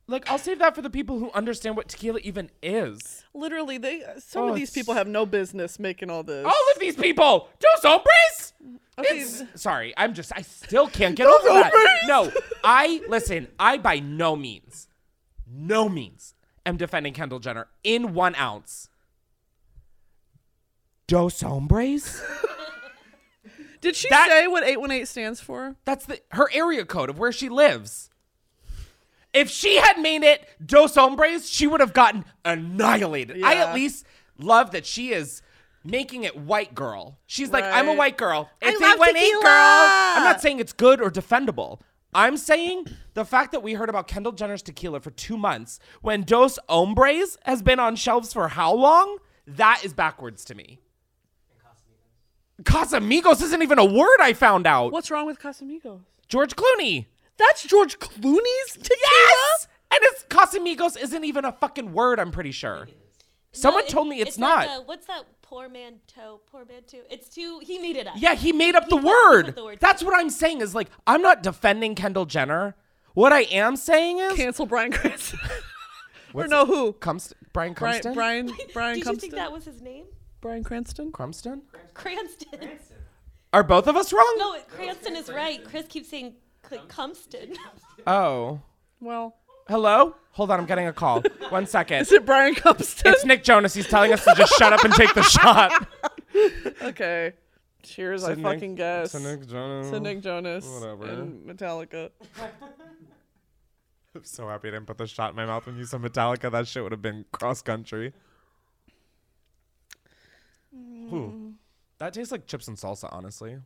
[SPEAKER 4] Like, I'll save that for the people who understand what tequila even is.
[SPEAKER 2] Literally, they some
[SPEAKER 4] Oh,
[SPEAKER 2] of these
[SPEAKER 4] it's- Oh,
[SPEAKER 2] people have no business making all this.
[SPEAKER 4] All of these people, dos hombres.
[SPEAKER 2] Okay.
[SPEAKER 4] It's- sorry, I'm just, I still can't get over that. No, I listen. I by no means, no means, am defending Kendall Jenner in one ounce. Dos hombres.
[SPEAKER 2] Did she
[SPEAKER 4] That-
[SPEAKER 2] say what 818 stands for?
[SPEAKER 4] That's the her area code of where she lives. If she had made it Dos Hombres, she would have gotten annihilated. I
[SPEAKER 2] Yeah.
[SPEAKER 4] at least love that she is making it white girl. She's like, I'm a
[SPEAKER 2] Right.
[SPEAKER 4] white girl.
[SPEAKER 2] I
[SPEAKER 4] It's
[SPEAKER 2] love
[SPEAKER 4] eight one eight girl.
[SPEAKER 2] tequila.
[SPEAKER 4] I'm not saying it's good or defendable. I'm saying the fact that we heard about Kendall Jenner's tequila for two months when Dos Hombres has been on shelves for how long? That is backwards to me. Casamigos isn't even a word I found out.
[SPEAKER 2] What's wrong with Casamigos?
[SPEAKER 4] George Clooney.
[SPEAKER 2] That's George Clooney's tequila?
[SPEAKER 4] Yes! And it's Casamigos isn't even a fucking word, I'm pretty sure. Someone
[SPEAKER 5] No, it-
[SPEAKER 4] told me it's,
[SPEAKER 5] like
[SPEAKER 4] not.
[SPEAKER 5] a- what's that poor man toe? Poor man toe. It's too. He made it up.
[SPEAKER 4] Yeah, he made up the word. That's what I'm saying is like I'm not defending Kendall Jenner. What I am saying is
[SPEAKER 2] cancel Brian Cranston. or no who?
[SPEAKER 4] Cumst- Brian
[SPEAKER 2] Brian
[SPEAKER 4] Cumston.
[SPEAKER 2] Brian Brian
[SPEAKER 5] Did you think
[SPEAKER 2] Cranston.
[SPEAKER 5] that was his name?
[SPEAKER 2] Brian Cranston.
[SPEAKER 4] Cumston.
[SPEAKER 5] Cranston.
[SPEAKER 4] Are both of us wrong?
[SPEAKER 5] No, Cranston is right. Chris keeps saying cl- Cumston.
[SPEAKER 4] Oh.
[SPEAKER 2] Well,
[SPEAKER 4] Hello? Hold on, I'm getting a call. One second. Is
[SPEAKER 2] it Brian Cumston?
[SPEAKER 4] It's Nick Jonas. He's telling us to just shut up and take the shot.
[SPEAKER 2] okay. Cheers,
[SPEAKER 4] To
[SPEAKER 2] I
[SPEAKER 4] Nick-
[SPEAKER 2] fucking guess.
[SPEAKER 4] to Nick Jonas.
[SPEAKER 2] To Nick Jonas.
[SPEAKER 4] Whatever.
[SPEAKER 2] And Metallica.
[SPEAKER 4] I'm so happy I didn't put the shot in my mouth when you said Metallica. That shit would have been cross country.
[SPEAKER 2] Mm.
[SPEAKER 4] That tastes like chips and salsa, honestly.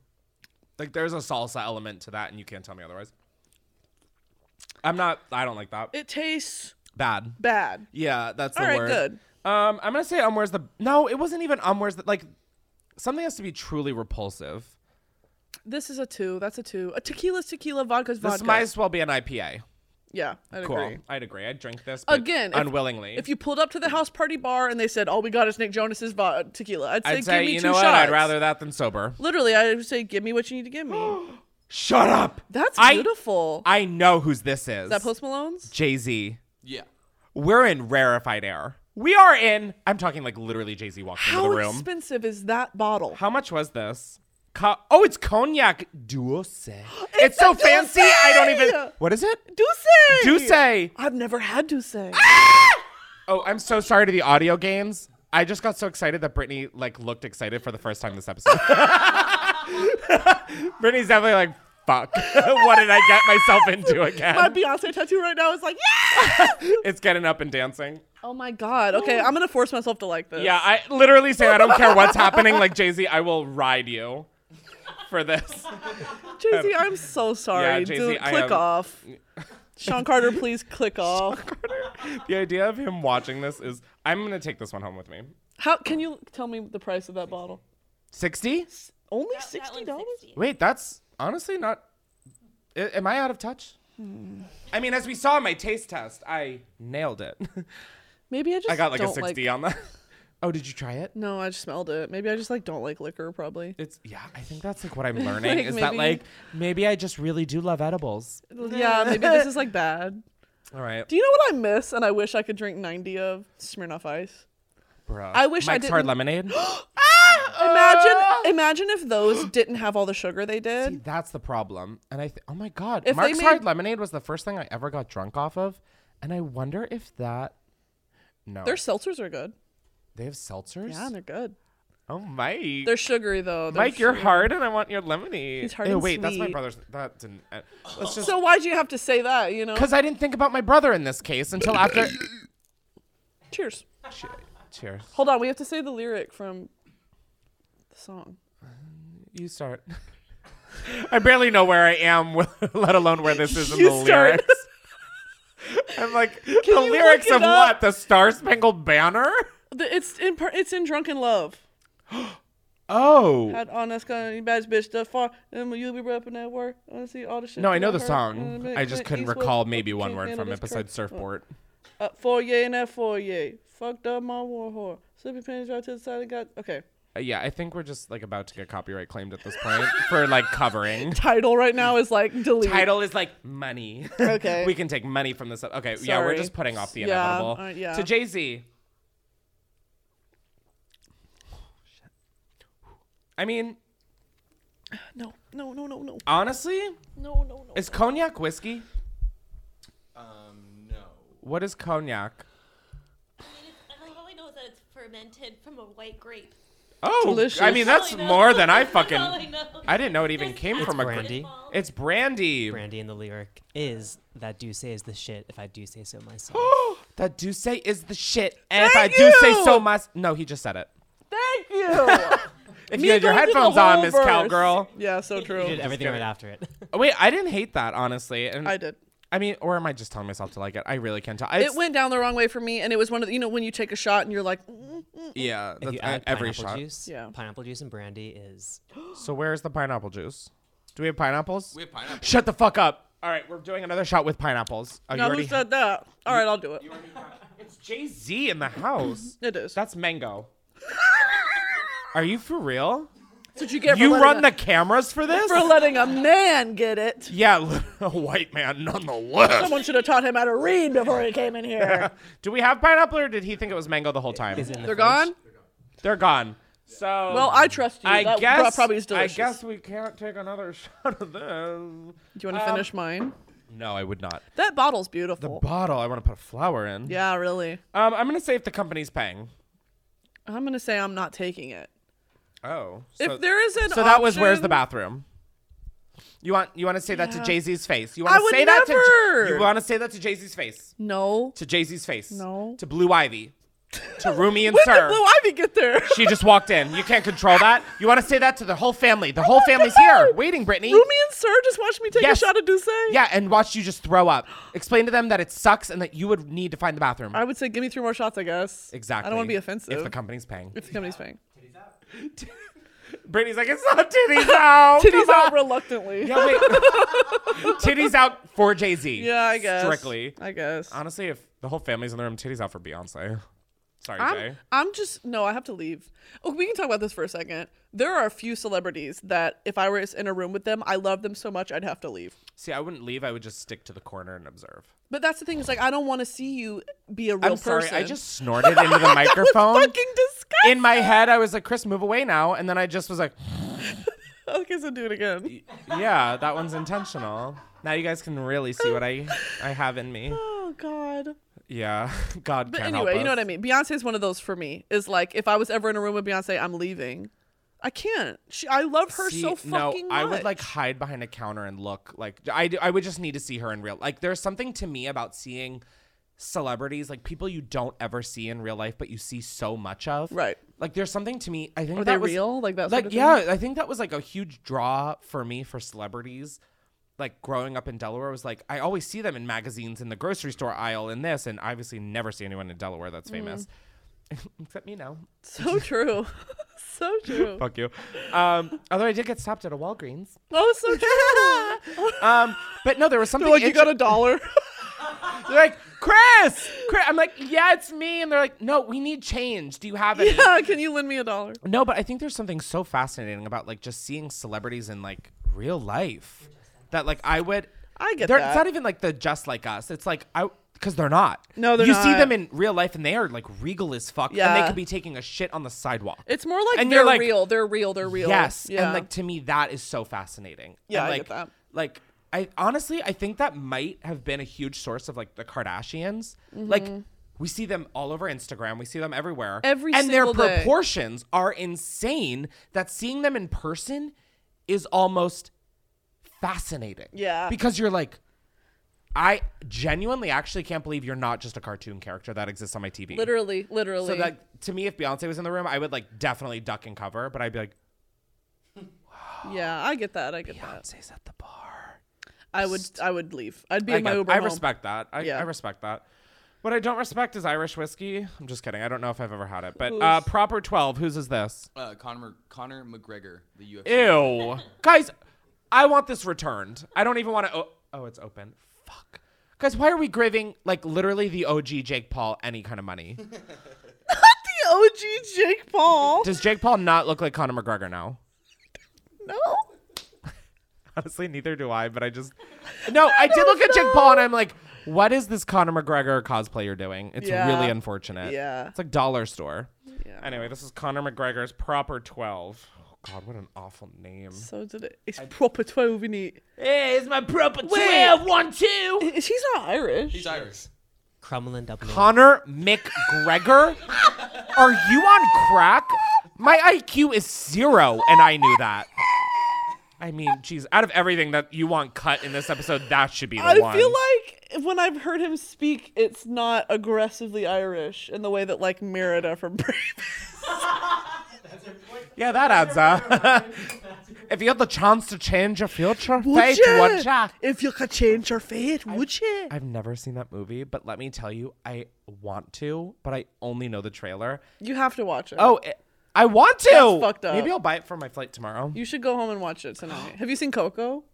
[SPEAKER 4] Like there's a salsa element to that, and you can't tell me otherwise. I'm not. I don't like that.
[SPEAKER 2] It tastes
[SPEAKER 4] Bad.
[SPEAKER 2] bad.
[SPEAKER 4] Yeah, that's
[SPEAKER 2] All
[SPEAKER 4] the
[SPEAKER 2] right,
[SPEAKER 4] word.
[SPEAKER 2] good.
[SPEAKER 4] Um, I'm gonna say Umware's the no. It wasn't even Umware's the like. Something has to be truly repulsive.
[SPEAKER 2] This is a two. That's a two. A tequila's tequila, vodka's
[SPEAKER 4] This
[SPEAKER 2] vodka.
[SPEAKER 4] might as well be an IPA.
[SPEAKER 2] Yeah, I'd
[SPEAKER 4] cool.
[SPEAKER 2] agree.
[SPEAKER 4] I'd agree. I'd drink this but
[SPEAKER 2] Again, if-
[SPEAKER 4] unwillingly.
[SPEAKER 2] If, you pulled up to the house party bar and they said, "All we got is Nick Jonas's vo- tequila," I'd say,
[SPEAKER 4] I'd say
[SPEAKER 2] "Give me
[SPEAKER 4] you
[SPEAKER 2] two
[SPEAKER 4] know
[SPEAKER 2] shots."
[SPEAKER 4] what? I'd rather that than sober.
[SPEAKER 2] Literally, I would say, "Give me what you need to give me."
[SPEAKER 4] Shut up.
[SPEAKER 2] That's
[SPEAKER 4] I-
[SPEAKER 2] beautiful.
[SPEAKER 4] I know who's this is.
[SPEAKER 2] is that Post Malone's?
[SPEAKER 4] Jay Z.
[SPEAKER 11] Yeah.
[SPEAKER 4] We're in rarefied air. We are in. I'm talking like literally Jay Z walked into
[SPEAKER 2] How
[SPEAKER 4] the room.
[SPEAKER 2] expensive is that bottle?
[SPEAKER 4] How much was this? Co- oh, it's cognac dulce. It's,
[SPEAKER 2] It's
[SPEAKER 4] so
[SPEAKER 2] a
[SPEAKER 4] fancy.
[SPEAKER 2] Douce!
[SPEAKER 4] I don't even. What is it?
[SPEAKER 2] Douce.
[SPEAKER 4] Douce.
[SPEAKER 2] I've never had Douce.
[SPEAKER 4] Ah! Oh, I'm so sorry to the audio games. I just got so excited that Brittany like looked excited for the first time this episode. Brittany's definitely like, "Fuck, what did I get myself into again?"
[SPEAKER 2] My Beyonce tattoo right now is like, yeah.
[SPEAKER 4] it's getting up and dancing.
[SPEAKER 2] Oh my god. Okay, I'm gonna force myself to like this.
[SPEAKER 4] Yeah, I literally say I don't care what's happening. Like Jay Z, I will ride you for this.
[SPEAKER 2] Jay Z, I'm so sorry.
[SPEAKER 4] Yeah, Jay-Z,
[SPEAKER 2] Dude,
[SPEAKER 4] I
[SPEAKER 2] click
[SPEAKER 4] am-
[SPEAKER 2] off. Sean Carter, please click off.
[SPEAKER 4] The idea of him watching this is, I'm gonna take this one home with me.
[SPEAKER 2] How can you tell me the price of that bottle?
[SPEAKER 4] Sixty?
[SPEAKER 2] Only sixty dollars?
[SPEAKER 4] Wait, that's honestly not. I- am I out of touch?
[SPEAKER 2] Hmm.
[SPEAKER 4] I mean, as we saw in my taste test, I nailed it.
[SPEAKER 2] Maybe I just
[SPEAKER 4] I got like a
[SPEAKER 2] don't
[SPEAKER 4] 60 on that. Oh, did you try it?
[SPEAKER 2] No, I just smelled it. Maybe I just like don't like liquor. Probably.
[SPEAKER 4] It's yeah. I think that's like what I'm learning
[SPEAKER 2] Like,
[SPEAKER 4] is that
[SPEAKER 2] maybe-
[SPEAKER 4] like maybe I just really do love edibles.
[SPEAKER 2] Yeah, maybe this is like bad.
[SPEAKER 4] All right,
[SPEAKER 2] Do you know what I miss and I wish I could drink 90 of Smirnoff Ice?
[SPEAKER 4] bro.
[SPEAKER 2] I wish I
[SPEAKER 4] Mike's hard
[SPEAKER 2] didn't-
[SPEAKER 4] lemonade.
[SPEAKER 2] Imagine imagine if those didn't have all the sugar they
[SPEAKER 4] See,
[SPEAKER 2] did.
[SPEAKER 4] that's the problem. And I th- oh my god,
[SPEAKER 2] If they
[SPEAKER 4] Mark's
[SPEAKER 2] made-
[SPEAKER 4] Hard Lemonade was the first thing I ever got drunk off of, and I wonder if that. No,
[SPEAKER 2] Their seltzers are good.
[SPEAKER 4] they have seltzers.
[SPEAKER 2] Yeah, they're good.
[SPEAKER 4] oh Mike,
[SPEAKER 2] They're sugary though. They're
[SPEAKER 4] Mike, you're
[SPEAKER 2] sugary.
[SPEAKER 4] hard, and I want your lemonade.
[SPEAKER 2] He's hard
[SPEAKER 4] Ew,
[SPEAKER 2] and
[SPEAKER 4] wait, that's my
[SPEAKER 2] sweet.
[SPEAKER 4] brother's. That didn't. uh, let's just
[SPEAKER 2] So why'd you have to say that? You know.
[SPEAKER 4] because I didn't think about my brother in this case until after.
[SPEAKER 2] Cheers.
[SPEAKER 4] Cheers.
[SPEAKER 2] Hold on, we have to say the lyric from the song.
[SPEAKER 4] You start. I barely know where I am, let alone where this is in
[SPEAKER 2] You
[SPEAKER 4] the
[SPEAKER 2] start.
[SPEAKER 4] lyrics. I'm like,
[SPEAKER 2] you
[SPEAKER 4] the
[SPEAKER 2] look
[SPEAKER 4] lyrics
[SPEAKER 2] it
[SPEAKER 4] of
[SPEAKER 2] up?
[SPEAKER 4] what? The Star Spangled Banner?
[SPEAKER 2] The, it's in par- it's in Drunken Love.
[SPEAKER 4] Oh.
[SPEAKER 2] Had on us kind of bad bitch the far and you'll be repping that work. Honestly, all the shit.
[SPEAKER 4] No, I
[SPEAKER 2] that
[SPEAKER 4] know the
[SPEAKER 2] hurt.
[SPEAKER 4] song.
[SPEAKER 2] Uh,
[SPEAKER 4] I just couldn't
[SPEAKER 2] Eastwood,
[SPEAKER 4] recall maybe one
[SPEAKER 2] can't
[SPEAKER 4] word
[SPEAKER 2] handle
[SPEAKER 4] from it
[SPEAKER 2] this
[SPEAKER 4] besides
[SPEAKER 2] curse.
[SPEAKER 4] surfboard.
[SPEAKER 2] Uh, foyer and that foyer. Fucked up my war whore. Slippy panties right to the side and got okay.
[SPEAKER 4] Uh, yeah, I think we're just like about to get copyright claimed at this point for like covering.
[SPEAKER 2] Title right now is like delete.
[SPEAKER 4] Title is like money.
[SPEAKER 2] Okay.
[SPEAKER 4] we can take money from this. Okay, yeah, we're
[SPEAKER 2] Sorry.
[SPEAKER 4] just putting off the
[SPEAKER 2] Yeah,
[SPEAKER 4] inevitable.
[SPEAKER 2] uh, yeah.
[SPEAKER 4] To Jay Z. I mean,
[SPEAKER 2] No, no, no, no, no.
[SPEAKER 4] honestly,
[SPEAKER 2] No, no, no.
[SPEAKER 4] is cognac whiskey?
[SPEAKER 11] Um, no.
[SPEAKER 4] What is cognac?
[SPEAKER 5] All I know is that it's fermented from a white grape.
[SPEAKER 4] Oh,
[SPEAKER 2] Delicious.
[SPEAKER 4] I mean, that's
[SPEAKER 5] That's all I know.
[SPEAKER 4] more than I
[SPEAKER 5] That's all
[SPEAKER 4] fucking.
[SPEAKER 5] I know.
[SPEAKER 4] I didn't know it even came
[SPEAKER 9] It's
[SPEAKER 4] from a
[SPEAKER 9] brandy.
[SPEAKER 4] It's brandy.
[SPEAKER 9] Brandy in the lyric is that do say is the shit if I do say so myself.
[SPEAKER 4] that do say is the shit. And if I
[SPEAKER 2] Thank
[SPEAKER 4] do say so
[SPEAKER 2] you!
[SPEAKER 4] much. No, he just said it.
[SPEAKER 2] Thank you.
[SPEAKER 4] If
[SPEAKER 2] Me
[SPEAKER 4] you had your
[SPEAKER 2] going through the
[SPEAKER 4] headphones on,
[SPEAKER 2] whole
[SPEAKER 4] Miss
[SPEAKER 2] verse.
[SPEAKER 4] Cowgirl.
[SPEAKER 2] Yeah, so true.
[SPEAKER 9] You did everything
[SPEAKER 4] kidding.
[SPEAKER 9] right after it.
[SPEAKER 4] Wait, I didn't hate that honestly. And
[SPEAKER 2] I did.
[SPEAKER 4] I mean, or am I just telling myself to like it? I really can't tell.
[SPEAKER 2] it went down the wrong way for me, and it was one of the, you know when you take a shot and you're like, mm, mm,
[SPEAKER 4] Yeah,
[SPEAKER 9] If
[SPEAKER 4] that's,
[SPEAKER 9] you add
[SPEAKER 4] e- every
[SPEAKER 9] pineapple
[SPEAKER 4] shot.
[SPEAKER 9] juice,
[SPEAKER 2] Yeah.
[SPEAKER 9] pineapple juice and brandy is
[SPEAKER 4] So where's the pineapple juice? Do we have pineapples?
[SPEAKER 11] We have pineapples.
[SPEAKER 4] Shut the fuck up. All right, we're doing another shot with pineapples. Oh, you
[SPEAKER 2] now who
[SPEAKER 4] already
[SPEAKER 2] said that? All right, I'll do it.
[SPEAKER 4] It's Jay Z in the house.
[SPEAKER 2] It is.
[SPEAKER 4] That's mango. Are you for real?
[SPEAKER 2] That's what you get. For
[SPEAKER 4] You
[SPEAKER 2] letting
[SPEAKER 4] run
[SPEAKER 2] a,
[SPEAKER 4] the cameras for this?
[SPEAKER 2] for letting a man get it.
[SPEAKER 4] yeah, a white man nonetheless.
[SPEAKER 2] Someone should have taught him how to read before he came in here.
[SPEAKER 4] Do we have pineapple or did he think it was mango the whole time?
[SPEAKER 9] is in the
[SPEAKER 2] They're
[SPEAKER 9] fridge.
[SPEAKER 2] gone.
[SPEAKER 4] They're gone. So
[SPEAKER 2] Well, I trust you.
[SPEAKER 4] I
[SPEAKER 2] that
[SPEAKER 4] guess
[SPEAKER 2] probably is delicious.
[SPEAKER 4] I guess we can't take another shot of this.
[SPEAKER 2] Do you want to
[SPEAKER 4] um,
[SPEAKER 2] finish mine?
[SPEAKER 4] No, I would not.
[SPEAKER 2] That bottle's
[SPEAKER 4] The
[SPEAKER 2] beautiful.
[SPEAKER 4] bottle. I want to put a flower in.
[SPEAKER 2] yeah, really.
[SPEAKER 4] Um, I'm gonna say if the company's paying.
[SPEAKER 2] I'm gonna say I'm not taking it.
[SPEAKER 4] Oh.
[SPEAKER 2] if there is an
[SPEAKER 4] So that was where's
[SPEAKER 2] option-
[SPEAKER 4] the bathroom? You want you want to say that to
[SPEAKER 2] Yeah.
[SPEAKER 4] Jay Z's face. You
[SPEAKER 2] I
[SPEAKER 4] want to
[SPEAKER 2] would
[SPEAKER 4] say that to J-
[SPEAKER 2] never.
[SPEAKER 4] you want to say that to Jay Z's face.
[SPEAKER 2] No.
[SPEAKER 4] To Jay Z's face.
[SPEAKER 2] No.
[SPEAKER 4] To Blue Ivy. To Rumi and
[SPEAKER 2] When did
[SPEAKER 4] Sir.
[SPEAKER 2] Blue Ivy get there?
[SPEAKER 4] she just walked in. You can't control that. You want to say that to the whole family. The whole family's here, waiting. Brittany.
[SPEAKER 2] Rumi and Sir just watched me take
[SPEAKER 4] Yes.
[SPEAKER 2] a shot of Douce.
[SPEAKER 4] Yeah, and watch you just throw up. Explain to them that it sucks and that you would need to find the bathroom.
[SPEAKER 2] I would say give me three more shots, I guess.
[SPEAKER 4] exactly.
[SPEAKER 2] I don't want to be offensive.
[SPEAKER 4] If the company's paying.
[SPEAKER 2] If the company's paying.
[SPEAKER 4] Brittany's like, it's not titties out.
[SPEAKER 2] Titties
[SPEAKER 4] come
[SPEAKER 2] out
[SPEAKER 4] on."
[SPEAKER 2] reluctantly.
[SPEAKER 4] Yeah, wait. titties out for Jay Z.
[SPEAKER 2] Yeah, I guess.
[SPEAKER 4] Strictly.
[SPEAKER 2] I guess.
[SPEAKER 4] Honestly, if the whole family's in the room, titties out for Beyonce. Sorry,
[SPEAKER 2] I'm,
[SPEAKER 4] Jay.
[SPEAKER 2] I'm just no. I have to leave. Oh, we can talk about this for a second. There are a few celebrities that, if I was in a room with them, I love them so much I'd have to leave.
[SPEAKER 4] See, I wouldn't leave. I would just stick to the corner and observe.
[SPEAKER 2] But that's the thing is like I don't want to see you be a real
[SPEAKER 4] I'm sorry.
[SPEAKER 2] person.
[SPEAKER 4] I just snorted into the microphone.
[SPEAKER 2] fucking disgusting.
[SPEAKER 4] in my head, I was like, Chris, move away now. And then I just was like,
[SPEAKER 2] okay, so do it again.
[SPEAKER 4] yeah, that one's intentional. Now you guys can really see what I I have in me.
[SPEAKER 2] Oh God.
[SPEAKER 4] Yeah, God.
[SPEAKER 2] But
[SPEAKER 4] can't help
[SPEAKER 2] anyway, you know
[SPEAKER 4] us.
[SPEAKER 2] what I mean. Beyonce is one of those for me. Is like if I was ever in a room with Beyonce, I'm leaving. I can't. She, I love her
[SPEAKER 4] See,
[SPEAKER 2] so fucking
[SPEAKER 4] no,
[SPEAKER 2] much.
[SPEAKER 4] I would like hide behind a counter and look like I, I would just need to see her in real. Like there's something to me about seeing celebrities, like people you don't ever see in real life, but you see so much of.
[SPEAKER 2] Right.
[SPEAKER 4] Like there's something to me. I think
[SPEAKER 2] Were
[SPEAKER 4] that
[SPEAKER 2] they
[SPEAKER 4] was,
[SPEAKER 2] real? Like that.
[SPEAKER 4] Like
[SPEAKER 2] sort of
[SPEAKER 4] yeah,
[SPEAKER 2] Thing?
[SPEAKER 4] I think that was like a huge draw for me for celebrities. Like growing up in Delaware was like I always see them in magazines in the grocery store aisle in this, and obviously never see anyone in Delaware that's
[SPEAKER 2] Mm.
[SPEAKER 4] famous, except me now.
[SPEAKER 2] So true. so true.
[SPEAKER 4] Fuck you. Um, although I did get stopped at a Walgreens.
[SPEAKER 2] Oh, so true.
[SPEAKER 4] Um, but no, there was something.
[SPEAKER 2] They're like you
[SPEAKER 4] inter-
[SPEAKER 2] got a dollar.
[SPEAKER 4] They're like, Chris, Chris. I'm like, yeah, it's me. And they're like, no, we need change. Do you have any?
[SPEAKER 2] yeah. Can you lend me a dollar?
[SPEAKER 4] No, but I think there's something so fascinating about like just seeing celebrities in like real life that like I would.
[SPEAKER 2] I get
[SPEAKER 4] they're,
[SPEAKER 2] that.
[SPEAKER 4] It's not even like the just like us. It's like I because they're not.
[SPEAKER 2] No, they're
[SPEAKER 4] you see
[SPEAKER 2] not.
[SPEAKER 4] them in real life and they are like regal as fuck. And
[SPEAKER 2] Yeah.
[SPEAKER 4] they could be taking a shit on the sidewalk.
[SPEAKER 2] It's more like
[SPEAKER 4] And you're
[SPEAKER 2] they're
[SPEAKER 4] like,
[SPEAKER 2] real. They're real. They're real.
[SPEAKER 4] Yes,
[SPEAKER 2] Yeah.
[SPEAKER 4] and like to me that is so fascinating.
[SPEAKER 2] Yeah,
[SPEAKER 4] And,
[SPEAKER 2] I
[SPEAKER 4] like,
[SPEAKER 2] get that.
[SPEAKER 4] Like I honestly, I think that might have been a huge source of like the Kardashians.
[SPEAKER 2] Mm-hmm.
[SPEAKER 4] Like we see them all over Instagram, we see them everywhere.
[SPEAKER 2] Every
[SPEAKER 4] and their
[SPEAKER 2] single day.
[SPEAKER 4] proportions are insane. That seeing them in person is almost fascinating.
[SPEAKER 2] Yeah.
[SPEAKER 4] because you're like. I genuinely actually can't believe you're not just a cartoon character that exists on my TV.
[SPEAKER 2] literally, literally.
[SPEAKER 4] So that to me, if Beyonce was in the room, I would like definitely duck and cover, but I'd be like,
[SPEAKER 2] yeah, I get that. I get that.
[SPEAKER 4] Beyonce's at the bar.
[SPEAKER 2] I would, I would leave. I'd be
[SPEAKER 4] I,
[SPEAKER 2] in my
[SPEAKER 4] get-
[SPEAKER 2] Uber
[SPEAKER 4] I
[SPEAKER 2] home.
[SPEAKER 4] respect that. I,
[SPEAKER 2] Yeah.
[SPEAKER 4] I respect that. What I don't respect is Irish whiskey. I'm just kidding. I don't know if I've ever had it. But uh, proper 12. Whose is this?
[SPEAKER 11] Uh, Conor, Conor McGregor, the UFC.
[SPEAKER 4] Ew. Guys, I want this returned. I don't even want to. Oh, oh, it's open. Fuck. Guys, why are we giving like literally the OG Jake Paul any kind of money?
[SPEAKER 2] The OG Jake Paul.
[SPEAKER 4] Does Jake Paul not look like Conor McGregor now?
[SPEAKER 2] no.
[SPEAKER 4] Honestly, neither do I, but I just No, I, did look at Jake Paul and I'm like, what is this Conor McGregor cosplayer doing? It's
[SPEAKER 2] Yeah.
[SPEAKER 4] really unfortunate.
[SPEAKER 2] Yeah.
[SPEAKER 4] It's like dollar store.
[SPEAKER 2] Yeah.
[SPEAKER 4] Anyway, this is Conor McGregor's proper twelve. Oh god, what an awful name.
[SPEAKER 2] So did it. It's proper twelve in it.
[SPEAKER 4] Hey, it's my proper one, two.
[SPEAKER 2] Is he's not Irish?
[SPEAKER 11] He's Irish.
[SPEAKER 9] Crumlin up.
[SPEAKER 4] Connor McGregor? Are you on crack? My IQ is zero, and I knew that. I mean, geez, out of everything that you want cut in this episode, that should be the
[SPEAKER 2] I
[SPEAKER 4] one.
[SPEAKER 2] feel like when I've heard him speak, it's not aggressively Irish in the way that like Merida from Brave.
[SPEAKER 4] Yeah, that adds up. if you had the chance to change your future, fate,
[SPEAKER 2] ya?
[SPEAKER 4] would ya?
[SPEAKER 2] If you could change your fate, would you?
[SPEAKER 4] I've never seen that movie, but let me tell you, I want to, but I only know the trailer.
[SPEAKER 2] You have to watch it.
[SPEAKER 4] Oh, it, I want to.
[SPEAKER 2] That's fucked up.
[SPEAKER 4] Maybe I'll buy it for my flight tomorrow.
[SPEAKER 2] You should go home and watch it tonight. Have you seen Coco?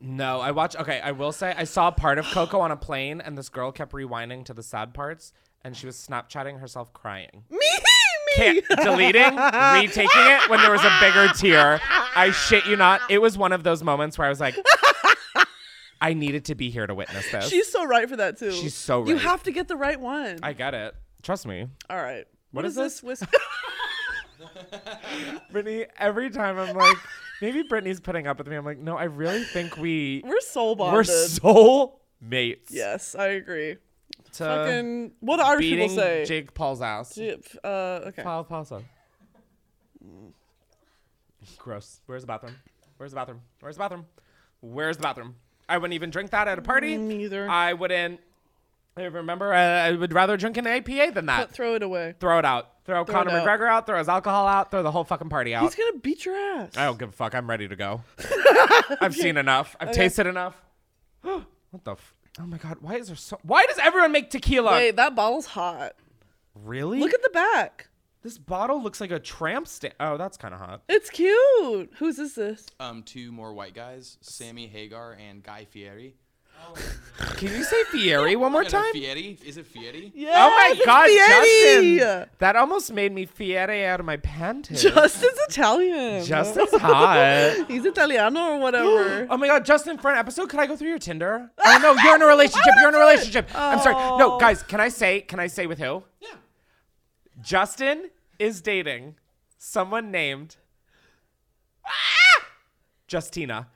[SPEAKER 4] No, I watch. Okay, I will say I saw part of Coco on a plane, and this girl kept rewinding to the sad parts, and she was Snapchatting herself crying. Me, me. deleting, retaking it when there was a bigger tear. I shit you not. It was one of those moments where I was like, I needed to be here to witness this.
[SPEAKER 2] She's so right for that too.
[SPEAKER 4] She's so
[SPEAKER 2] You
[SPEAKER 4] right.
[SPEAKER 2] have to get the right one.
[SPEAKER 4] I get it. Trust me.
[SPEAKER 2] All right. what
[SPEAKER 4] What is
[SPEAKER 2] is, this? Whis-
[SPEAKER 4] Brittany, every time I'm like, maybe Brittany's putting up with me. I'm like, no, I really think we
[SPEAKER 2] We're soul bonded.
[SPEAKER 4] we're soul mates.
[SPEAKER 2] Yes, I agree.
[SPEAKER 4] To
[SPEAKER 2] Fucking what do Irish people
[SPEAKER 4] Uh, beating
[SPEAKER 2] say?
[SPEAKER 4] Jake Paul's ass.
[SPEAKER 2] J- Uh, okay.
[SPEAKER 4] Paul Paulson. Mm. Gross. Where's the bathroom? Where's the bathroom? Where's the bathroom? Where's the bathroom? I wouldn't even drink that at a party.
[SPEAKER 2] Neither.
[SPEAKER 4] I wouldn't. I remember. uh, I would rather drink an APA than that.
[SPEAKER 2] But throw it away.
[SPEAKER 4] throw it out. Throw,
[SPEAKER 2] Throw it
[SPEAKER 4] Conor
[SPEAKER 2] out.
[SPEAKER 4] McGregor out. Throw his alcohol out. Throw the whole fucking party out.
[SPEAKER 2] He's gonna beat your ass.
[SPEAKER 4] I don't give a fuck. I'm ready to go. I've seen enough. I've
[SPEAKER 2] Okay.
[SPEAKER 4] tasted enough. what the? F- oh my god. Why is there so? Why does everyone make tequila?
[SPEAKER 2] Wait, that bottle's hot.
[SPEAKER 4] really?
[SPEAKER 2] Look at the back.
[SPEAKER 4] this bottle. Looks like a tramp stamp. Oh, that's kind of hot.
[SPEAKER 2] It's cute. Who's is this?
[SPEAKER 4] Uh,
[SPEAKER 11] Um, two more white guys, Sammy Hagar and Guy Fieri.
[SPEAKER 4] Can you say Fieri one more
[SPEAKER 11] No, no,
[SPEAKER 4] time?
[SPEAKER 11] Fieri? Is it Fieri?
[SPEAKER 4] oh my
[SPEAKER 2] it's
[SPEAKER 4] god,
[SPEAKER 2] Fieri!
[SPEAKER 4] Justin! That almost made me Fieri out of my panties.
[SPEAKER 2] Justin's Italian.
[SPEAKER 4] Justin's hot.
[SPEAKER 2] He's Italiano or whatever.
[SPEAKER 4] Oh my god, Justin, for an episode, could I go through your Tinder? Oh no, you're in a relationship. You're in a relationship. I'm sorry. No, guys, can I say? Can I say with who? Yeah. Justin is dating someone named Ah! Justina.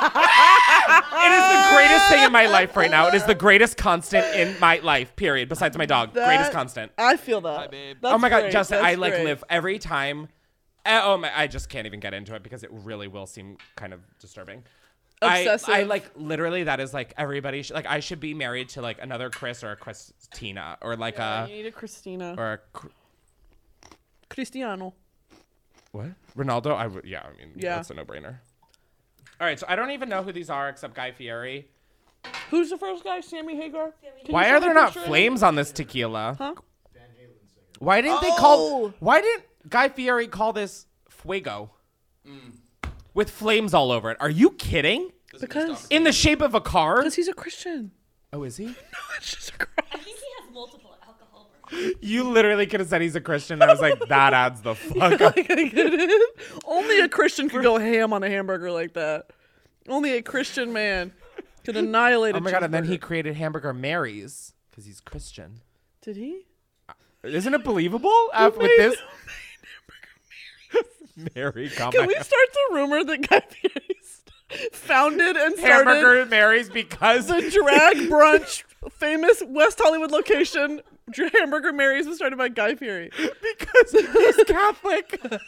[SPEAKER 4] it is the greatest thing in my life right now. It is the greatest constant in my life. Period. Besides my dog,
[SPEAKER 2] That-
[SPEAKER 4] greatest constant.
[SPEAKER 2] I feel that. That's
[SPEAKER 4] oh my god,
[SPEAKER 2] great.
[SPEAKER 4] Justin,
[SPEAKER 2] That's
[SPEAKER 4] I like
[SPEAKER 2] great.
[SPEAKER 4] live every time. eh, oh my, I just can't even get into it because it really will seem kind of disturbing. I- I,
[SPEAKER 2] Obsessive.
[SPEAKER 4] like literally that is like everybody should, like I should be married to like another Chris or a Christina or like
[SPEAKER 2] Yeah,
[SPEAKER 4] a
[SPEAKER 2] you need a Christina.
[SPEAKER 4] uh, or a Cr-
[SPEAKER 2] Cristiano.
[SPEAKER 4] what Ronaldo. I would yeah. I mean
[SPEAKER 2] Yeah.
[SPEAKER 4] that's a no brainer. All right, so I don't even know who these are except Guy Fieri.
[SPEAKER 2] Who's the first guy? Sammy Hagar. Can you
[SPEAKER 4] Why
[SPEAKER 2] show
[SPEAKER 4] are
[SPEAKER 2] me
[SPEAKER 4] there
[SPEAKER 2] a
[SPEAKER 4] not
[SPEAKER 2] picture of him?
[SPEAKER 4] flames on this tequila?
[SPEAKER 2] Huh?
[SPEAKER 4] Why didn't they
[SPEAKER 2] Oh!
[SPEAKER 4] call? Why didn't Guy Fieri call this fuego with flames all over it? Are you kidding?
[SPEAKER 2] Because
[SPEAKER 4] In the shape of a car?
[SPEAKER 2] because he's a Christian.
[SPEAKER 4] Oh, is he?
[SPEAKER 5] I think he has multiple alcohol.
[SPEAKER 4] You literally could have said he's a Christian. and I was like, that adds the fuck up.
[SPEAKER 2] Like, I get it. Only a Christian could go ham on a hamburger like that. Only a Christian man could annihilate.
[SPEAKER 4] Oh
[SPEAKER 2] a
[SPEAKER 4] my god! And then he
[SPEAKER 2] cheeseburger.
[SPEAKER 4] created hamburger Mary's because he's Christian.
[SPEAKER 2] did he?
[SPEAKER 4] Oh Isn't it believable? Uh, with
[SPEAKER 2] made-
[SPEAKER 4] this. Mary, come
[SPEAKER 2] Can we
[SPEAKER 4] on.
[SPEAKER 2] start the rumor that Guy Fieri founded and started
[SPEAKER 4] hamburger Mary's because
[SPEAKER 2] the drag brunch famous West Hollywood location? Dra- Hamburger Mary's was started by Guy Fieri.
[SPEAKER 4] because he's Catholic.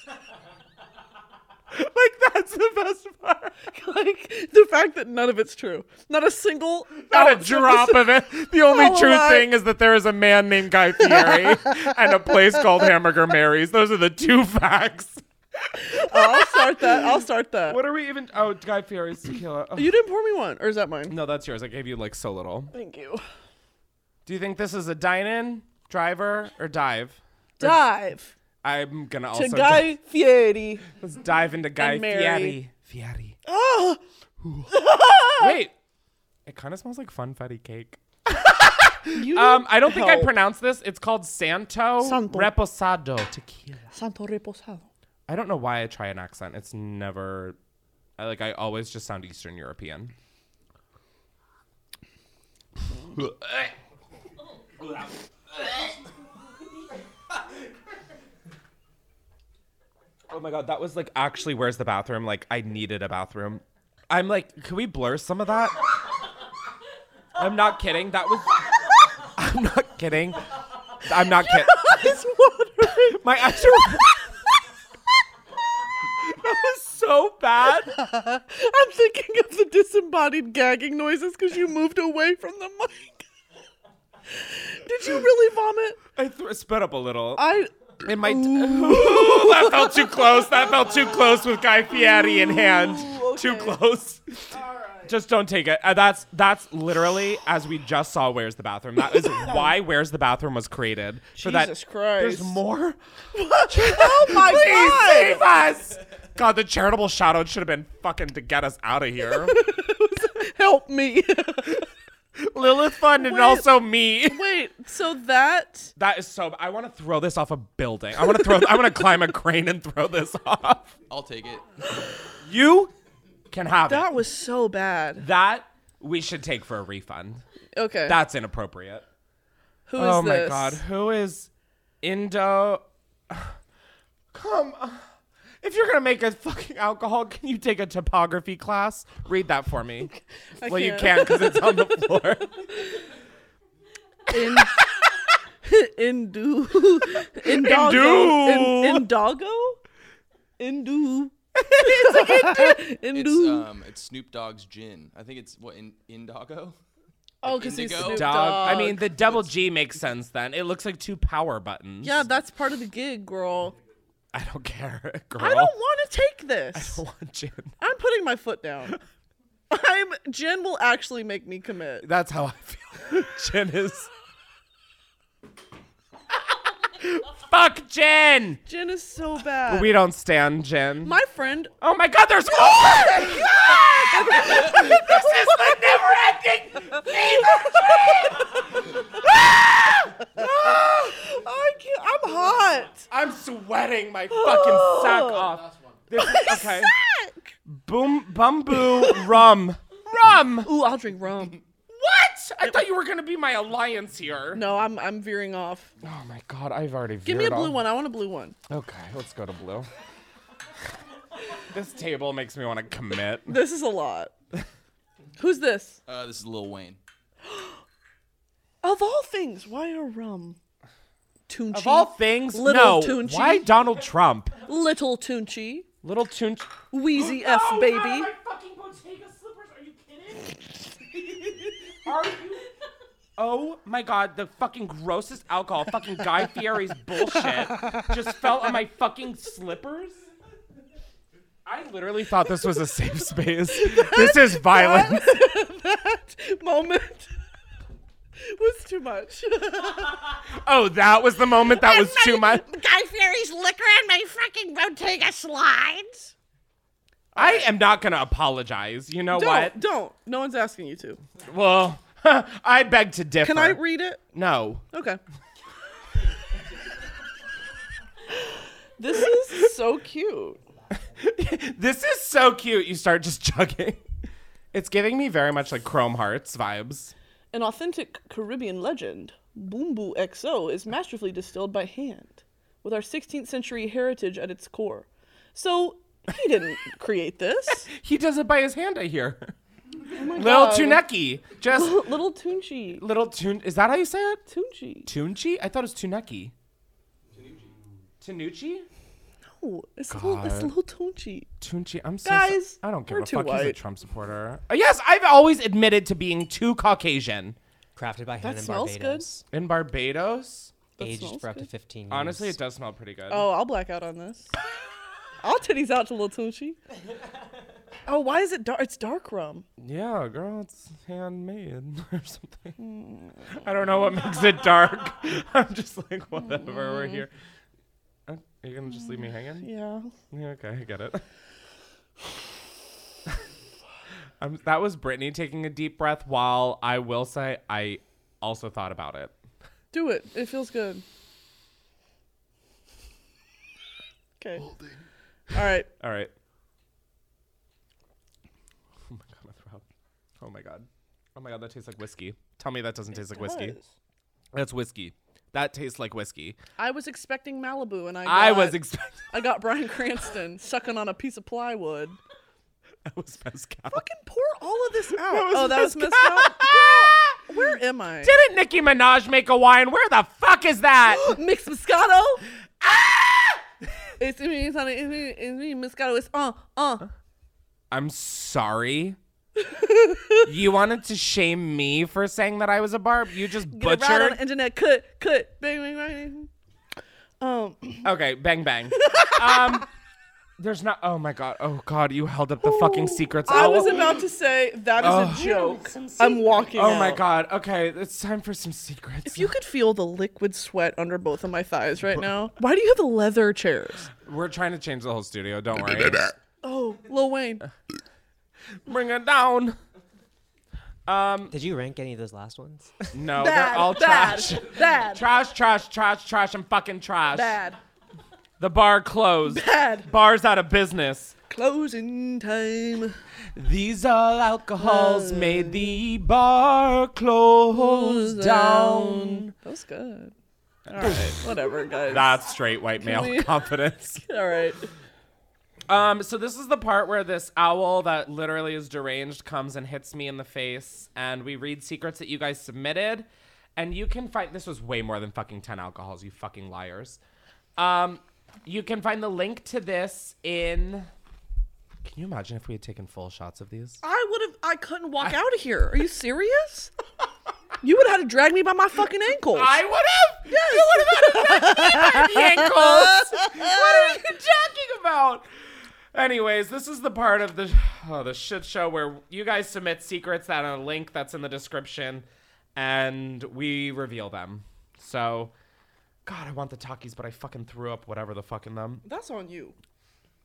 [SPEAKER 4] like that's the best part.
[SPEAKER 2] Like the fact that none of it's true, not a single,
[SPEAKER 4] Not a
[SPEAKER 2] ounce this-
[SPEAKER 4] drop of it. The only
[SPEAKER 2] Oh,
[SPEAKER 4] true
[SPEAKER 2] my.
[SPEAKER 4] thing is that there is a man named Guy Fieri and a place called Hamburger Mary's. Those are the two facts.
[SPEAKER 2] I'll start that. I'll start that.
[SPEAKER 4] What are we even? Oh, Guy Fieri's tequila. Oh.
[SPEAKER 2] You didn't pour me one, or is that mine?
[SPEAKER 4] No, that's yours. I gave you like so little.
[SPEAKER 2] Thank you.
[SPEAKER 4] Do you think this is a dine-in, driver, or dive?
[SPEAKER 2] Dive
[SPEAKER 4] I'm gonna
[SPEAKER 2] to
[SPEAKER 4] also
[SPEAKER 2] Guy
[SPEAKER 4] di-
[SPEAKER 2] Fieri.
[SPEAKER 4] let's dive into Guy
[SPEAKER 2] and Mary.
[SPEAKER 4] Fieri. Fieri.
[SPEAKER 2] Oh, Ah.
[SPEAKER 4] Wait, it kind of smells like funfetti cake.
[SPEAKER 2] you
[SPEAKER 4] Um, I don't think I
[SPEAKER 2] Help.
[SPEAKER 4] pronounced this. It's called Santo,
[SPEAKER 2] Santo.
[SPEAKER 4] Reposado tequila.
[SPEAKER 2] Santo Reposado.
[SPEAKER 4] I don't know why I try an accent. It's never I, like I always just sound Eastern European. oh my god, that was like actually where's the bathroom? Like I needed a bathroom. I'm like, can we blur some of that? I'm not kidding. That was I'm not kidding. I'm not kidding. My eyes are That was so bad.
[SPEAKER 2] I'm thinking of the disembodied gagging noises because you moved away from the mic. Did you really vomit?
[SPEAKER 4] I th- sped up a little.
[SPEAKER 2] I
[SPEAKER 4] It might. Ooh, that felt too close. That felt too close with Guy Fieri in hand. Too close. Just don't take it. Uh, that's that's literally as we just saw. Where's the bathroom? That is why Where's the bathroom was created. For that,
[SPEAKER 2] Jesus Christ.
[SPEAKER 4] There's more.
[SPEAKER 2] oh my god.
[SPEAKER 4] Please save us. God, the charitable shout out should have been fucking to get us out of here.
[SPEAKER 2] Help me.
[SPEAKER 4] Lilith Fund and
[SPEAKER 2] Wait.
[SPEAKER 4] also me.
[SPEAKER 2] Wait, so that
[SPEAKER 4] That is so. I want to throw this off a building. I want to throw. I want to climb a crane and throw this off.
[SPEAKER 11] I'll take it.
[SPEAKER 4] You can have
[SPEAKER 2] that
[SPEAKER 4] it.
[SPEAKER 2] was so bad.
[SPEAKER 4] That we should take for a refund.
[SPEAKER 2] Okay.
[SPEAKER 4] That's inappropriate.
[SPEAKER 2] Who is
[SPEAKER 4] oh my
[SPEAKER 2] this?
[SPEAKER 4] god, who is Indo? Come, on. if you're gonna make a fucking alcohol, can you take a topography class? Read that for me.
[SPEAKER 2] I
[SPEAKER 4] well, you can
[SPEAKER 2] can't.
[SPEAKER 4] because it's on the floor.
[SPEAKER 2] In Indu Indago In- Indago Indu
[SPEAKER 11] It's
[SPEAKER 4] uh,
[SPEAKER 2] Indu
[SPEAKER 11] um, it's Snoop Dogg's gin. I think it's what in Indago.
[SPEAKER 2] Oh, 'cause he's
[SPEAKER 11] Indigo?
[SPEAKER 2] Snoop
[SPEAKER 4] Dog. I
[SPEAKER 2] Dogg.
[SPEAKER 4] mean, the double G makes sense then. It looks like two power buttons.
[SPEAKER 2] Yeah, that's part of the gig, girl.
[SPEAKER 4] I don't care, girl.
[SPEAKER 2] I don't want to take
[SPEAKER 4] I
[SPEAKER 2] this.
[SPEAKER 4] don't want gin.
[SPEAKER 2] I'm putting my foot down. I'm Jen will actually make me commit.
[SPEAKER 4] That's how I feel. Jen is. Fuck Jen!
[SPEAKER 2] Jen is so bad.
[SPEAKER 4] We don't stand Jen.
[SPEAKER 2] my friend
[SPEAKER 4] oh my god, there's more! this is the never ending
[SPEAKER 2] oh, I can't, I'm hot.
[SPEAKER 4] I'm sweating my fucking sack off. This is, okay. Boom, bamboo, rum. Rum!
[SPEAKER 2] Ooh, I'll drink rum.
[SPEAKER 4] What? I thought you were gonna be my alliance here.
[SPEAKER 2] No, I'm I'm veering off.
[SPEAKER 4] Oh my god, I've already
[SPEAKER 2] Give me a blue one. I want a blue one.
[SPEAKER 4] Okay, let's go to blue. this table makes me want to commit.
[SPEAKER 2] This is a lot. Who's this?
[SPEAKER 11] Uh, this is Lil Wayne.
[SPEAKER 2] Of all things, why a rum? Tunchi.
[SPEAKER 4] Of all things,
[SPEAKER 2] Little
[SPEAKER 4] no.
[SPEAKER 2] Tunchi.
[SPEAKER 4] Why Donald Trump?
[SPEAKER 2] Little Tunchi.
[SPEAKER 4] Little Tunch.
[SPEAKER 2] Wheezy F baby.
[SPEAKER 4] Oh my god, the fucking grossest alcohol, fucking Guy Fieri's bullshit just fell on my fucking slippers. I literally thought this was a safe space. this is violence.
[SPEAKER 2] that moment was too much.
[SPEAKER 4] Oh, that was the moment that was too much.
[SPEAKER 5] Guy Fieri's liquor and my fucking Bottega slides.
[SPEAKER 4] I am not gonna apologize. You know
[SPEAKER 2] don't,
[SPEAKER 4] what?
[SPEAKER 2] don't. No one's asking you to.
[SPEAKER 4] Well, I beg to differ.
[SPEAKER 2] Can I read it?
[SPEAKER 4] No.
[SPEAKER 2] Okay. this is so cute.
[SPEAKER 4] This is so cute. You start just chugging. It's giving me very much like Chrome Hearts vibes.
[SPEAKER 2] An authentic Caribbean legend, Boombu XO is masterfully distilled by hand, with our 16th century heritage at its core. So he didn't create this.
[SPEAKER 4] He does it by his hand, I hear.
[SPEAKER 2] Oh my
[SPEAKER 4] little
[SPEAKER 2] God.
[SPEAKER 4] Tuneki. Just
[SPEAKER 2] Little Tunchi.
[SPEAKER 4] little Tun. Is that how you say it?
[SPEAKER 2] Tunchi.
[SPEAKER 4] Tunchi? I thought it was Tuneki. Tanucci?
[SPEAKER 2] Oh, it's little, it's little Tunchi.
[SPEAKER 4] Tunchi, I'm so
[SPEAKER 2] Guys,
[SPEAKER 4] I don't give
[SPEAKER 2] we're
[SPEAKER 4] a
[SPEAKER 2] too
[SPEAKER 4] fuck. He's a
[SPEAKER 2] white.
[SPEAKER 4] Trump supporter. Uh, Yes, I've always admitted to being too Caucasian.
[SPEAKER 9] Crafted by hand in
[SPEAKER 2] smells good.
[SPEAKER 9] Barbados.
[SPEAKER 4] In Barbados,
[SPEAKER 9] Aged
[SPEAKER 2] smells
[SPEAKER 9] for up to
[SPEAKER 2] good.
[SPEAKER 9] 15 years.
[SPEAKER 4] honestly, it does smell pretty good.
[SPEAKER 2] Oh, I'll black out on this. I'll titties out to Little Tunchi. Oh, why is it dark? It's dark rum.
[SPEAKER 4] Yeah, girl, it's handmade or something. I don't know what makes it dark. I'm just like, whatever, we're here. Uh, Are you gonna just leave me hanging?
[SPEAKER 2] Yeah.
[SPEAKER 4] Yeah, okay, I get it. I'm, that was Brittany taking a deep breath while I will say I also thought about it.
[SPEAKER 2] Do it. It feels good. Okay. All right.
[SPEAKER 4] All right. Oh my god, my throat. Oh my god. Oh my god, that tastes like whiskey. Tell me that doesn't taste like whiskey.
[SPEAKER 2] Guys,
[SPEAKER 4] That's whiskey. That tastes like whiskey.
[SPEAKER 2] I was expecting Malibu, and I
[SPEAKER 4] I
[SPEAKER 2] got-
[SPEAKER 4] was expecting
[SPEAKER 2] I got Brian Cranston sucking on a piece of plywood.
[SPEAKER 4] that was mezcal.
[SPEAKER 2] Fucking pour all of this out.
[SPEAKER 4] That was
[SPEAKER 2] oh, that was
[SPEAKER 4] mezcal.
[SPEAKER 2] mezcal. Girl, where am I?
[SPEAKER 4] Didn't Nicki Minaj make a wine? Where the fuck is that?
[SPEAKER 2] Mixed Moscato.
[SPEAKER 4] Ah!
[SPEAKER 2] It's me, it's me, it's me, it's me, Moscato. It's uh, uh.
[SPEAKER 4] I'm sorry. you wanted to shame me for saying that I was a barb. You just
[SPEAKER 2] Get it right on
[SPEAKER 4] butchered.
[SPEAKER 2] the internet. Cut, cut. Bang, bang, bang. Um.
[SPEAKER 4] Okay, bang bang. um, there's not. Oh my god. Oh god, you held up the fucking secrets.
[SPEAKER 2] Oh,
[SPEAKER 4] Oh,
[SPEAKER 2] I
[SPEAKER 4] owl.
[SPEAKER 2] was about to say that is
[SPEAKER 4] Oh.
[SPEAKER 2] a joke. I'm walking.
[SPEAKER 4] Oh my
[SPEAKER 2] out.
[SPEAKER 4] god. Okay, it's time for some secrets.
[SPEAKER 2] If you could feel the liquid sweat under both of my thighs right now, why do you have the leather chairs?
[SPEAKER 4] We're trying to change the whole studio. Don't worry.
[SPEAKER 2] Oh, Lil Wayne.
[SPEAKER 4] Uh, Bring it down. Um,
[SPEAKER 9] Did you rank any of those last ones?
[SPEAKER 4] no,
[SPEAKER 2] Bad,
[SPEAKER 4] they're all
[SPEAKER 2] bad,
[SPEAKER 4] trash.
[SPEAKER 2] bad.
[SPEAKER 4] Trash, trash, trash, trash, and fucking trash.
[SPEAKER 2] Bad.
[SPEAKER 4] The bar closed.
[SPEAKER 2] Bad.
[SPEAKER 4] Bar's out of business.
[SPEAKER 2] Closing time.
[SPEAKER 4] These all alcohols made the bar close down.
[SPEAKER 2] That was good. All right, whatever, guys.
[SPEAKER 4] That's straight white male
[SPEAKER 2] Can we-
[SPEAKER 4] confidence.
[SPEAKER 2] All right.
[SPEAKER 4] Um, so this is the part where this owl that literally is deranged comes and hits me in the face, and we read secrets that you guys submitted, and you can find this was way more than fucking ten alcohols, you fucking liars. Um, you can find the link to this in. Can you imagine if we had taken full shots of these?
[SPEAKER 2] I would have. I couldn't walk out of here. Are you serious? You would have had to drag me by my fucking ankles.
[SPEAKER 4] I would have. Yes. You would have had to drag me by the ankles. what are you talking about? Anyways, this is the part of the oh, the shit show where you guys submit secrets that on a link that's in the description, and we reveal them. So, God, I want the talkies, but I fucking threw up whatever the fuck in them.
[SPEAKER 2] That's on you.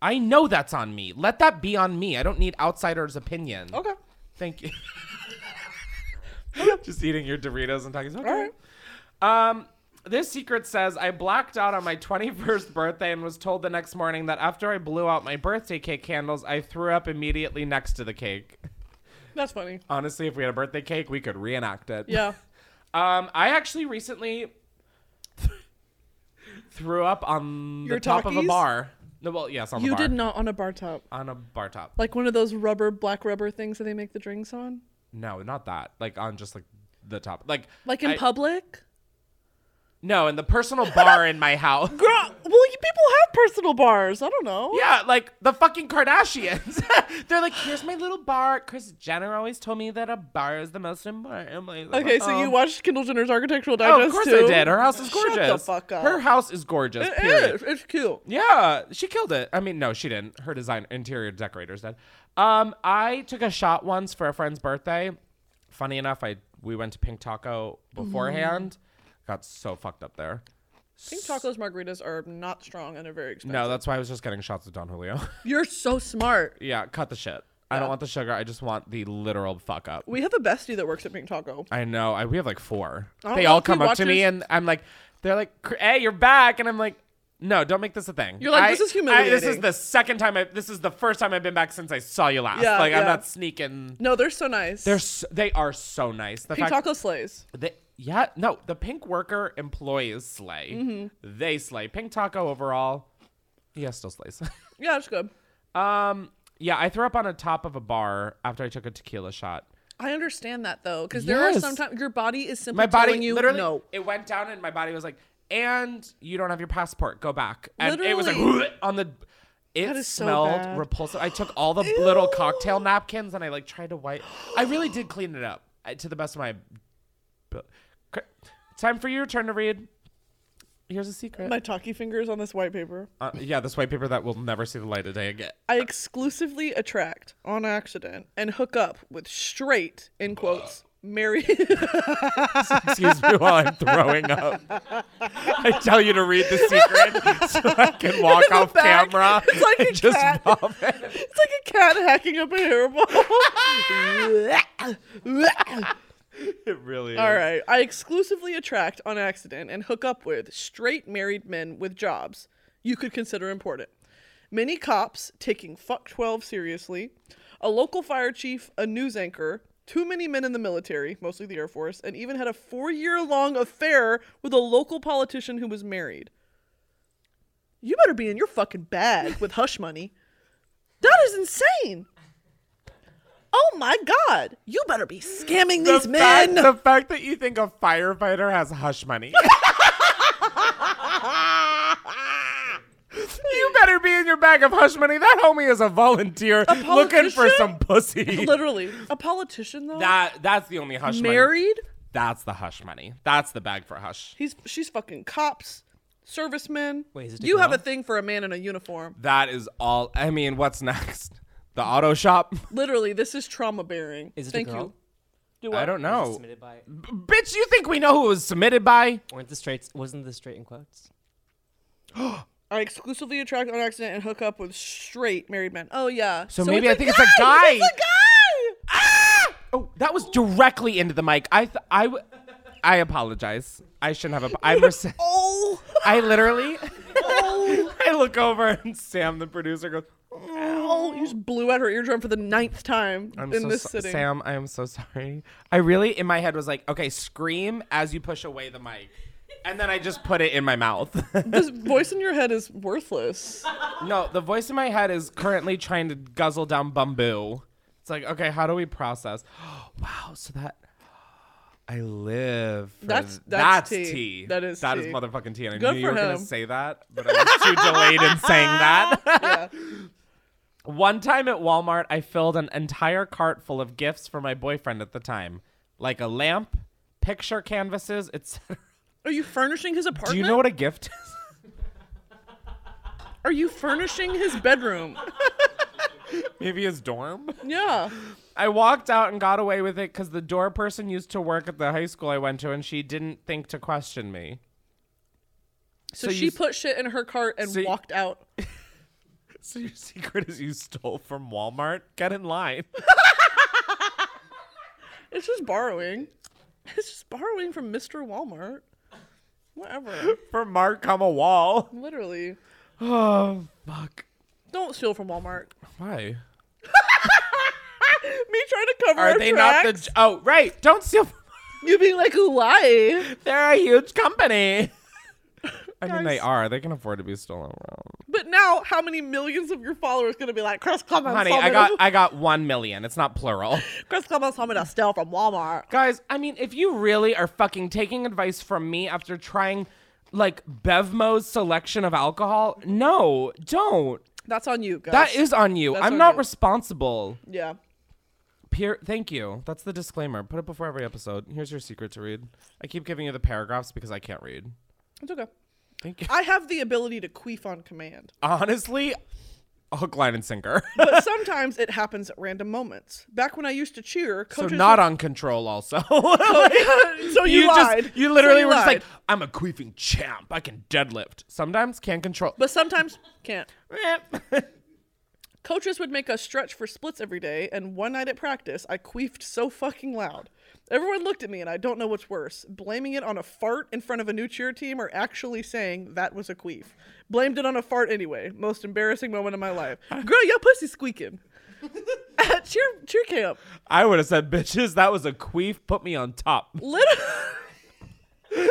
[SPEAKER 4] I know that's on me. Let that be on me. I don't need outsiders' opinion.
[SPEAKER 2] Okay.
[SPEAKER 4] Thank you. Just eating your Doritos and talking. Okay. Um, this secret says I blacked out on my 21st birthday and was told the next morning that after I blew out my birthday cake candles, I threw up immediately next to the cake.
[SPEAKER 2] That's funny.
[SPEAKER 4] Honestly, if we had a birthday cake, we could reenact it.
[SPEAKER 2] Yeah.
[SPEAKER 4] Um, I actually recently threw up on
[SPEAKER 2] Your
[SPEAKER 4] the top of a
[SPEAKER 2] talkies?
[SPEAKER 4] bar. No, well, yes, on the
[SPEAKER 2] You
[SPEAKER 4] bar.
[SPEAKER 2] did not on a bar top.
[SPEAKER 4] on a bar top.
[SPEAKER 2] Like one of those rubber, black rubber things that they make the drinks on?
[SPEAKER 4] No, not that. Like on just like the top. Like
[SPEAKER 2] Like in
[SPEAKER 4] I-
[SPEAKER 2] public?
[SPEAKER 4] No, in the personal bar in my house.
[SPEAKER 2] Girl, well, you people have personal bars. I don't know.
[SPEAKER 4] Yeah, like the fucking Kardashians. They're like, here's my little bar. Chris Jenner always told me that a bar is the most important. place." I'm
[SPEAKER 2] Okay,
[SPEAKER 4] like,
[SPEAKER 2] so you
[SPEAKER 4] "Oh."
[SPEAKER 2] watched Kendall Jenner's Architectural Digest
[SPEAKER 4] Oh, of course
[SPEAKER 2] too?
[SPEAKER 4] I did. Her house is gorgeous.
[SPEAKER 2] Shut the fuck up.
[SPEAKER 4] Her house is gorgeous.
[SPEAKER 2] It
[SPEAKER 4] period.
[SPEAKER 2] is. It's cute.
[SPEAKER 4] Yeah, she killed it. I mean, no, she didn't. Her design interior decorators did. Um, I took a shot once for a friend's birthday. Funny enough, I we went to Pink Taco beforehand.
[SPEAKER 2] Mm-hmm.
[SPEAKER 4] Got so fucked up there.
[SPEAKER 2] Pink tacos margaritas are not strong and they're very expensive.
[SPEAKER 4] No, that's why I was just getting shots of Don Julio.
[SPEAKER 2] You're so smart.
[SPEAKER 4] yeah, cut the shit. I don't want the sugar. I just want the literal fuck up.
[SPEAKER 2] We have a bestie that works at Pink Taco.
[SPEAKER 4] I know. I, we have like four.
[SPEAKER 2] I don't
[SPEAKER 4] They
[SPEAKER 2] know
[SPEAKER 4] all
[SPEAKER 2] if he
[SPEAKER 4] come up to me
[SPEAKER 2] watches-
[SPEAKER 4] and I'm like, they're like, hey, you're back. And I'm like, no, don't make this a thing.
[SPEAKER 2] You're like,
[SPEAKER 4] I-
[SPEAKER 2] "This is
[SPEAKER 4] I- This is
[SPEAKER 2] humiliating."
[SPEAKER 4] the second time. I, this is the first time I've been back since I saw you last.
[SPEAKER 2] Yeah,
[SPEAKER 4] like, I'm
[SPEAKER 2] yeah.
[SPEAKER 4] not sneaking.
[SPEAKER 2] No, they're so nice.
[SPEAKER 4] They're so, they are so nice. The
[SPEAKER 2] Pink
[SPEAKER 4] fact
[SPEAKER 2] Taco slays.
[SPEAKER 4] they, yeah, no, the pink worker employees slay.
[SPEAKER 2] Mhm.
[SPEAKER 4] They slay. Pink taco overall, yeah, still slays.
[SPEAKER 2] Yeah, it's good.
[SPEAKER 4] um, yeah, I threw up on the top of a bar after I took a tequila shot.
[SPEAKER 2] I understand that though, because there are
[SPEAKER 4] Yes.
[SPEAKER 2] sometimes your body is simply
[SPEAKER 4] my body
[SPEAKER 2] telling you
[SPEAKER 4] literally
[SPEAKER 2] no.
[SPEAKER 4] it went down and my body was like and you don't have your passport go back and it was
[SPEAKER 2] Literally.
[SPEAKER 4] like on the it
[SPEAKER 2] That is so
[SPEAKER 4] smelled
[SPEAKER 2] bad.
[SPEAKER 4] repulsive i took all the little cocktail napkins and i like tried to wipe i really did clean it up I- to the best of my abil- Cr- time for your turn to read here's a secret
[SPEAKER 2] My talkie fingers on this white paper.
[SPEAKER 4] uh, yeah this white paper that will never see the light of day again
[SPEAKER 2] I exclusively attract on accident and hook up with straight in quotes married.
[SPEAKER 4] excuse me while i'm throwing up i tell you to read the secret so i can walk
[SPEAKER 2] In the
[SPEAKER 4] off
[SPEAKER 2] back,
[SPEAKER 4] camera
[SPEAKER 2] it's like a
[SPEAKER 4] and just
[SPEAKER 2] cat.
[SPEAKER 4] vomit.
[SPEAKER 2] it's like a cat hacking up a hairball.
[SPEAKER 4] it really
[SPEAKER 2] All
[SPEAKER 4] is.
[SPEAKER 2] right. I exclusively attract on accident and hook up with straight married men with jobs you could consider important. Many cops taking fuck 12 seriously, a local fire chief, a news anchor, too many men in the military, mostly the Air Force, and even had a four year long affair with a local politician who was married. You better be in your fucking bag with hush money. That is insane. Oh my god. You better be scamming these
[SPEAKER 4] the
[SPEAKER 2] men.
[SPEAKER 4] Fact, the fact that you think a firefighter has hush money. you better be in your bag of hush money. That homie is a volunteer looking for
[SPEAKER 2] politician?
[SPEAKER 4] some pussy.
[SPEAKER 2] Literally, a politician though.
[SPEAKER 4] That that's the only hush money.
[SPEAKER 2] married.
[SPEAKER 4] That's the hush money. That's the bag for hush.
[SPEAKER 2] He's she's fucking cops, Servicemen.
[SPEAKER 4] Wait, is it
[SPEAKER 2] you have a
[SPEAKER 4] Degrom?
[SPEAKER 2] thing for a man in a uniform.
[SPEAKER 4] That is all. I mean, what's next? The auto shop?
[SPEAKER 2] Literally, this is trauma bearing.
[SPEAKER 4] Is it a
[SPEAKER 2] Thank
[SPEAKER 4] girl?
[SPEAKER 2] you. Do
[SPEAKER 4] I don't know.
[SPEAKER 9] submitted by-
[SPEAKER 4] B- bitch, you think we know who it was submitted by?
[SPEAKER 9] Weren't the straights? Wasn't the straight in quotes?
[SPEAKER 2] I exclusively attract on accident and hook up with straight married men. Oh yeah.
[SPEAKER 4] So maybe I think it's a guy.
[SPEAKER 2] It's a guy.
[SPEAKER 4] Oh, that was directly into the mic. I th- I w- I apologize. I shouldn't have. A- I res-
[SPEAKER 2] oh.
[SPEAKER 4] I literally. I look over and Sam, the producer, goes. "Mm,
[SPEAKER 2] Oh, you just blew out her eardrum for the ninth time
[SPEAKER 4] I'm
[SPEAKER 2] in
[SPEAKER 4] so
[SPEAKER 2] this
[SPEAKER 4] so-
[SPEAKER 2] sitting.
[SPEAKER 4] Sam, I am so sorry. I really, in my head, was like, okay, scream as you push away the mic. And then I just put it in my mouth.
[SPEAKER 2] this voice in your head is worthless.
[SPEAKER 4] no, the voice in my head is currently trying to guzzle down bamboo. It's like, okay, how do we process? wow, so that. I live. For
[SPEAKER 2] That's-
[SPEAKER 4] th-
[SPEAKER 2] that's
[SPEAKER 4] tea.
[SPEAKER 2] tea. That is
[SPEAKER 4] that is
[SPEAKER 2] tea.
[SPEAKER 4] motherfucking tea. And I
[SPEAKER 2] Good
[SPEAKER 4] knew you
[SPEAKER 2] for
[SPEAKER 4] were gonna
[SPEAKER 2] him.
[SPEAKER 4] say that, but I was too delayed in saying that. One time at Walmart, I filled an entire cart full of gifts for my boyfriend at the time, like a lamp, picture canvases, etc.
[SPEAKER 2] Are you furnishing his apartment?
[SPEAKER 4] Do you know what a gift is?
[SPEAKER 2] Are you furnishing his bedroom?
[SPEAKER 4] Maybe his dorm?
[SPEAKER 2] Yeah.
[SPEAKER 4] I walked out and got away with it because the door person used to work at the high school I went to, and she didn't think to question me.
[SPEAKER 2] So,
[SPEAKER 4] So
[SPEAKER 2] she
[SPEAKER 4] you s-
[SPEAKER 2] put shit in her cart and
[SPEAKER 4] so you-
[SPEAKER 2] walked out.
[SPEAKER 4] So your secret is you stole from Walmart? Get in line.
[SPEAKER 2] It's just borrowing. It's just borrowing from Mr. Walmart. Whatever.
[SPEAKER 4] For Mark, come a wall.
[SPEAKER 2] Literally.
[SPEAKER 4] Oh, fuck.
[SPEAKER 2] Don't steal from Walmart.
[SPEAKER 4] Why?
[SPEAKER 2] Me trying to cover
[SPEAKER 4] Are
[SPEAKER 2] our
[SPEAKER 4] they
[SPEAKER 2] tracks.
[SPEAKER 4] not the? Oh, right. Don't steal.
[SPEAKER 2] You being like, why?
[SPEAKER 4] They're a huge company. I mean, they
[SPEAKER 2] Guys.
[SPEAKER 4] are. They can afford to be stolen around.
[SPEAKER 2] But now, how many millions of your followers gonna be like, Chris Clemens?
[SPEAKER 4] Honey,
[SPEAKER 2] told
[SPEAKER 4] I
[SPEAKER 2] me
[SPEAKER 4] got
[SPEAKER 2] to-
[SPEAKER 4] I got one million. It's not plural.
[SPEAKER 2] Chris Clemens told me to steal from Walmart.
[SPEAKER 4] Guys, I mean, if you really are fucking taking advice from me after trying like Bevmo's selection of alcohol, no, don't.
[SPEAKER 2] That's on you, guys.
[SPEAKER 4] That is on you.
[SPEAKER 2] That's
[SPEAKER 4] I'm
[SPEAKER 2] on
[SPEAKER 4] not
[SPEAKER 2] you.
[SPEAKER 4] responsible.
[SPEAKER 2] Yeah.
[SPEAKER 4] Peer, thank you. That's the disclaimer. Put it before every episode. Here's your secret to read. I keep giving you the paragraphs because I can't read.
[SPEAKER 2] It's okay.
[SPEAKER 4] Thank you.
[SPEAKER 2] I have the ability to queef on command,
[SPEAKER 4] Honestly, hook, line, and sinker.
[SPEAKER 2] but sometimes it happens at random moments. Back when I used to cheer,
[SPEAKER 4] so
[SPEAKER 2] coaches
[SPEAKER 4] not
[SPEAKER 2] would-
[SPEAKER 4] on control. Also,
[SPEAKER 2] so you, lied.
[SPEAKER 4] Just, you literally
[SPEAKER 2] So you
[SPEAKER 4] were just like,
[SPEAKER 2] lied.
[SPEAKER 4] I'm a queefing champ. I can deadlift. Sometimes can't control.
[SPEAKER 2] but sometimes can't.
[SPEAKER 4] Eh.
[SPEAKER 2] Coaches would make us stretch for splits every day, and one night at practice, I queefed so fucking loud. Everyone looked at me, and I don't know what's worse blaming it on a fart in front of a new cheer team or actually saying that was a queef. Blamed it on a fart anyway. Most embarrassing moment of my life. Girl, your pussy squeaking. At cheer, cheer camp.
[SPEAKER 4] I would have said, bitches, that was a queef. Put me on top.
[SPEAKER 2] Literally.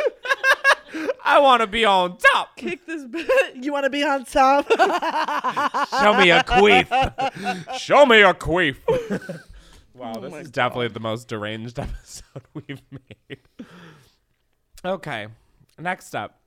[SPEAKER 4] I want to be on top.
[SPEAKER 2] Kick this bitch. You want to be on top?
[SPEAKER 4] Show me a queef. Show me a queef. wow,
[SPEAKER 2] Oh
[SPEAKER 4] this
[SPEAKER 2] my
[SPEAKER 4] is definitely the most deranged episode we've made. Okay, next up.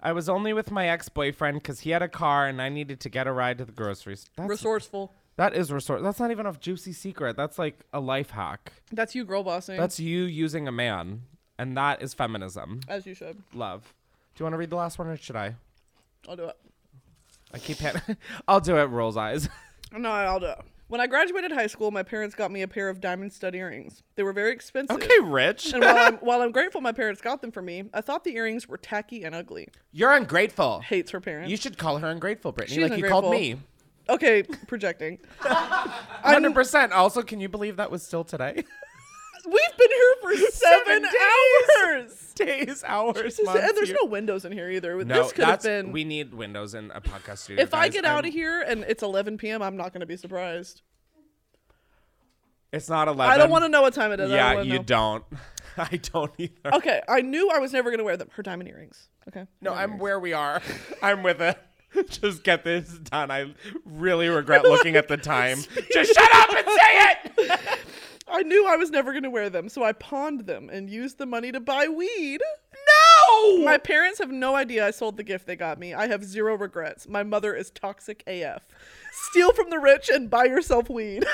[SPEAKER 4] I was only with my ex boyfriend because he had a car and I needed to get a ride to the grocery store. That's,
[SPEAKER 2] Resourceful.
[SPEAKER 4] that is resource. That's not even a juicy secret. That's like a life hack.
[SPEAKER 2] That's you, girl bossing.
[SPEAKER 4] That's you using a man, and that is feminism.
[SPEAKER 2] as you should.
[SPEAKER 4] Love. Do you want to read the last one or should I?
[SPEAKER 2] I'll do it.
[SPEAKER 4] I keep hit- I'll do it. Rolls eyes.
[SPEAKER 2] No, I'll do it. When I graduated high school, my parents got me a pair of diamond stud earrings. They were very expensive.
[SPEAKER 4] Okay, Rich.
[SPEAKER 2] and while I'm, while I'm grateful my parents got them for me, I thought the earrings were tacky and ugly.
[SPEAKER 4] You're ungrateful.
[SPEAKER 2] Hates her parents.
[SPEAKER 4] You should call her ungrateful, Brittany.
[SPEAKER 2] She's
[SPEAKER 4] like you called me.
[SPEAKER 2] ungrateful. Okay, projecting. I'm-
[SPEAKER 4] Hundred percent. Also, can you believe that was still today?
[SPEAKER 2] We've been here for seven, hours.
[SPEAKER 4] Days, hours,
[SPEAKER 2] Jesus,
[SPEAKER 4] months,
[SPEAKER 2] and there's
[SPEAKER 4] year-
[SPEAKER 2] no windows in here either.
[SPEAKER 4] No,
[SPEAKER 2] this could have
[SPEAKER 4] that's
[SPEAKER 2] been.
[SPEAKER 4] we need windows in a podcast studio.
[SPEAKER 2] if I
[SPEAKER 4] guys.
[SPEAKER 2] get
[SPEAKER 4] I'm-
[SPEAKER 2] out of here and it's 11 p.m., I'm not going to be surprised.
[SPEAKER 4] it's not eleven.
[SPEAKER 2] I don't want to know what time it is. I don't
[SPEAKER 4] Uh, Yeah,
[SPEAKER 2] wanna
[SPEAKER 4] you
[SPEAKER 2] know.
[SPEAKER 4] don't. I don't either.
[SPEAKER 2] Okay, I knew I was never going to wear them. Her diamond earrings. Okay.
[SPEAKER 4] No, I'm where we are. I'm with it. Just get this done. I really regret looking at the time. Just shut up and say it.
[SPEAKER 2] I knew I was never going to wear them, so I pawned them and used the money to buy weed.
[SPEAKER 4] No.
[SPEAKER 2] My parents have no idea I sold the gift they got me. I have zero regrets. My mother is toxic AF. Steal from the rich and buy yourself weed.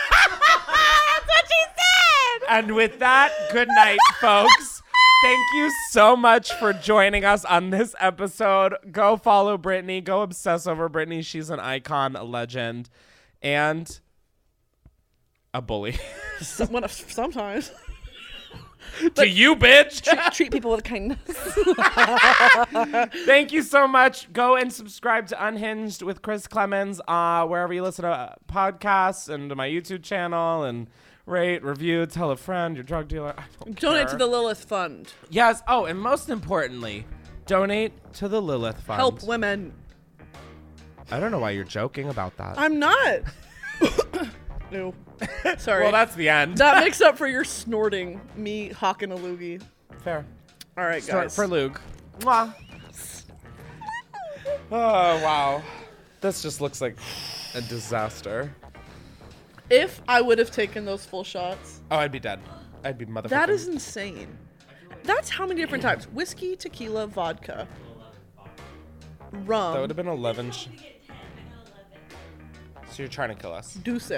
[SPEAKER 4] And with that, good night, folks. Thank you so much for joining us on this episode. Go follow Brittany. Go obsess over Brittany. She's an icon, a legend, and a bully.
[SPEAKER 2] Some- when- Sometimes.
[SPEAKER 4] to you, bitch.
[SPEAKER 2] treat, treat people with kindness.
[SPEAKER 4] Thank you so much. Go and subscribe to Unhinged with Chris Clemens, uh, wherever you listen to uh, podcasts and to my YouTube channel and rate, review, tell a friend, your drug dealer. I don't
[SPEAKER 2] Donate to
[SPEAKER 4] care.
[SPEAKER 2] the Lilith Fund.
[SPEAKER 4] Yes. Oh, and most importantly, donate to the Lilith Fund.
[SPEAKER 2] Help women.
[SPEAKER 4] I don't know why you're joking about that.
[SPEAKER 2] I'm not. no. Sorry.
[SPEAKER 4] Well, that's the end.
[SPEAKER 2] that makes up for your snorting, me hawking a loogie.
[SPEAKER 4] Fair.
[SPEAKER 2] All right,
[SPEAKER 4] Snort
[SPEAKER 2] guys.
[SPEAKER 4] for Luke. Mwah. Oh wow, this just looks like a disaster.
[SPEAKER 2] if I would have taken those full shots,
[SPEAKER 4] Oh, I'd be dead. I'd be motherfucking.
[SPEAKER 2] that is insane. That's how many different types: whiskey, tequila, vodka,
[SPEAKER 4] That would
[SPEAKER 2] rum,
[SPEAKER 4] have been eleven. Sh- so you're trying to kill us.
[SPEAKER 2] douce.